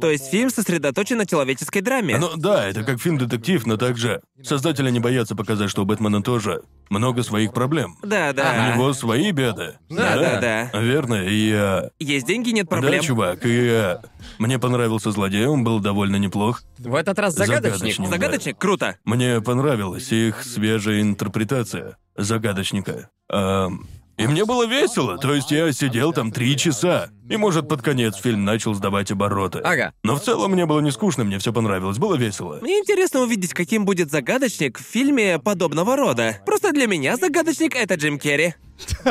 То есть фильм сосредоточен на человеческой драме.
Ну да, это как фильм-детектив, но также создатели не боятся показать, что у Бэтмена тоже много своих проблем.
Да,
У
да.
него свои беды.
Да,
да,
Верно, и... э,
Есть деньги, нет проблем.
Да, чувак, и э, мне понравился злодей, он был довольно неплох.
В этот раз загадочник.
Загадочник.
Загадочник? Круто.
Мне понравилась их свежая интерпретация загадочника. Эм, и мне было весело, то есть я сидел там три часа. И, может, под конец фильм начал сдавать обороты.
Ага.
Но в целом мне было не скучно, мне все понравилось, было весело.
Мне интересно увидеть, каким будет загадочник в фильме подобного рода. Просто для меня загадочник это Джим Керри.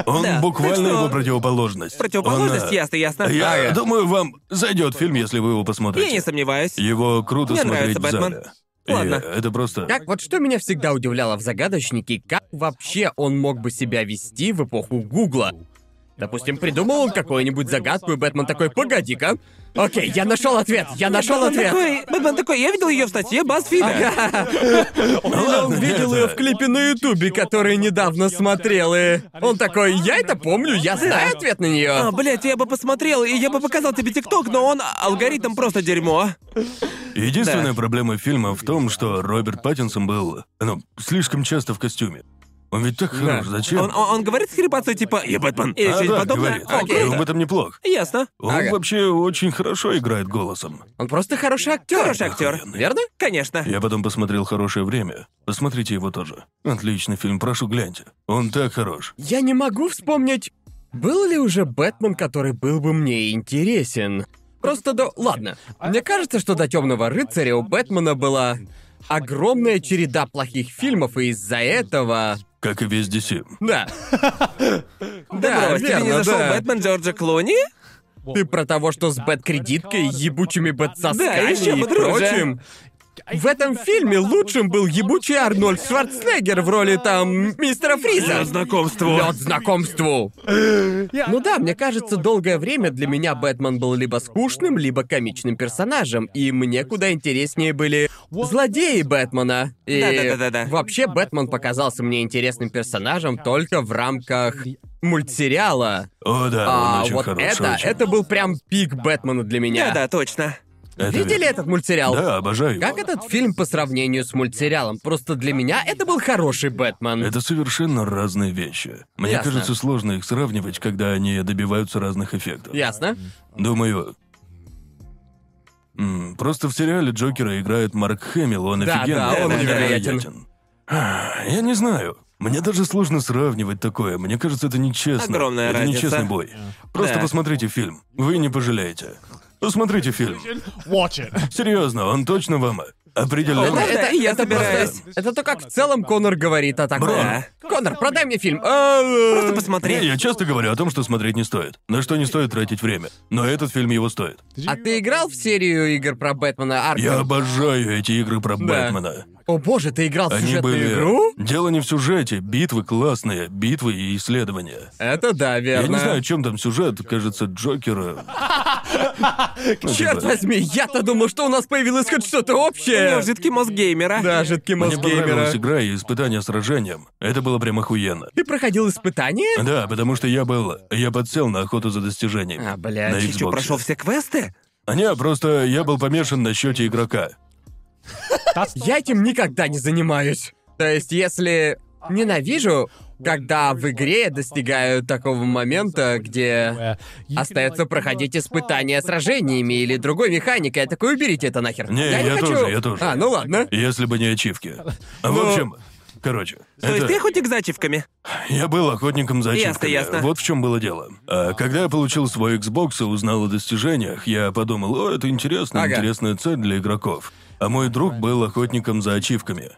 Он
Да,
буквально
так что-
его противоположность.
Противоположность,
Он, э,
ясно, ясно.
Я
Ага.
думаю, вам зайдет фильм, если вы его посмотрите.
Я не сомневаюсь.
Его круто
Мне
смотреть
нравится
в
Бэтмен.
зале.
Ладно.
И это просто.
Как вот что меня всегда удивляло в загадочнике, как вообще он мог бы себя вести в эпоху Гугла? Допустим, придумал он какую-нибудь загадку, и Бэтмен такой, погоди-ка. Окей, я нашел ответ,
А
Ну,
я нашел
Бэтмен
ответ.
такой, Бэтмен такой, я видел ее в статье Базфида. ну,
Я увидел ее в клипе на Ютубе, который недавно смотрел, и он такой, я это помню, я знаю ответ на
А,
нее.
блядь, я бы посмотрел, и я бы показал тебе ТикТок, но он а, алгоритм просто дерьмо.
Единственная
Да.
проблема фильма в том, что Роберт Паттинсон был, ну, слишком часто в костюме. Он ведь так хорош, зачем?
Он, он- он говорит с хрипотцой типа «Я Бэтмен» или
А,
что-нибудь
да,
подобное.
говорит.
О,
Он в
круто.
этом неплох.
Ясно.
Он
Ага.
вообще очень хорошо играет голосом.
Он просто хороший актер.
Хороший актер.
Верно?
Конечно.
Я потом посмотрел «Хорошее время». Посмотрите его тоже. Отличный фильм, прошу, гляньте. Он так хорош.
Я не могу вспомнить, был ли уже Бэтмен, который был бы мне интересен. Просто до... Ладно. Мне кажется, что до Темного рыцаря у Бэтмена была огромная череда плохих фильмов, и из-за этого...
Как и весь DC.
Да. Да,
Брось, тебе не
верно,
зашел
да.
Бэтмен Джорджа Клуни?
Ты про того, что с бэт-кредиткой, ебучими
Да,
бэт-сосками
ещё
и
бы, друже.
прочим. В этом фильме лучшим был ебучий Арнольд Шварценеггер в роли там мистера Фриза.
знакомство.
Лед знакомству. Ну да, мне кажется, долгое время для меня Бэтмен был либо скучным, либо комичным персонажем, и мне куда интереснее были злодеи Бэтмена. И
Да-да-да-да-да.
вообще Бэтмен показался мне интересным персонажем только в рамках мультсериала.
О, да, он
А
очень
вот
хорош.
это,
очень.
это был прям пик Бэтмена для меня.
Да, да, точно.
Это
Видели
ведь-
этот мультсериал?
Да, обожаю его.
Как этот фильм по сравнению с мультсериалом? Просто для меня это был хороший Бэтмен.
Это совершенно разные вещи. Мне
Ясно.
кажется, сложно их сравнивать, когда они добиваются разных эффектов.
Ясно?
Думаю. м, просто в сериале Джокера играет Марк Хэмилл, он
Да,
офигенный,
да, он невероятен.
А, Я не знаю. Мне даже сложно сравнивать такое. Мне кажется, это нечестно.
Огромная
это
разница.
нечестный бой. Просто
Да.
посмотрите фильм. Вы не пожалеете. Посмотрите фильм.
Watch it.
Серьезно, он точно вам определенно.
О, да, и я
это
собираюсь.
просто- Это то, как в целом Конор говорит о таком. Э,
Бро.
Конор, продай мне фильм. Э, Просто
Просто
Не,
посмотри.
я часто говорю о том, что смотреть не стоит. На что не стоит тратить время. Но этот фильм его стоит.
А ты играл в серию игр про Бэтмена Аркхэм?
Я обожаю эти игры про Бэтмена.
О боже, ты играл в
Они
сюжетную
были...
игру?
Дело не в сюжете, битвы классные, битвы и исследования.
Это да,
Я
верно.
не знаю, о чем там сюжет, кажется, Джокера. Ну,
Черт
типа,
возьми, я-то думал, что у нас появилось хоть что-то
У него
общее.
жидкий мозг геймера.
Да, жидкий
Мне
мозг геймера.
понравилась игра и испытание сражением. Это было прям охуенно.
Ты проходил испытание?
Да, потому что я был... Я подсел на охоту за достижением.
А,
На
блядь.
Ты что,
Xbox.
прошел все квесты?
А не, просто я был помешан на счете игрока.
Я этим никогда не занимаюсь. То есть, если ненавижу, когда в игре я достигаю такого момента, где остается проходить испытания сражениями или другой механикой, я такой, уберите это нахер.
Не,
не
я
хочу.
тоже, я тоже.
А, ну ладно. Ну.
Если бы не ачивки. А в общем, короче.
То есть
это-
ты охотник за ачивками?
Я был охотником за
Ясно,
ачивками.
ясно.
Вот в чем было дело. А когда я получил свой Xbox и узнал о достижениях, я подумал, о, это интересно,
Ага.
интересная цель для игроков. А мой друг был охотником за ачивками.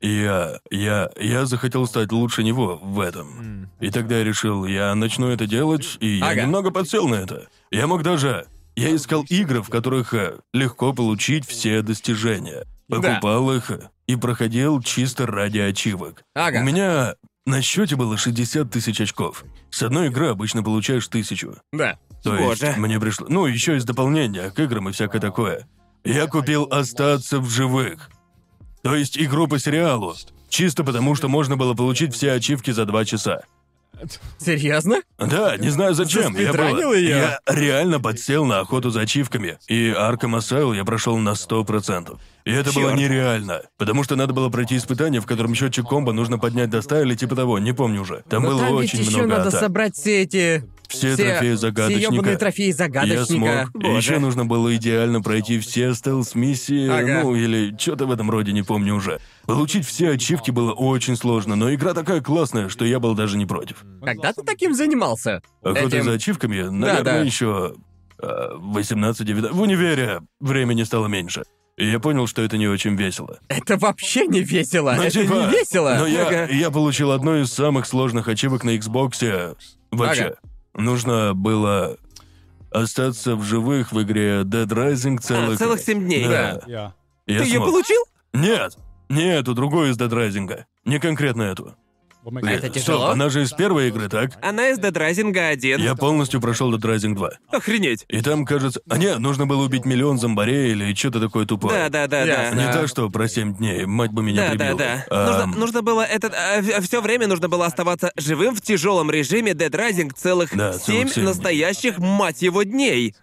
И я, я, я захотел стать лучше него в этом. И тогда я решил, я начну это делать, и я
Ага.
немного подсел на это. Я мог даже... Я искал игры, в которых э, легко получить все достижения. Покупал их э, и проходил чисто ради ачивок.
Ага.
У меня на счете было 60 тысяч очков. С одной игры обычно получаешь тысячу.
Да.
То
Боже.
есть мне пришло... Ну, еще из дополнения к играм и всякое такое. Я купил «Остаться в живых». То есть игру по сериалу. Чисто потому, что можно было получить все ачивки за два часа.
Серьезно?
Да, не знаю зачем. Я,
спидранил
был-
её?
я реально подсел на охоту за ачивками. И Arkham Asylum я прошел на 100%. И это было
Чёрт.
нереально. Потому что надо было пройти испытание, в котором счетчик комбо нужно поднять до 100 или типа того, не помню уже. Там
Но
было
там
очень
ведь еще
много
надо
атак.
собрать все эти...
Все трофеи
Все ёбаные
загадочника.
трофеи
Я
загадочника.
смог.
Боже.
Еще нужно было идеально пройти все стелс-миссии,
Ага.
ну или что-то в этом роде, не помню уже. Получить все ачивки было очень сложно, но игра такая классная, что я был даже не против.
Когда ты таким занимался?
Охота
Этим-
за ачивками, наверное,
да.
еще 18-19. В универе времени стало меньше. И я понял, что это не очень весело.
Это вообще не весело.
Ну,
это
типа,
не весело.
Но я,
Ага.
я получил одну из самых сложных ачивок на Xbox. Вообще.
Ага.
Нужно было остаться в живых в игре Dead Rising целых...
А, целых семь дней.
Да.
Yeah.
Я
Ты ее
смог.
получил?
Нет! Не эту, другую из Dead Rising. Не конкретно эту.
Это
Э,
тяжело?
Стоп, она же из первой игры, так?
Она из Дедрайзинга 1.
Я полностью прошел до Rising 2.
Охренеть.
И там, кажется... А не, нужно было убить миллион зомбарей или что-то такое
Да,
тупое.
да, да, да.
Ясно.
Не то, что про 7 дней, мать бы меня
Да, да,
прибила.
да.
Эм,
Ам,
Нужно, нужно было этот все время нужно было оставаться живым в тяжелом режиме Dead Rising целых
Да, целых
семь
семь.
настоящих мать его дней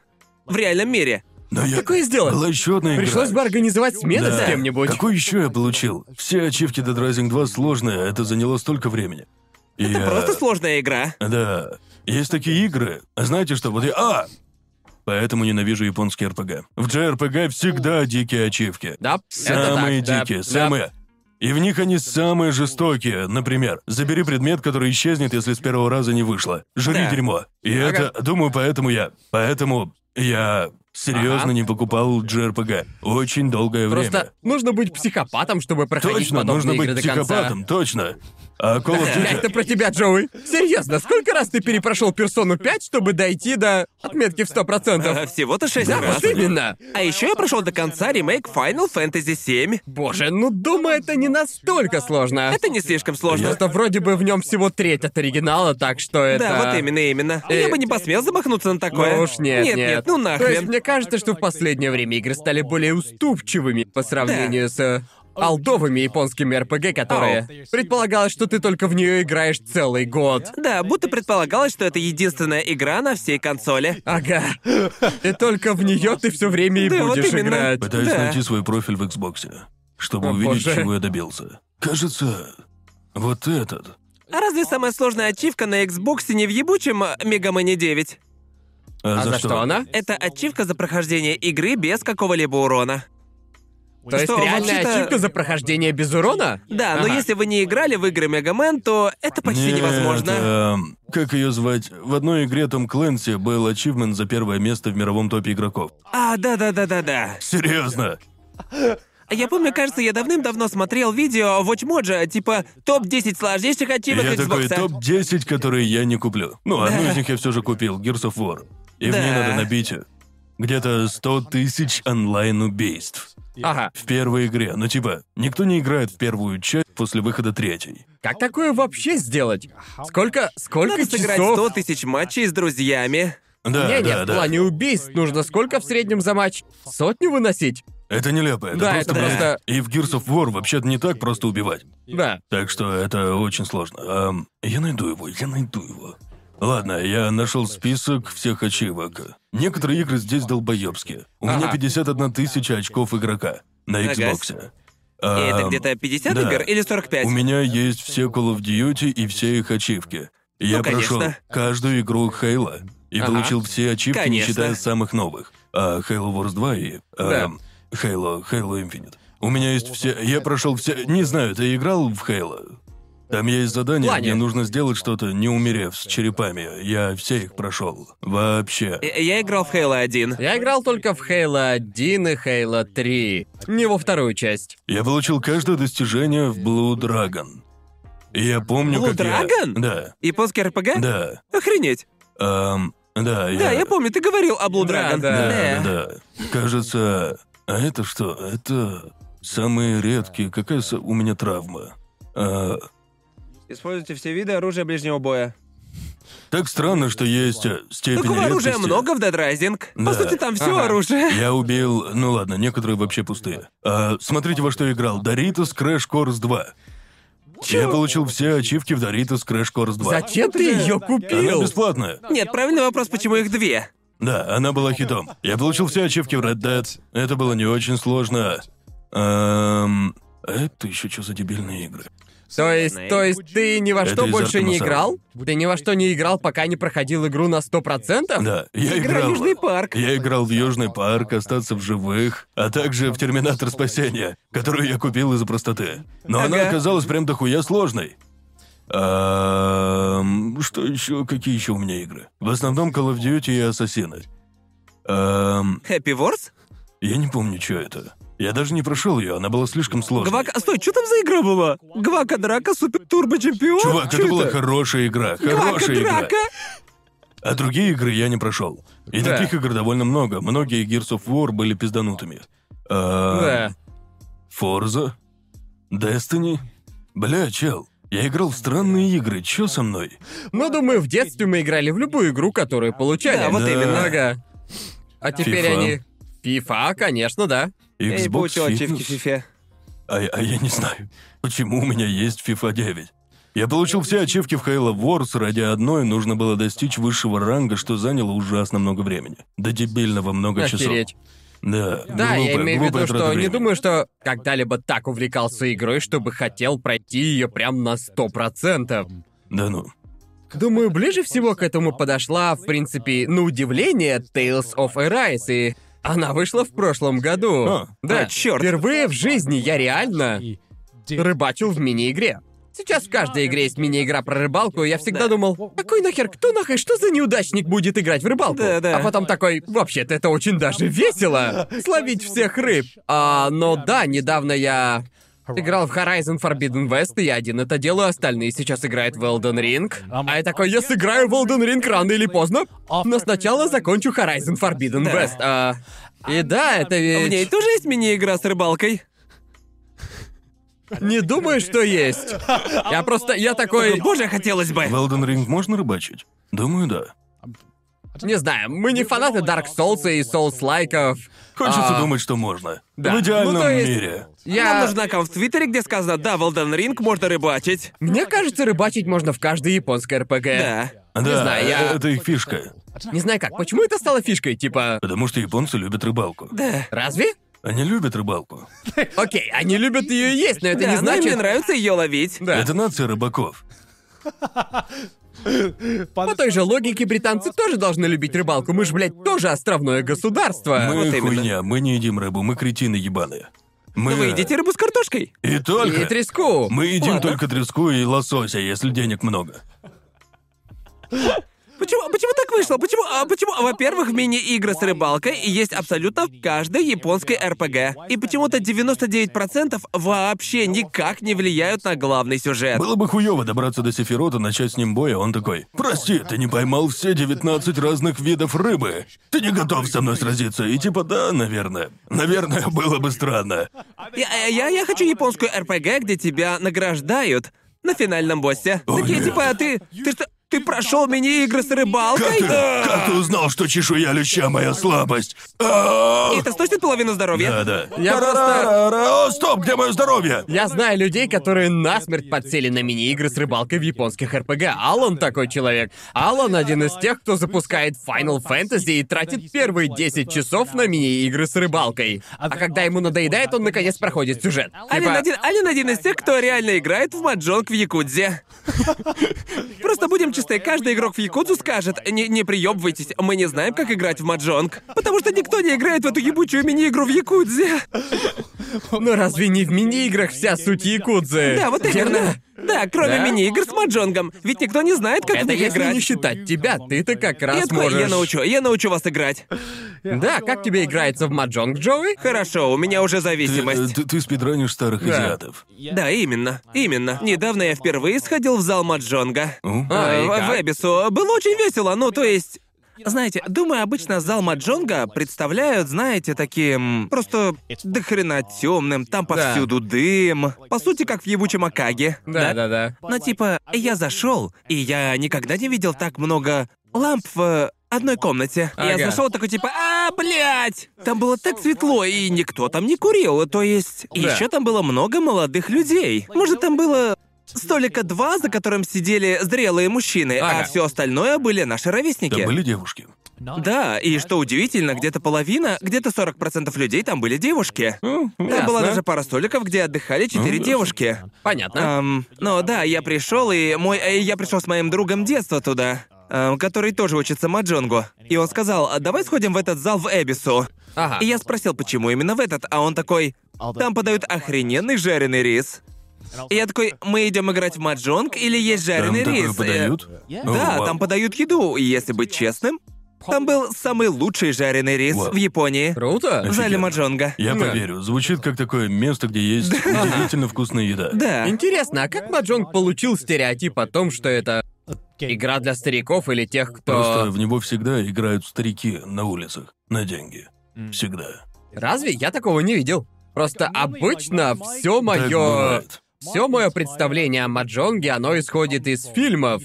в реальном мире.
Но я...
Такое сделать.
Была еще одна игра.
Пришлось бы организовать смены
Да.
с кем-нибудь.
Какой еще я получил? Все ачивки Dead Rising 2 сложные, а это заняло столько времени. И
Э,
я-
Просто сложная игра.
Да. Есть такие игры. Знаете что, вот я... А! Поэтому ненавижу японские РПГ. В JRPG всегда дикие ачивки.
Да, это
Самые
так, да,
А, дикие,
да.
самые... И в них они самые жестокие. Например, забери предмет, который исчезнет, если с первого раза не вышло. Жри
Да.
дерьмо. И
Ага.
это, думаю, поэтому я... Поэтому я серьезно
Ага.
не покупал JRPG. Очень долгое время.
Просто нужно быть психопатом, чтобы проходить
Точно,
подобные
нужно быть
игры до конца.
психопатом, точно. А Call of
Бля,
Duty...
это про тебя, Джоуи. Серьезно, сколько раз ты перепрошел персону 5, чтобы дойти до отметки в 100%?
Э, Всего-то шесть
Да,
раз.
вот именно.
А еще я прошел до конца ремейк Final Fantasy VII.
Боже, ну думаю, это не настолько сложно.
Это не слишком сложно.
Просто вроде бы в нем всего треть от оригинала, так что это...
Да, вот именно, именно.
Э,
Я бы не посмел замахнуться на такое.
Ну уж нет,
нет,
нет.
ну
То есть
нахрен.
мне кажется, что в последнее время игры стали более уступчивыми по сравнению с э,
Oh,
алдовыми японскими РПГ, которые... Предполагалось, что ты только в нее играешь целый год.
Да, будто предполагалось, что это единственная игра на всей консоли.
Ага. И только в нее ты все время и
Да, вот
будешь
именно.
играть.
Пытаюсь
Да.
найти свой профиль в Xbox, чтобы
О,
увидеть,
боже.
чего я добился. Кажется, вот этот.
А разве самая сложная ачивка на Xbox не в ебучем э, Мегамане 9?
А,
А за что она?
Это ачивка за прохождение игры без какого-либо урона.
То есть
Что,
реальная
вообще-то-
ачивка за прохождение без урона?
Да, но
Ага.
если вы не играли в игры Мегамен, то это почти
Нет,
невозможно.
эм, как ее звать? В одной игре Том Кленси был ачивмент за первое место в мировом топе игроков.
А, да-да-да-да-да.
Серьезно?
Я помню, кажется, я давным-давно смотрел видео в Watchmojo, типа топ-10 сложнейших ачивок
Я такой
Xbox.
топ-10, которые я не куплю. Ну, одну из них я все же купил, Gears of War. И в ней
Да.
надо набить где-то 100 тысяч онлайн-убийств.
Ага.
В первой игре. Ну, типа, никто не играет в первую часть после выхода третьей.
Как такое вообще сделать? Сколько, сколько
Надо сыграть
часов?
100 тысяч матчей с друзьями.
Да,
не, не,
да,
в
да.
плане убийств нужно сколько в среднем за матч? Сотню выносить?
Это нелепо, это
Да,
просто...
это
бред.
просто-
И в Gears of War вообще-то не так просто убивать.
Да.
Так что это очень сложно. Ам, я найду его, я найду его. Ладно, я нашел список всех ачивок. Некоторые игры здесь долбоебские. У меня
Ага.
51 тысяча очков игрока на
Ага.
Xbox.
И это
Ам,
где-то 50
Эм, да.
игр или 45?
У меня есть все Call of Duty и все их ачивки. И Я
Ну, конечно.
прошел каждую игру Хейла и
Ага.
получил все ачивки, не
Конечно.
считая самых новых. А Halo Wars 2 и
Да.
эм, Halo, Halo Infinite. У меня есть все. Я прошел все. Не знаю, ты играл в Halo? Там есть задание,
Плане.
где нужно сделать что-то, не умерев с черепами. Я все их прошел. Вообще.
Э, Я играл в Halo 1.
Я играл только в Halo 1 и Halo 3. Не во вторую часть.
Я получил каждое достижение в Blue Dragon. И я помню,
Blue
как я-
Dragon?
Да,
Японский РПГ?
да.
Охренеть.
Эм, да, я...
Да, я помню, ты говорил о Blue
Да,
Dragon.
да.
Да, да, да. Кажется, а это что? Это самые редкие. Какая со- у меня травма? А,
Используйте все виды оружия ближнего боя.
так странно, что есть э, степень
Такого оружия
редкости.
много в Dead Rising.
Да.
По сути, там все
Ага.
оружие.
Я убил... Ну ладно, некоторые вообще пустые. А, смотрите, во что я играл. Doritos Crash Course 2. Я получил все ачивки в Doritos Crash Course 2.
Зачем ты ее
Она
купил?
бесплатная.
Нет, правильный вопрос, почему их две?
Да, она была хитом. Я получил все ачивки в Red Dead. Это было не очень сложно. Эм, Это еще что за дебильные игры?
То есть, то есть ты ни во
Это
что
из
больше не
Артема
играл? Ты ни во что не играл, пока не проходил игру на 100%?
Да, я
Игра
играл.
Южный парк.
Я играл в Южный парк, остаться в живых, а также в Терминатор спасения, которую я купил из-за простоты. Но она
Ага.
оказалась прям дохуя сложной. Эм, что еще? Какие еще у меня игры? В основном Call of Duty и Ассасины. Эм,
Happy Wars?
я не помню, что это. Я даже не прошел ее, она была слишком сложной.
Гвака... а Стой, что там за игра была? Гвака Драка Супер Турбо Чемпион?
Чувак,
Чё
это была хорошая игра,
Гвака
хорошая игра.
Драка?
А другие игры я не прошел. И
Да.
таких игр довольно много. Многие Gears of War были пизданутыми. Эм,
Да.
Forza, Destiny. Бля, чел, Я играл в странные игры, чё со мной?
Ну, думаю, в детстве мы играли в любую игру, которую получали.
Да, вот
Да.
именно.
Ага. А теперь
FIFA.
они... FIFA, конечно, да.
Я не
Xbox
получил ачивки в
Fitness.
фифе.
А, я- а я не знаю, почему у меня есть FIFA 9. Я получил все ачивки в Halo Wars, ради одной нужно было достичь высшего ранга, что заняло ужасно много времени. До дебильного много часов.
Охереть.
Да,
Да, я
глупая-
имею в виду,
глупая трата
что не
времени.
думаю, что когда-либо так увлекался игрой, чтобы хотел пройти ее прям на сто процентов.
Да ну.
Думаю, ближе всего к этому подошла, в принципе, на удивление, Tales of Arise, и она вышла в прошлом году.
А,
да,
а, чёрт.
Впервые в жизни я реально рыбачил в мини-игре. Сейчас в каждой игре есть мини-игра про рыбалку, и я всегда
Да.
думал, какой нахер, кто нахер, что за неудачник будет играть в рыбалку?
Да-да.
А потом такой, вообще-то это очень даже весело, словить всех рыб. А, но да, недавно я играл в Horizon Forbidden West, и я один это делаю, остальные сейчас играют в Elden Ring. А я такой, я сыграю в Elden Ring рано или поздно, но сначала закончу Horizon Forbidden
Да.
West. А, и да, это ведь...
В ней тоже есть мини-игра с рыбалкой?
Не думаю, что есть. Я просто, я такой...
Боже, хотелось бы.
А, В Elden Ring можно рыбачить? Думаю, да.
Не знаю, мы не фанаты Dark Souls и Souls-лайков.
Хочется
А.
думать, что можно.
Да.
В идеальном
Ну, то есть-
мире.
Я...
Нам нужен аккаунт в Твиттере, где сказано «Да, в Elden Ring можно рыбачить».
Мне кажется, рыбачить можно в каждой японской РПГ.
Э. Да,
Да.
э,
знаю, я-
это их фишка.
Не знаю как, почему это стало фишкой, типа...
Потому что японцы любят рыбалку.
Да.
Разве?
Они любят рыбалку.
Окей, они любят ее есть, но это
Да, ну
не
но мне
значит...
нравится ее ловить.
Да.
Это нация рыбаков.
По той же логике британцы тоже должны любить рыбалку. Мы же, блядь, тоже островное государство.
Мы
вот именно.
хуйня, мы не едим рыбу, мы кретины ебаные. Мы...
Но вы едите рыбу с картошкой?
И только...
И треску.
Мы едим
Ладно.
только треску и лосося, если денег много.
Почему, почему так вышло? Почему, а почему, во-первых, мини-игры с рыбалкой есть абсолютно в каждой японской РПГ. И почему-то 99% вообще никак не влияют на главный сюжет.
Было бы хуёво добраться до Сефирота, начать с ним боя, он такой, «Прости, ты не поймал все 19 разных видов рыбы. Ты не готов со мной сразиться». И типа, да, наверное. Наверное, было бы странно.
Я, э, я, я хочу японскую РПГ, где тебя награждают на финальном боссе.
О,
Такие
нет.
типа, ты, ты что, ты прошел мини-игры с рыбалкой?
Ты, как ты узнал, что чешуя леща моя слабость? А!
И это сточит половину здоровья.
Да-да.
Я просто-
Тарарарара, О, стоп, где мое здоровье?
Я знаю людей, которые насмерть подсели на мини-игры с рыбалкой в японских РПГ. Алан такой человек. Алан один из тех, кто запускает Final Fantasy и тратит первые 10 часов на мини-игры с рыбалкой. А когда ему надоедает, он наконец проходит сюжет.
Алин
Типа,
один, Алин один из тех, кто реально играет в маджонг в Якудзе. Просто будем чисты, каждый игрок в Якудзу скажет, не, не приебывайтесь, мы не знаем, как играть в маджонг. Потому что никто не играет в эту ебучую мини-игру в Якудзе.
Ну разве не в мини-играх вся суть якудзы?
Да, вот именно.
Верно?
Да, кроме
Да?
мини-игр с маджонгом. Ведь никто не знает, как в
Это
них
если
играть.
не считать тебя, ты-то как
Я
раз
такой,
можешь...
я научу, я научу вас играть.
Да, как тебе играется в Маджонг, Джоуи?
Хорошо, у меня уже
Ты,
зависимость.
ты- ты спидранишь старых
Да.
азиатов.
Да, именно,
А,
именно. Недавно я впервые сходил в зал маджонга.
У?
А, и
Э, в
как?
Эбису. Было очень весело, ну, то есть... Знаете, думаю, обычно зал Маджонга представляют, знаете, таким... Просто дохрена темным, там повсюду дым. По сути, как в ебучем Акаге.
Да, да, да.
Но типа, я зашел, и я никогда не видел так много ламп в э, одной комнате. И Я
Ага.
зашел такой типа, а, блядь! Там было так светло, и никто там не курил. То есть,
Да.
еще там было много молодых людей. Может, там было столика два, за которым сидели зрелые мужчины, а
Ага.
все остальное были наши
Там
ровесники.
были девушки.
Да, и что удивительно, где-то половина, где-то 40% людей там были девушки. Там была
Ну, Ясно. Ну,
даже пара столиков, где отдыхали четыре
ясно.
девушки.
А?
Понятно.
Эм, ну да, я пришел и мой, э, я пришел с моим другом детства туда, эм, который тоже учится маджонгу, и он сказал, «А давай сходим в этот зал в Эбису.
Ага.
А.
И А, я спросил, почему именно в этот, а он такой, там подают охрененный жареный рис. И я такой, мы идем играть в маджонг или есть
Там
жареный
такое
рис? Э,
подают? Ну, а. О,
Да,
вау.
там подают еду, и если быть честным, там был самый лучший жареный рис
Вау.
в Японии.
Круто.
В
Офигенно.
зале маджонга.
Я
Да.
поверю. Звучит как такое место, где есть удивительно вкусная еда.
Да.
Интересно, а как Маджонг получил стереотип о том, что это игра для стариков или тех,
Просто
кто...
в него всегда играют старики на улицах. На деньги. Всегда.
Разве я такого не видел? Просто обычно все
Так
мое
бывает.
Все мое представление о маджонге, оно исходит из фильмов.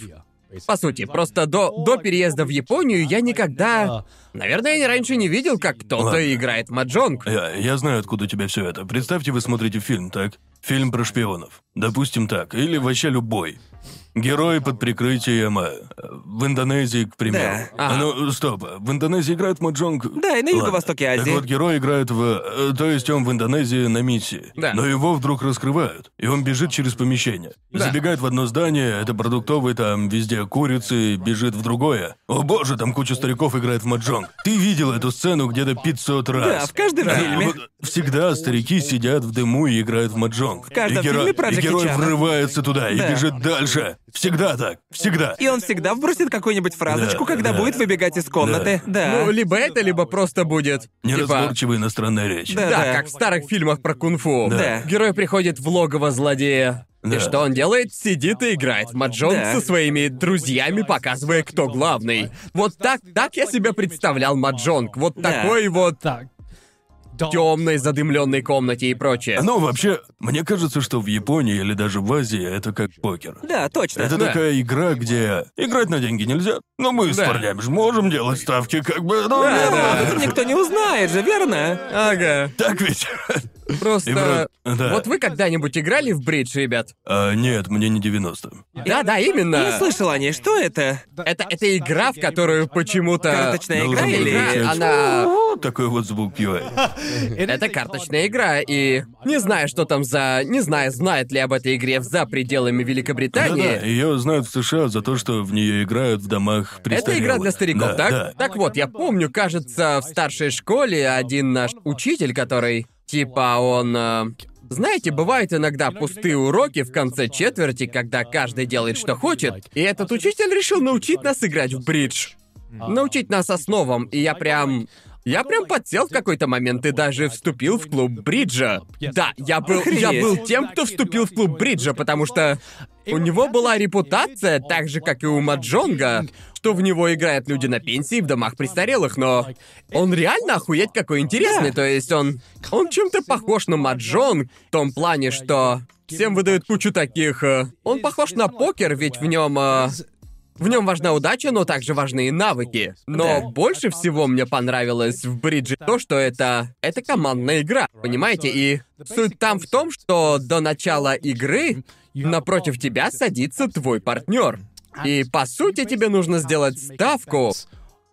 По сути, просто до, до переезда в Японию я никогда... Наверное, я раньше не видел, как кто-то
Ладно.
играет маджонг.
Я, я знаю, откуда у тебя все это. Представьте, вы смотрите фильм, так? Фильм про шпионов. Допустим, так. Или вообще любой. Герои под прикрытием... э, В Индонезии, к примеру.
Да.
А, Ну, стоп. В Индонезии играет маджонг...
Да, и на
Ладно.
юго-востоке Азии.
Так вот, герой играет в... э, То есть он в Индонезии на миссии.
Да.
Но его вдруг раскрывают, и он бежит через помещение.
Да.
Забегает в одно здание, это продуктовый, там везде курицы, бежит в другое. О боже, там куча стариков играет в маджонг. Ты видел эту сцену где-то 500 раз.
Да, в каждом
Да,
фильме.
вот Всегда старики сидят в дыму и играют в маджонг. В и
каждом
геро-
фильме про
и
Джеки
герой
Чана.
врывается туда и
Да.
бежит дальше. Всегда так. Всегда.
И он всегда вбросит какую-нибудь фразочку,
Да,
когда
да.
будет выбегать из комнаты. Да.
Ну, либо это, либо просто будет... Типа,
Неразборчивая иностранная речь.
Да.
да, как в старых фильмах про кунг-фу.
Да.
Герой приходит в логово злодея. И
Да.
что он делает? Сидит и играет в маджонг
Да.
со своими друзьями, показывая, кто главный. Вот так, так я себе представлял маджонг. Вот
Да.
такой вот
Так.
темной, задымленной комнате и
Э,
прочее.
Ну, вообще, мне кажется, что в Японии или даже в Азии это как покер.
Да, точно.
Это
Да.
такая игра, где играть на деньги нельзя, но мы с
Да.
парнями же можем делать ставки, как бы, ну,
Да,
верно?
да, тут никто не узнает же, верно?
Ага.
Так ведь?
Э,
И
Просто.
вроде- да.
Вот вы когда-нибудь играли в бридж, ребят?
А, нет, мне не 90.
Да, да, именно.
Я слышал о ней, что это?
Это, это игра, в которую почему-то.
Карточная
Ну,
игра
забыл,
или...
да.
Игра, Она.
Такой вот звук UI.
Это карточная игра, и не знаю, что там за... Не знаю, знает ли об этой игре за пределами
Да-да,
Великобритании.
ее знают в США за то, что в нее играют в домах
Это
престарелых.
игра для стариков,
Да,
так?
да.
Так вот, я помню, кажется, в старшей школе один наш учитель, который, типа, он... э, Знаете, бывают иногда пустые уроки в конце четверти, когда каждый делает, что хочет, и этот учитель решил научить нас играть в бридж. Научить нас основам, и я прям... Я прям подсел в какой-то момент и даже вступил в клуб бриджа. Да, я был, я
Охренеть.
был тем, кто вступил в клуб бриджа, потому что у него была репутация, так же, как и у Маджонга, что в него играют люди на пенсии в домах престарелых, но он реально охуеть какой интересный, то есть он... Он чем-то похож на Маджонг в том плане, что всем выдают кучу таких... э, Он похож на покер, ведь в нем... э, в нем важна удача, но также важны и навыки. Но
Да.
больше всего мне понравилось в Бридже то, что это... Это командная игра, понимаете? И суть там в том, что до начала игры напротив тебя садится твой партнер. И, по сути, тебе нужно сделать ставку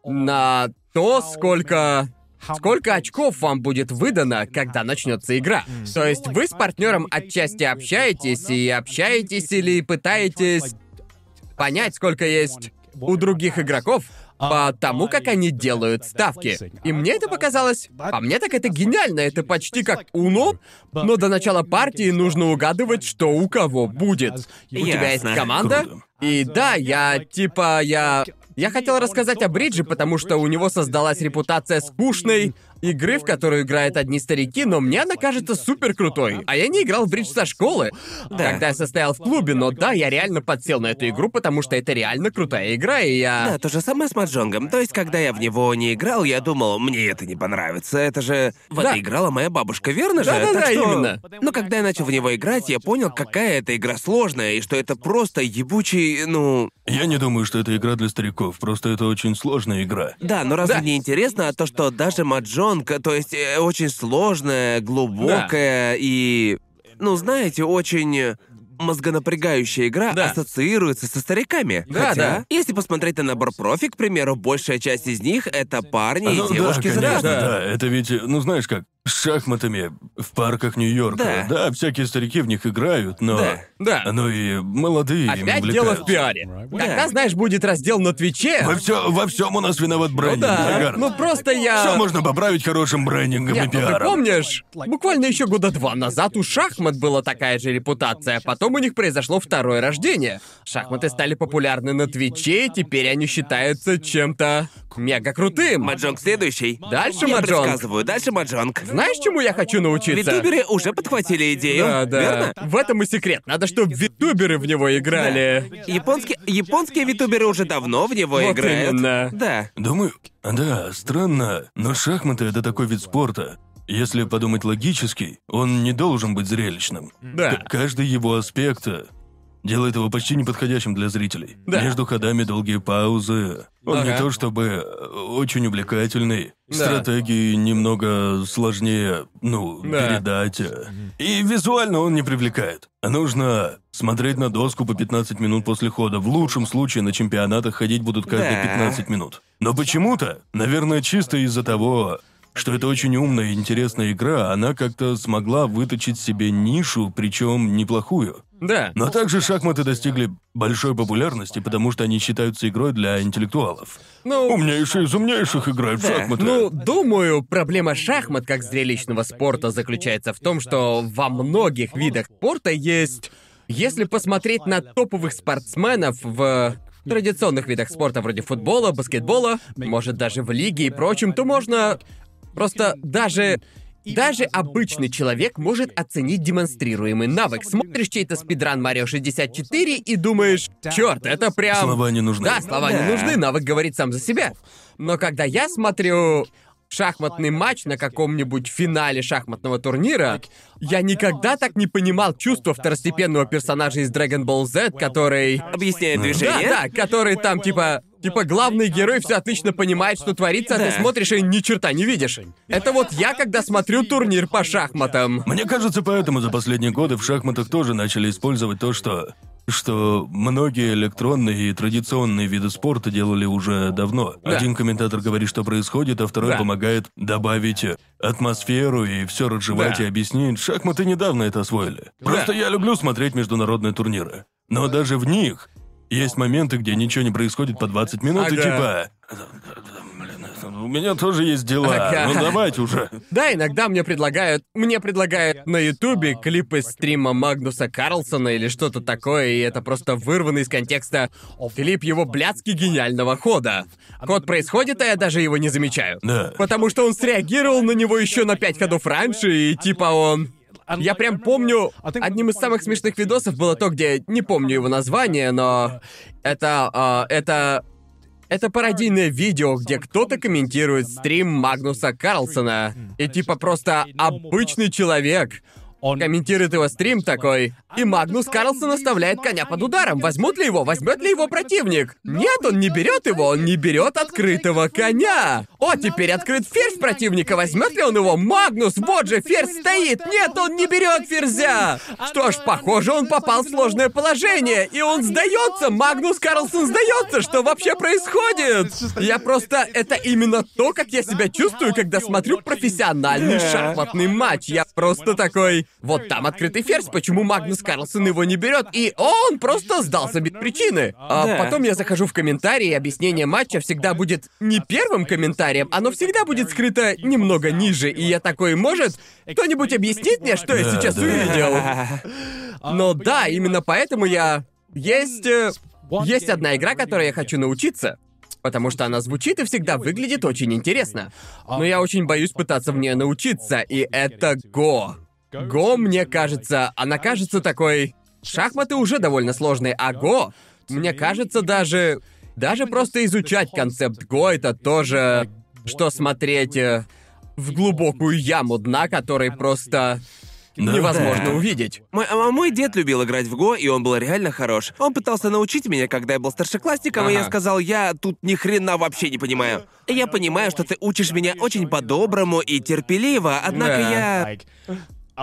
на то, сколько... Сколько очков вам будет выдано, когда начнется игра? То есть вы с партнером отчасти общаетесь и общаетесь или пытаетесь понять, сколько есть у других игроков по тому, как они делают ставки. И мне это показалось... А мне так это гениально, это почти как Уно, но до начала партии нужно угадывать, что у кого будет. У тебя есть
Ясно.
команда?
Круто.
И да, я типа, я... Я хотел рассказать о Бридже, потому что у него создалась репутация скучной игры, в которую играют одни старики, но мне она кажется супер крутой. А я не играл в бридж со школы, когда я состоял в клубе, но да, я реально подсел на эту игру, потому что это реально крутая игра, и я...
Да, то же самое с Маджонгом. То есть, когда я в него не играл, я думал, мне это не понравится. Это же... В
Да.
это играла моя бабушка, верно же?
Да-да-да,
Так что-
именно.
Но когда я начал в него играть, я понял, какая эта игра сложная, и что это просто ебучий, ну...
Я не думаю, что это игра для стариков, просто это очень сложная игра.
Да, но разве
Да.
не интересно то, что даже маджонка, то есть э, очень сложная, глубокая и, ну знаете, очень э, мозгонапрягающая игра
Да.
ассоциируется со стариками.
Да,
Хотя,
да.
если посмотреть на набор профи, к примеру, большая часть из них — это парни и
Ну
девушки
да,
за
конечно,
Да.
да. Это ведь, ну знаешь как, с шахматами в парках
Да.
Нью-Йорка. Да, всякие старики в них играют, но...
Да.
Да.
Ну и молодые им
Опять дело в
увлекаются.
пиаре. Когда, знаешь, будет раздел на Твиче...
Во, всё- во всем у нас виноват
Ну
брендинг,
да,
Загар.
ну просто я...
Все можно поправить хорошим брендингом и
Нет, ну ты
пиаром.
помнишь, буквально еще года два назад у шахмат была такая же репутация, потом у них произошло второе рождение. Шахматы стали популярны на Твиче, и теперь они считаются чем-то мега крутым.
Маджонг следующий.
Дальше
я
маджонг.
предсказываю, дальше маджонг.
Знаешь, чему я хочу научиться?
Витуберы уже подхватили идею,
Да, да.
верно?
В этом и секрет. Надо, чтобы витуберы в него играли.
Японские, японские витуберы уже давно в него
Вот
играют.
именно.
Да.
Думаю, да, странно, но шахматы это такой вид спорта, Если подумать логически, он не должен быть зрелищным.
Да.
К- Каждый его аспект э, делает его почти неподходящим для зрителей.
Да.
Между ходами долгие паузы. Он не
Ага.
то чтобы э, очень увлекательный.
Да.
Стратегии немного сложнее, ну,
Да.
передать. э. И визуально он не привлекает. Нужно смотреть на доску по 15 минут после хода. В лучшем случае на чемпионатах ходить будут каждые
Да.
15 минут. Но почему-то, наверное, чисто из-за того, что это очень умная и интересная игра, она как-то смогла выточить себе нишу, причем неплохую.
Да.
Но также шахматы достигли большой популярности, потому что они считаются игрой для интеллектуалов.
Ну,
Умнейшие из умнейших играют в шахматы.
ну, думаю, проблема шахмат как зрелищного спорта заключается в том, что во многих видах спорта есть... Если посмотреть на топовых спортсменов в традиционных видах спорта вроде футбола, баскетбола, может даже в лиге и прочем, то можно Просто даже даже обычный человек может оценить демонстрируемый навык. Смотришь чей-то спидран Марио 64 и думаешь, черт, это прям...
Слова не нужны.
Да, слова не
Ну Да.
нужны, навык говорит сам за себя. Но когда я смотрю шахматный матч на каком-нибудь финале шахматного турнира, я никогда так не понимал чувства второстепенного персонажа из Dragon Ball Z, который...
Объясняет
Да,
движение.
да, который там типа... Типа главный герой все отлично понимает, что творится, а ты
Да.
смотришь и ни черта не видишь. Это вот я, когда смотрю турнир по шахматам.
Мне кажется, поэтому за последние годы в шахматах тоже начали использовать то, что что многие электронные и традиционные виды спорта делали уже давно.
Да.
Один комментатор говорит, что происходит, а второй
Да.
помогает добавить атмосферу и все разжевать
Да.
и объяснить. Шахматы недавно это освоили. Просто я люблю смотреть международные турниры. Но даже в них есть моменты, где ничего не происходит по 20 минут, и
Ага.
типа... «Блин, У меня тоже есть дела.
Ага.
Ну давайте уже.
Да, иногда мне предлагают, мне предлагают на Ютубе клипы стрима Магнуса Карлсона или что-то такое, и это просто вырвано из контекста клип его блядски гениального хода. Ход происходит, а я даже его не замечаю.
Да.
Потому что он среагировал на него еще на пять ходов раньше, и типа он... Я прям помню, одним из самых смешных видосов было то, где не помню его название, но это а, это это пародийное видео, где кто-то комментирует стрим Магнуса Карлсона. И типа просто обычный человек комментирует его стрим такой. И Магнус Карлсон оставляет коня под ударом. Возьмут ли его? Возьмет ли его противник? Нет, он не берет его, он не берет открытого коня. О, теперь открыт ферзь противника. Возьмет ли он его? Магнус, вот же ферзь стоит. Нет, он не берет ферзя. Что ж, похоже, он попал в сложное положение. И он сдается. Магнус Карлсон сдается. Что вообще происходит? Я просто... Это именно то, как я себя чувствую, когда смотрю профессиональный
Да.
шахматный матч. Я просто такой... Вот там открытый ферзь, почему Магнус Карлсон его не берет? И он просто сдался без причины. А
Да.
потом я захожу в комментарии, и объяснение матча всегда будет не первым комментарием, оно всегда будет скрыто немного ниже. И я такой, может, кто-нибудь объяснит мне, что я
Да,
сейчас
да.
увидел? Но да, именно поэтому я... Есть... э, Есть одна игра, которой я хочу научиться. Потому что она звучит и всегда выглядит очень интересно. Но я очень боюсь пытаться в нее научиться, и это Го. Го, мне кажется, она кажется такой... Шахматы уже довольно сложные, а Го, мне кажется, даже... Даже просто изучать концепт Го, это тоже... Что смотреть э, в глубокую яму дна, которой просто невозможно
Да.
ну, увидеть.
Мой, а мой дед любил играть в Го, и он был реально хорош. Он пытался научить меня, когда я был старшеклассником, и я
Ага.
сказал, я тут ни хрена вообще не понимаю. Я понимаю, что ты учишь меня очень по-доброму и терпеливо, однако
Да.
я...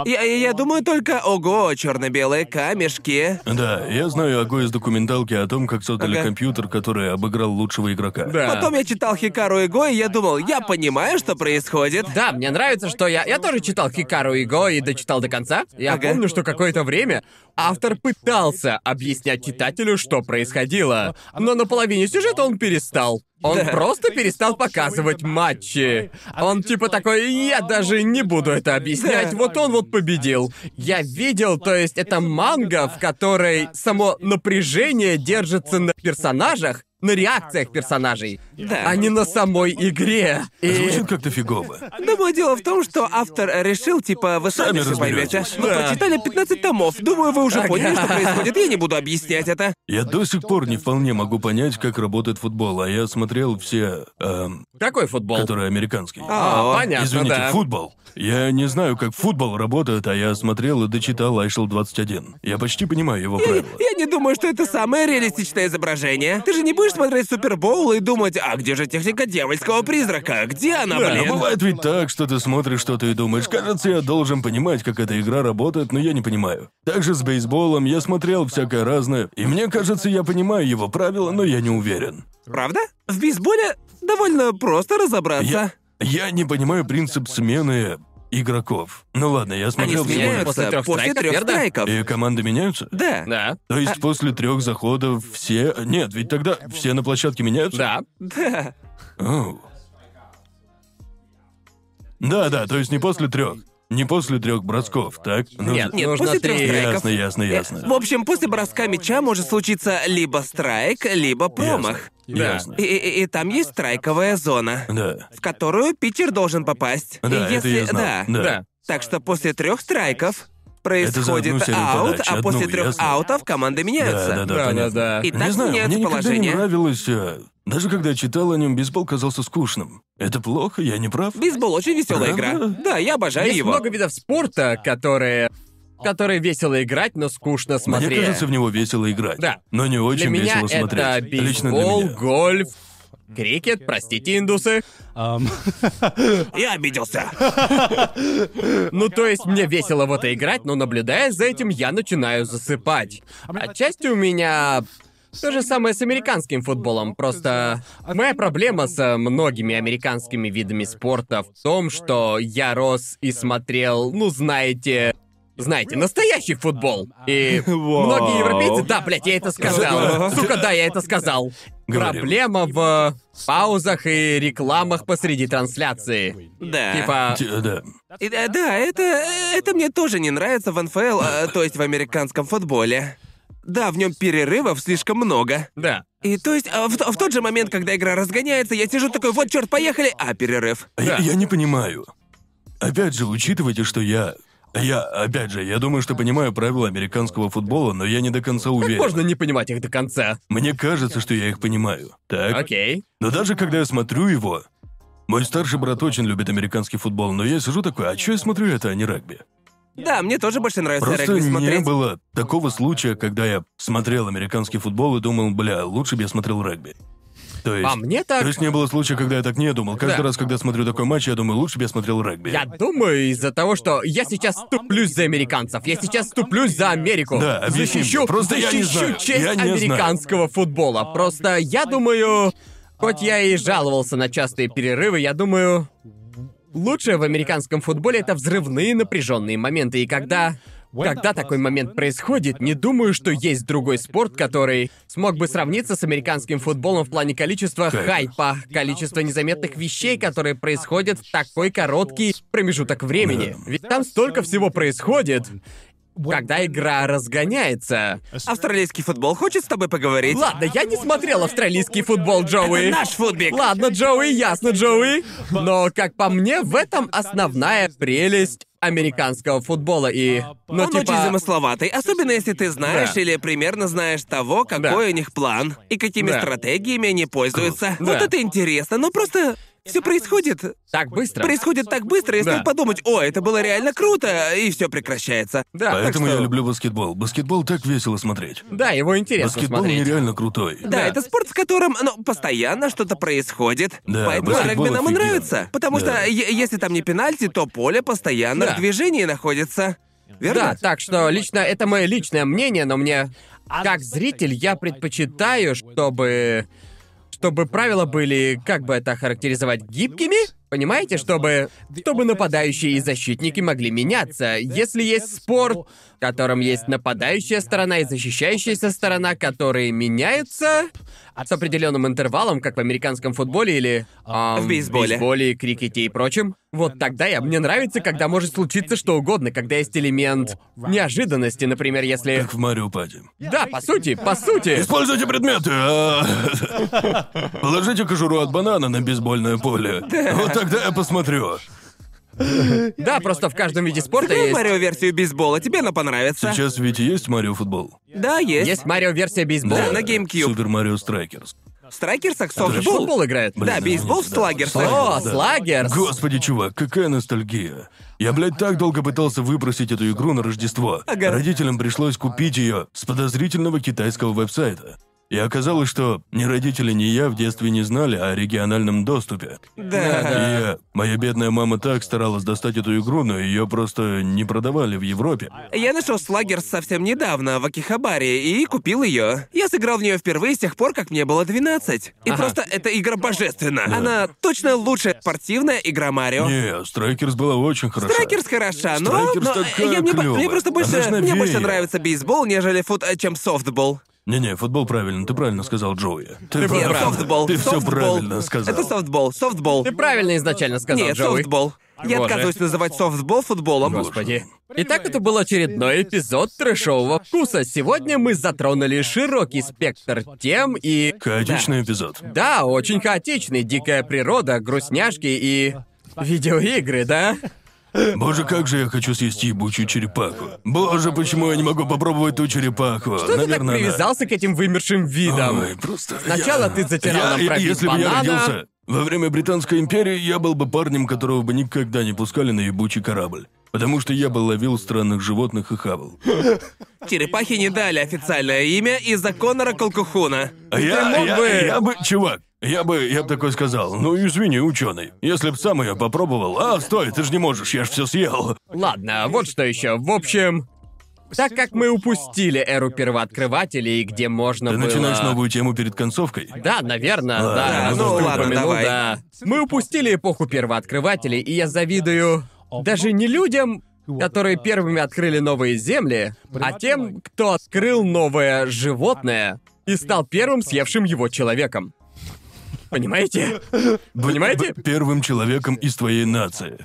Я, я- я думаю только, ого, черно-белые камешки.
Да, я знаю Аго из документалки о том, как создали
Ага.
компьютер, который обыграл лучшего игрока.
Да.
Потом я читал Хикару и Го, и я думал, я понимаю, что происходит.
Да, мне нравится, что я... Я тоже читал Хикару и Го и дочитал до конца. Я
Ага.
помню, что какое-то время автор пытался объяснять читателю, что происходило. Но на половине сюжета он перестал. Он
Да.
просто перестал показывать матчи. Он типа такой, я даже не буду это объяснять,
Да.
вот он вот победил. Я видел, то есть это манга, в которой само напряжение держится на персонажах, на реакциях персонажей,
Да.
а не на самой игре. И
Звучит как-то фигово.
Думаю, дело в том, что автор решил, типа, вы сами,
Сами
все поймете.
разберётесь.
Мы
Да.
прочитали 15 томов. Думаю, вы уже
Ага.
поняли, что происходит. Я не буду объяснять это.
Я до сих пор не вполне могу понять, как работает футбол, а я смотрел все, эм,
какой футбол?
которые американские.
А,
А,
понятно,
Извините,
да.
футбол. Я не знаю, как футбол работает, а я смотрел и дочитал Айшел 21. Я почти понимаю его
Я,
правила.
я не думаю, что это самое реалистичное изображение. Ты же не будешь смотреть Супербоул и думать, а где же техника дьявольского призрака? Где она,
Да,
блин?
А бывает ведь так, что ты смотришь что-то и думаешь, кажется, я должен понимать, как эта игра работает, но я не понимаю. Также с бейсболом я смотрел всякое разное, и мне кажется, я понимаю его правила, но я не уверен.
Правда? В бейсболе довольно просто разобраться.
Я, я не понимаю принцип смены игроков. Ну ладно, я
Они
смотрел всего
сменяют
лишь-
сменяются
после трёх
после
страйков,
трех
верно?
страйков.
И команды меняются?
Да.
Да.
То
А
есть после трех заходов все... Нет, ведь тогда все на площадке меняются?
Да.
Да.
Оу. Да, да, то есть не после трех. Не после трех бросков, так? Ну,
Нет,
Нет,
нужно
после
три.
трех страйков.
Ясно,
Э,
ясно, ясно.
В общем, после броска мяча может случиться либо страйк, либо промах.
Ясно.
И, и- и там есть страйковая зона,
Да.
в которую питчер должен попасть.
Да,
И
это
если
я знал.
да.
Да.
Да.
Так что после трех страйков
одну
происходит
серию
аут,
подач,
а
одну,
после трех
ясно.
аутов команды меняются.
Да, да, да,
Да, да,
понятно.
да.
И так
не знаю,
меняется
мне никогда не
положение.
нравилось... э, Даже когда я читал о нем, бейсбол казался скучным. Это плохо, я не прав?
Бейсбол очень веселая
Правда?
игра. Да, я обожаю
Есть
его.
много видов спорта, которые... которые весело играть, но скучно смотреть.
Мне кажется, в него весело играть.
Да.
Но не
для
очень
меня
весело смотреть.
это
Лично для
бейсбол,
меня.
гольф, крикет, простите, индусы.
Я обиделся.
Ну, то есть мне весело в это играть, но наблюдая за этим, я начинаю засыпать. Отчасти у меня то же самое с американским футболом, просто моя проблема со многими американскими видами спорта в том, что я рос и смотрел, ну, знаете, знаете, настоящий футбол. И многие европейцы... Да, блядь, я это сказал. Сука, да, я это сказал.
Говорил.
Проблема в паузах и рекламах посреди трансляции.
Э,
Да.
Типа...
Те- Да.
И, э, да, это, э, это мне тоже не нравится в НФЛ, э, то есть в американском футболе. Да, в нем перерывов слишком много.
Да.
И то есть э, в, т- в тот же момент, когда игра разгоняется, я сижу такой, вот черт, поехали, а перерыв.
Я, я не понимаю. Опять же, учитывайте, что я... Я, опять же, я думаю, что понимаю правила американского футбола, но я не до конца уверен.
Можно не понимать их до конца.
Мне кажется, что я их понимаю. Так?
Окей.
Но даже когда я смотрю его... Мой старший брат очень любит американский футбол, но я сижу такой, а чё я смотрю это, а не регби?
Да, мне тоже больше
А
нравится
Просто
регби
не
смотреть.
было такого случая, когда я смотрел американский футбол и думал, бля, лучше бы я смотрел регби. То есть...
А мне
То
так...
есть не было случая, когда я так не думал. Каждый
Да.
раз, когда смотрю такой матч, я думаю, лучше бы я смотрел регби.
Я думаю, из-за того, что я сейчас ступлюсь за американцев, я сейчас ступлюсь за Америку.
Да, объясни мне,
защищу,
просто я
защищу
не знаю,
честь
я не знаю.
американского футбола. Просто я думаю, хоть я и жаловался на частые перерывы, я думаю, лучшее в американском футболе это взрывные напряженные моменты, и когда когда такой момент происходит, не думаю, что есть другой спорт, который смог бы сравниться с американским футболом в плане количества
Конечно.
хайпа, количества незаметных вещей, которые происходят в такой короткий промежуток времени. Ведь там столько всего происходит, когда игра разгоняется.
А
Австралийский футбол хочет с тобой поговорить?
Ладно, я не смотрел австралийский футбол, Джоуи.
Это наш футбик.
Ладно, Джоуи, ясно, Джоуи. Но, как по мне, в этом основная прелесть американского футбола и... Ну,
Он
типа...
очень замысловатый, особенно если ты знаешь
Да.
или примерно знаешь того, какой у них план и какими
Да.
стратегиями они пользуются.
Да.
Вот это интересно, но просто все происходит
Так быстро.
происходит так быстро, и
Да.
стоит подумать, о, это было реально круто, и все прекращается.
Да, так
Поэтому
что-
я люблю баскетбол. Баскетбол так весело смотреть.
Да, его интересно
Баскетбол
смотреть.
нереально крутой.
Да, это спорт, в котором, ну, постоянно что-то происходит.
Да,
Поэтому
баскетбол
регби нам и
офигенно.
нравится. Потому
Да.
что е- если там не пенальти, то поле постоянно
Да.
в движении находится. Верно?
Да, так что лично это мое личное мнение, но мне как зритель я предпочитаю, чтобы чтобы правила были, как бы это охарактеризовать, гибкими, понимаете, чтобы чтобы нападающие и защитники могли меняться. Если есть спорт, в котором есть нападающая сторона и защищающаяся сторона, которые меняются с определенным интервалом, как в американском футболе или ам,
А, В бейсболе.
бейсболе, крикете и прочем, Вот тогда я, мне нравится, когда может случиться что угодно, когда есть элемент неожиданности, например, если...
Как в Марио Паде.
Да, по сути, по сути.
Используйте предметы. а. Положите кожуру от банана на бейсбольное поле. Вот тогда я посмотрю.
Да, просто в каждом виде спорта есть...
Марио версию бейсбола, тебе она понравится.
Сейчас ведь есть Марио футбол.
Да, есть.
Есть Марио-версия бейсбола.
Да, на GameCube.
Супер Марио Страйкерс.
Страйкерсах
Он же в
софтбол.
футбол играет.
Блин,
Да, бейсбол в
извините, да.
слагерсах.
О,
да.
Слагерс.
Господи, чувак, какая ностальгия. Я, блядь, так долго пытался выпросить эту игру на Рождество.
Ага.
Родителям пришлось купить ее с подозрительного китайского веб-сайта. И оказалось, что ни родители, ни я в детстве не знали о региональном доступе.
Да.
И я- моя бедная мама так старалась достать эту игру, но ее просто не продавали в Европе.
Я нашел слагерс совсем недавно в Акихабаре и купил ее. Я сыграл в нее впервые с тех пор, как мне было 12. И просто эта игра божественна. Она точно лучшая спортивная игра Марио.
Не, Страйкерс была очень хороша.
Страйкерс хороша, но,
Страйкерс
но э,
такая
я, мне, по-
клёвая.
мне просто больше,
Она ж на
мне больше
вее.
нравится бейсбол, нежели фут, э, чем софтбол.
Не-не, футбол правильно, ты правильно сказал, Джоуи. Ты,
Нет,
прав.
софтбол.
Ты все
софтбол.
правильно сказал.
Это софтбол, софтбол.
Ты правильно изначально сказал,
Нет,
Джоуи.
софтбол. Я
Боже.
отказываюсь называть софтбол футболом.
Господи. Итак, это был очередной эпизод трэшового вкуса. Сегодня мы затронули широкий спектр тем и...
Хаотичный эпизод.
Да, очень хаотичный. Дикая природа, грустняшки и... Видеоигры, да?
Боже, как же я хочу съесть ебучую черепаху. Боже, почему я не могу попробовать ту черепаху?
Что ты так
Наверное, она-
привязался к этим вымершим видам?
Ой, просто...
Сначала
я-
ты затирал
я-
нам
я-
пробить
Если бы я
банана.
родился во время Британской империи, я был бы парнем, которого бы никогда не пускали на ебучий корабль. Потому что я бы ловил странных животных и хавал.
Черепахи не дали официальное имя из-за Конора Колкухуна.
А я,
мог
я,
бы-
я бы, чувак, я бы, я бы такой сказал. Ну извини, ученый, если бы сам ее попробовал. А, стой, ты же не можешь, я ж все съел.
Ладно, вот что еще. В общем, так как мы упустили эру первооткрывателей, где можно
Ты
было...
начинаешь новую тему перед концовкой.
Да, наверное,
Ладно,
да.
ну
просто
ладно,
упомянул,
давай.
да. Мы упустили эпоху первооткрывателей, и я завидую даже не людям, которые первыми открыли новые земли, а тем, кто открыл новое животное и стал первым съевшим его человеком. Понимаете? Понимаете?
П- Первым человеком из твоей нации.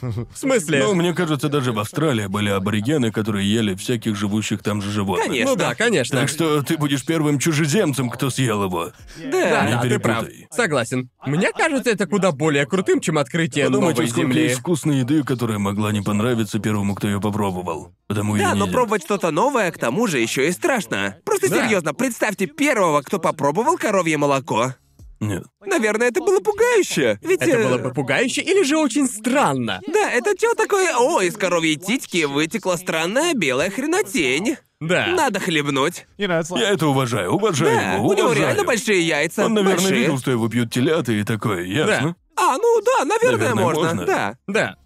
В смысле?
Ну, мне кажется, даже в Австралии были аборигены, которые ели всяких живущих там же животных.
Конечно.
Ну да, конечно.
Так что ты будешь первым чужеземцем, кто съел его.
Да,
Не
да, ты прав.
перепутай.
Согласен. Мне кажется, это куда более крутым, чем открытие
Подумайте,
новой
сколько
земли.
есть вкусной еды, которая могла не понравиться первому, кто ее попробовал. Потому и
Да,
не
но
едят.
пробовать что-то новое, к тому же, еще и страшно. Просто
Да.
серьезно, представьте первого, кто попробовал коровье молоко.
Нет.
Наверное, это было пугающе. Ведь
Это
э,
было бы пугающе или же очень странно?
Да, это чё такое? О, из коровьей титьки вытекла странная белая хренотень.
Да.
Надо хлебнуть.
Я это уважаю, уважаю
Да,
его,
у него
уважаю.
реально большие яйца.
Он, наверное,
большие.
видел, что его пьют телята и такое, ясно?
А, ну да, наверное,
Наверное,
можно.
можно.
Да.
Да.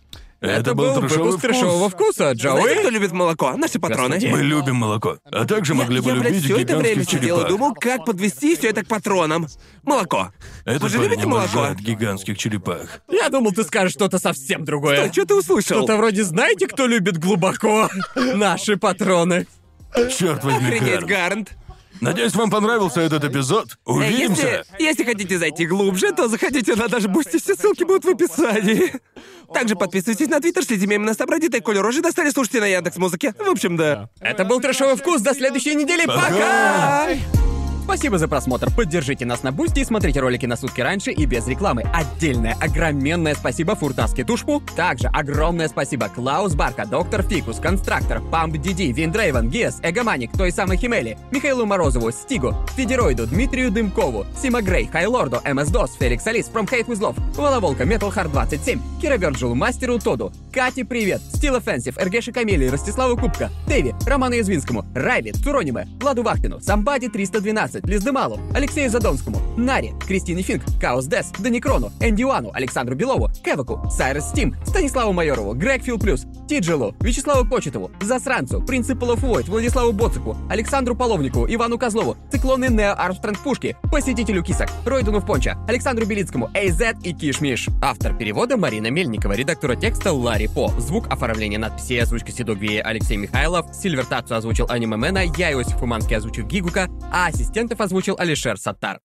Это, был трешовый
выпуск трешового вкуса,
Знаете, кто
Джоуи.
любит молоко? Наши патроны.
Господи.
Мы любим молоко. А также могли бы
я, блядь,
любить
все это время
гигантских
сидел и
черепах.
думал, как подвести все это к патронам. Молоко.
Этот
Вы же
парень
любите молоко?
обожает гигантских черепах.
Я думал, ты скажешь что-то совсем
Да,
другое.
что ты услышал?
Что-то вроде «Знаете, кто любит глубоко?» Наши патроны.
Черт возьми,
Охренеть,
Карл.
Гарнт.
Надеюсь, вам понравился этот эпизод.
Э,
Увидимся.
Если, если хотите зайти глубже, то заходите на даже Бусти, все ссылки будут в описании. Также подписывайтесь на Твиттер, следите мемы на Сабреддит, и Колю Рожи достали, слушайте на Яндекс.Музыке. В общем, да.
Это был трешовый вкус. До следующей недели. Пока! Спасибо за просмотр. Поддержите нас на Бусти и смотрите ролики на сутки раньше и без рекламы. Отдельное огроменное спасибо Фуртаске Тушпу. Также огромное спасибо Клаус Барка, Доктор Фикус, Констрактор, Памп Диди, Виндрейвен, Гес, Эгоманик, той самой Химели, Михаилу Морозову, Стигу, Федероиду, Дмитрию Дымкову, Сима Грей, Хайлорду, МС Дос, Феликс Алис, From Hate With Love, Воловолка, Metal Hard 27, Кира Верджилу, Мастеру Тоду, Кате Привет, Стил Offensive, Эргеше Камели, Ростиславу Кубка, Теви, Роману Язвинскому, Райли, Турониме, Владу Вахтину, Самбади 312, Лиздемалу, Алексею Задонскому, Наре, Кристине Финк, Каос Дес, Даникрону, Энди Уану, Александру Белову, Кеваку, Сайрес Стим, Станиславу Майорову, Грег Фил Плюс, Тиджилу, Вячеславу Почетову, Засранцу, Принципалу Фуойт, Владиславу Боцику, Александру Половнику, Ивану Козлову, Циклоны Нео Армстронг Пушки, Посетителю Кисок, Ройдуну в Понча, Александру Белицкому, AZ и Кишмиш. Автор перевода Марина Мельникова, редактора текста Ларри По. Звук, оформление надписей, озвучка Седугвея Алексей Михайлов, Сильвертацию озвучил Аниме Мэна, я Иосиф Фуманский озвучил Гигука, а ассистентов озвучил Алишер Саттар.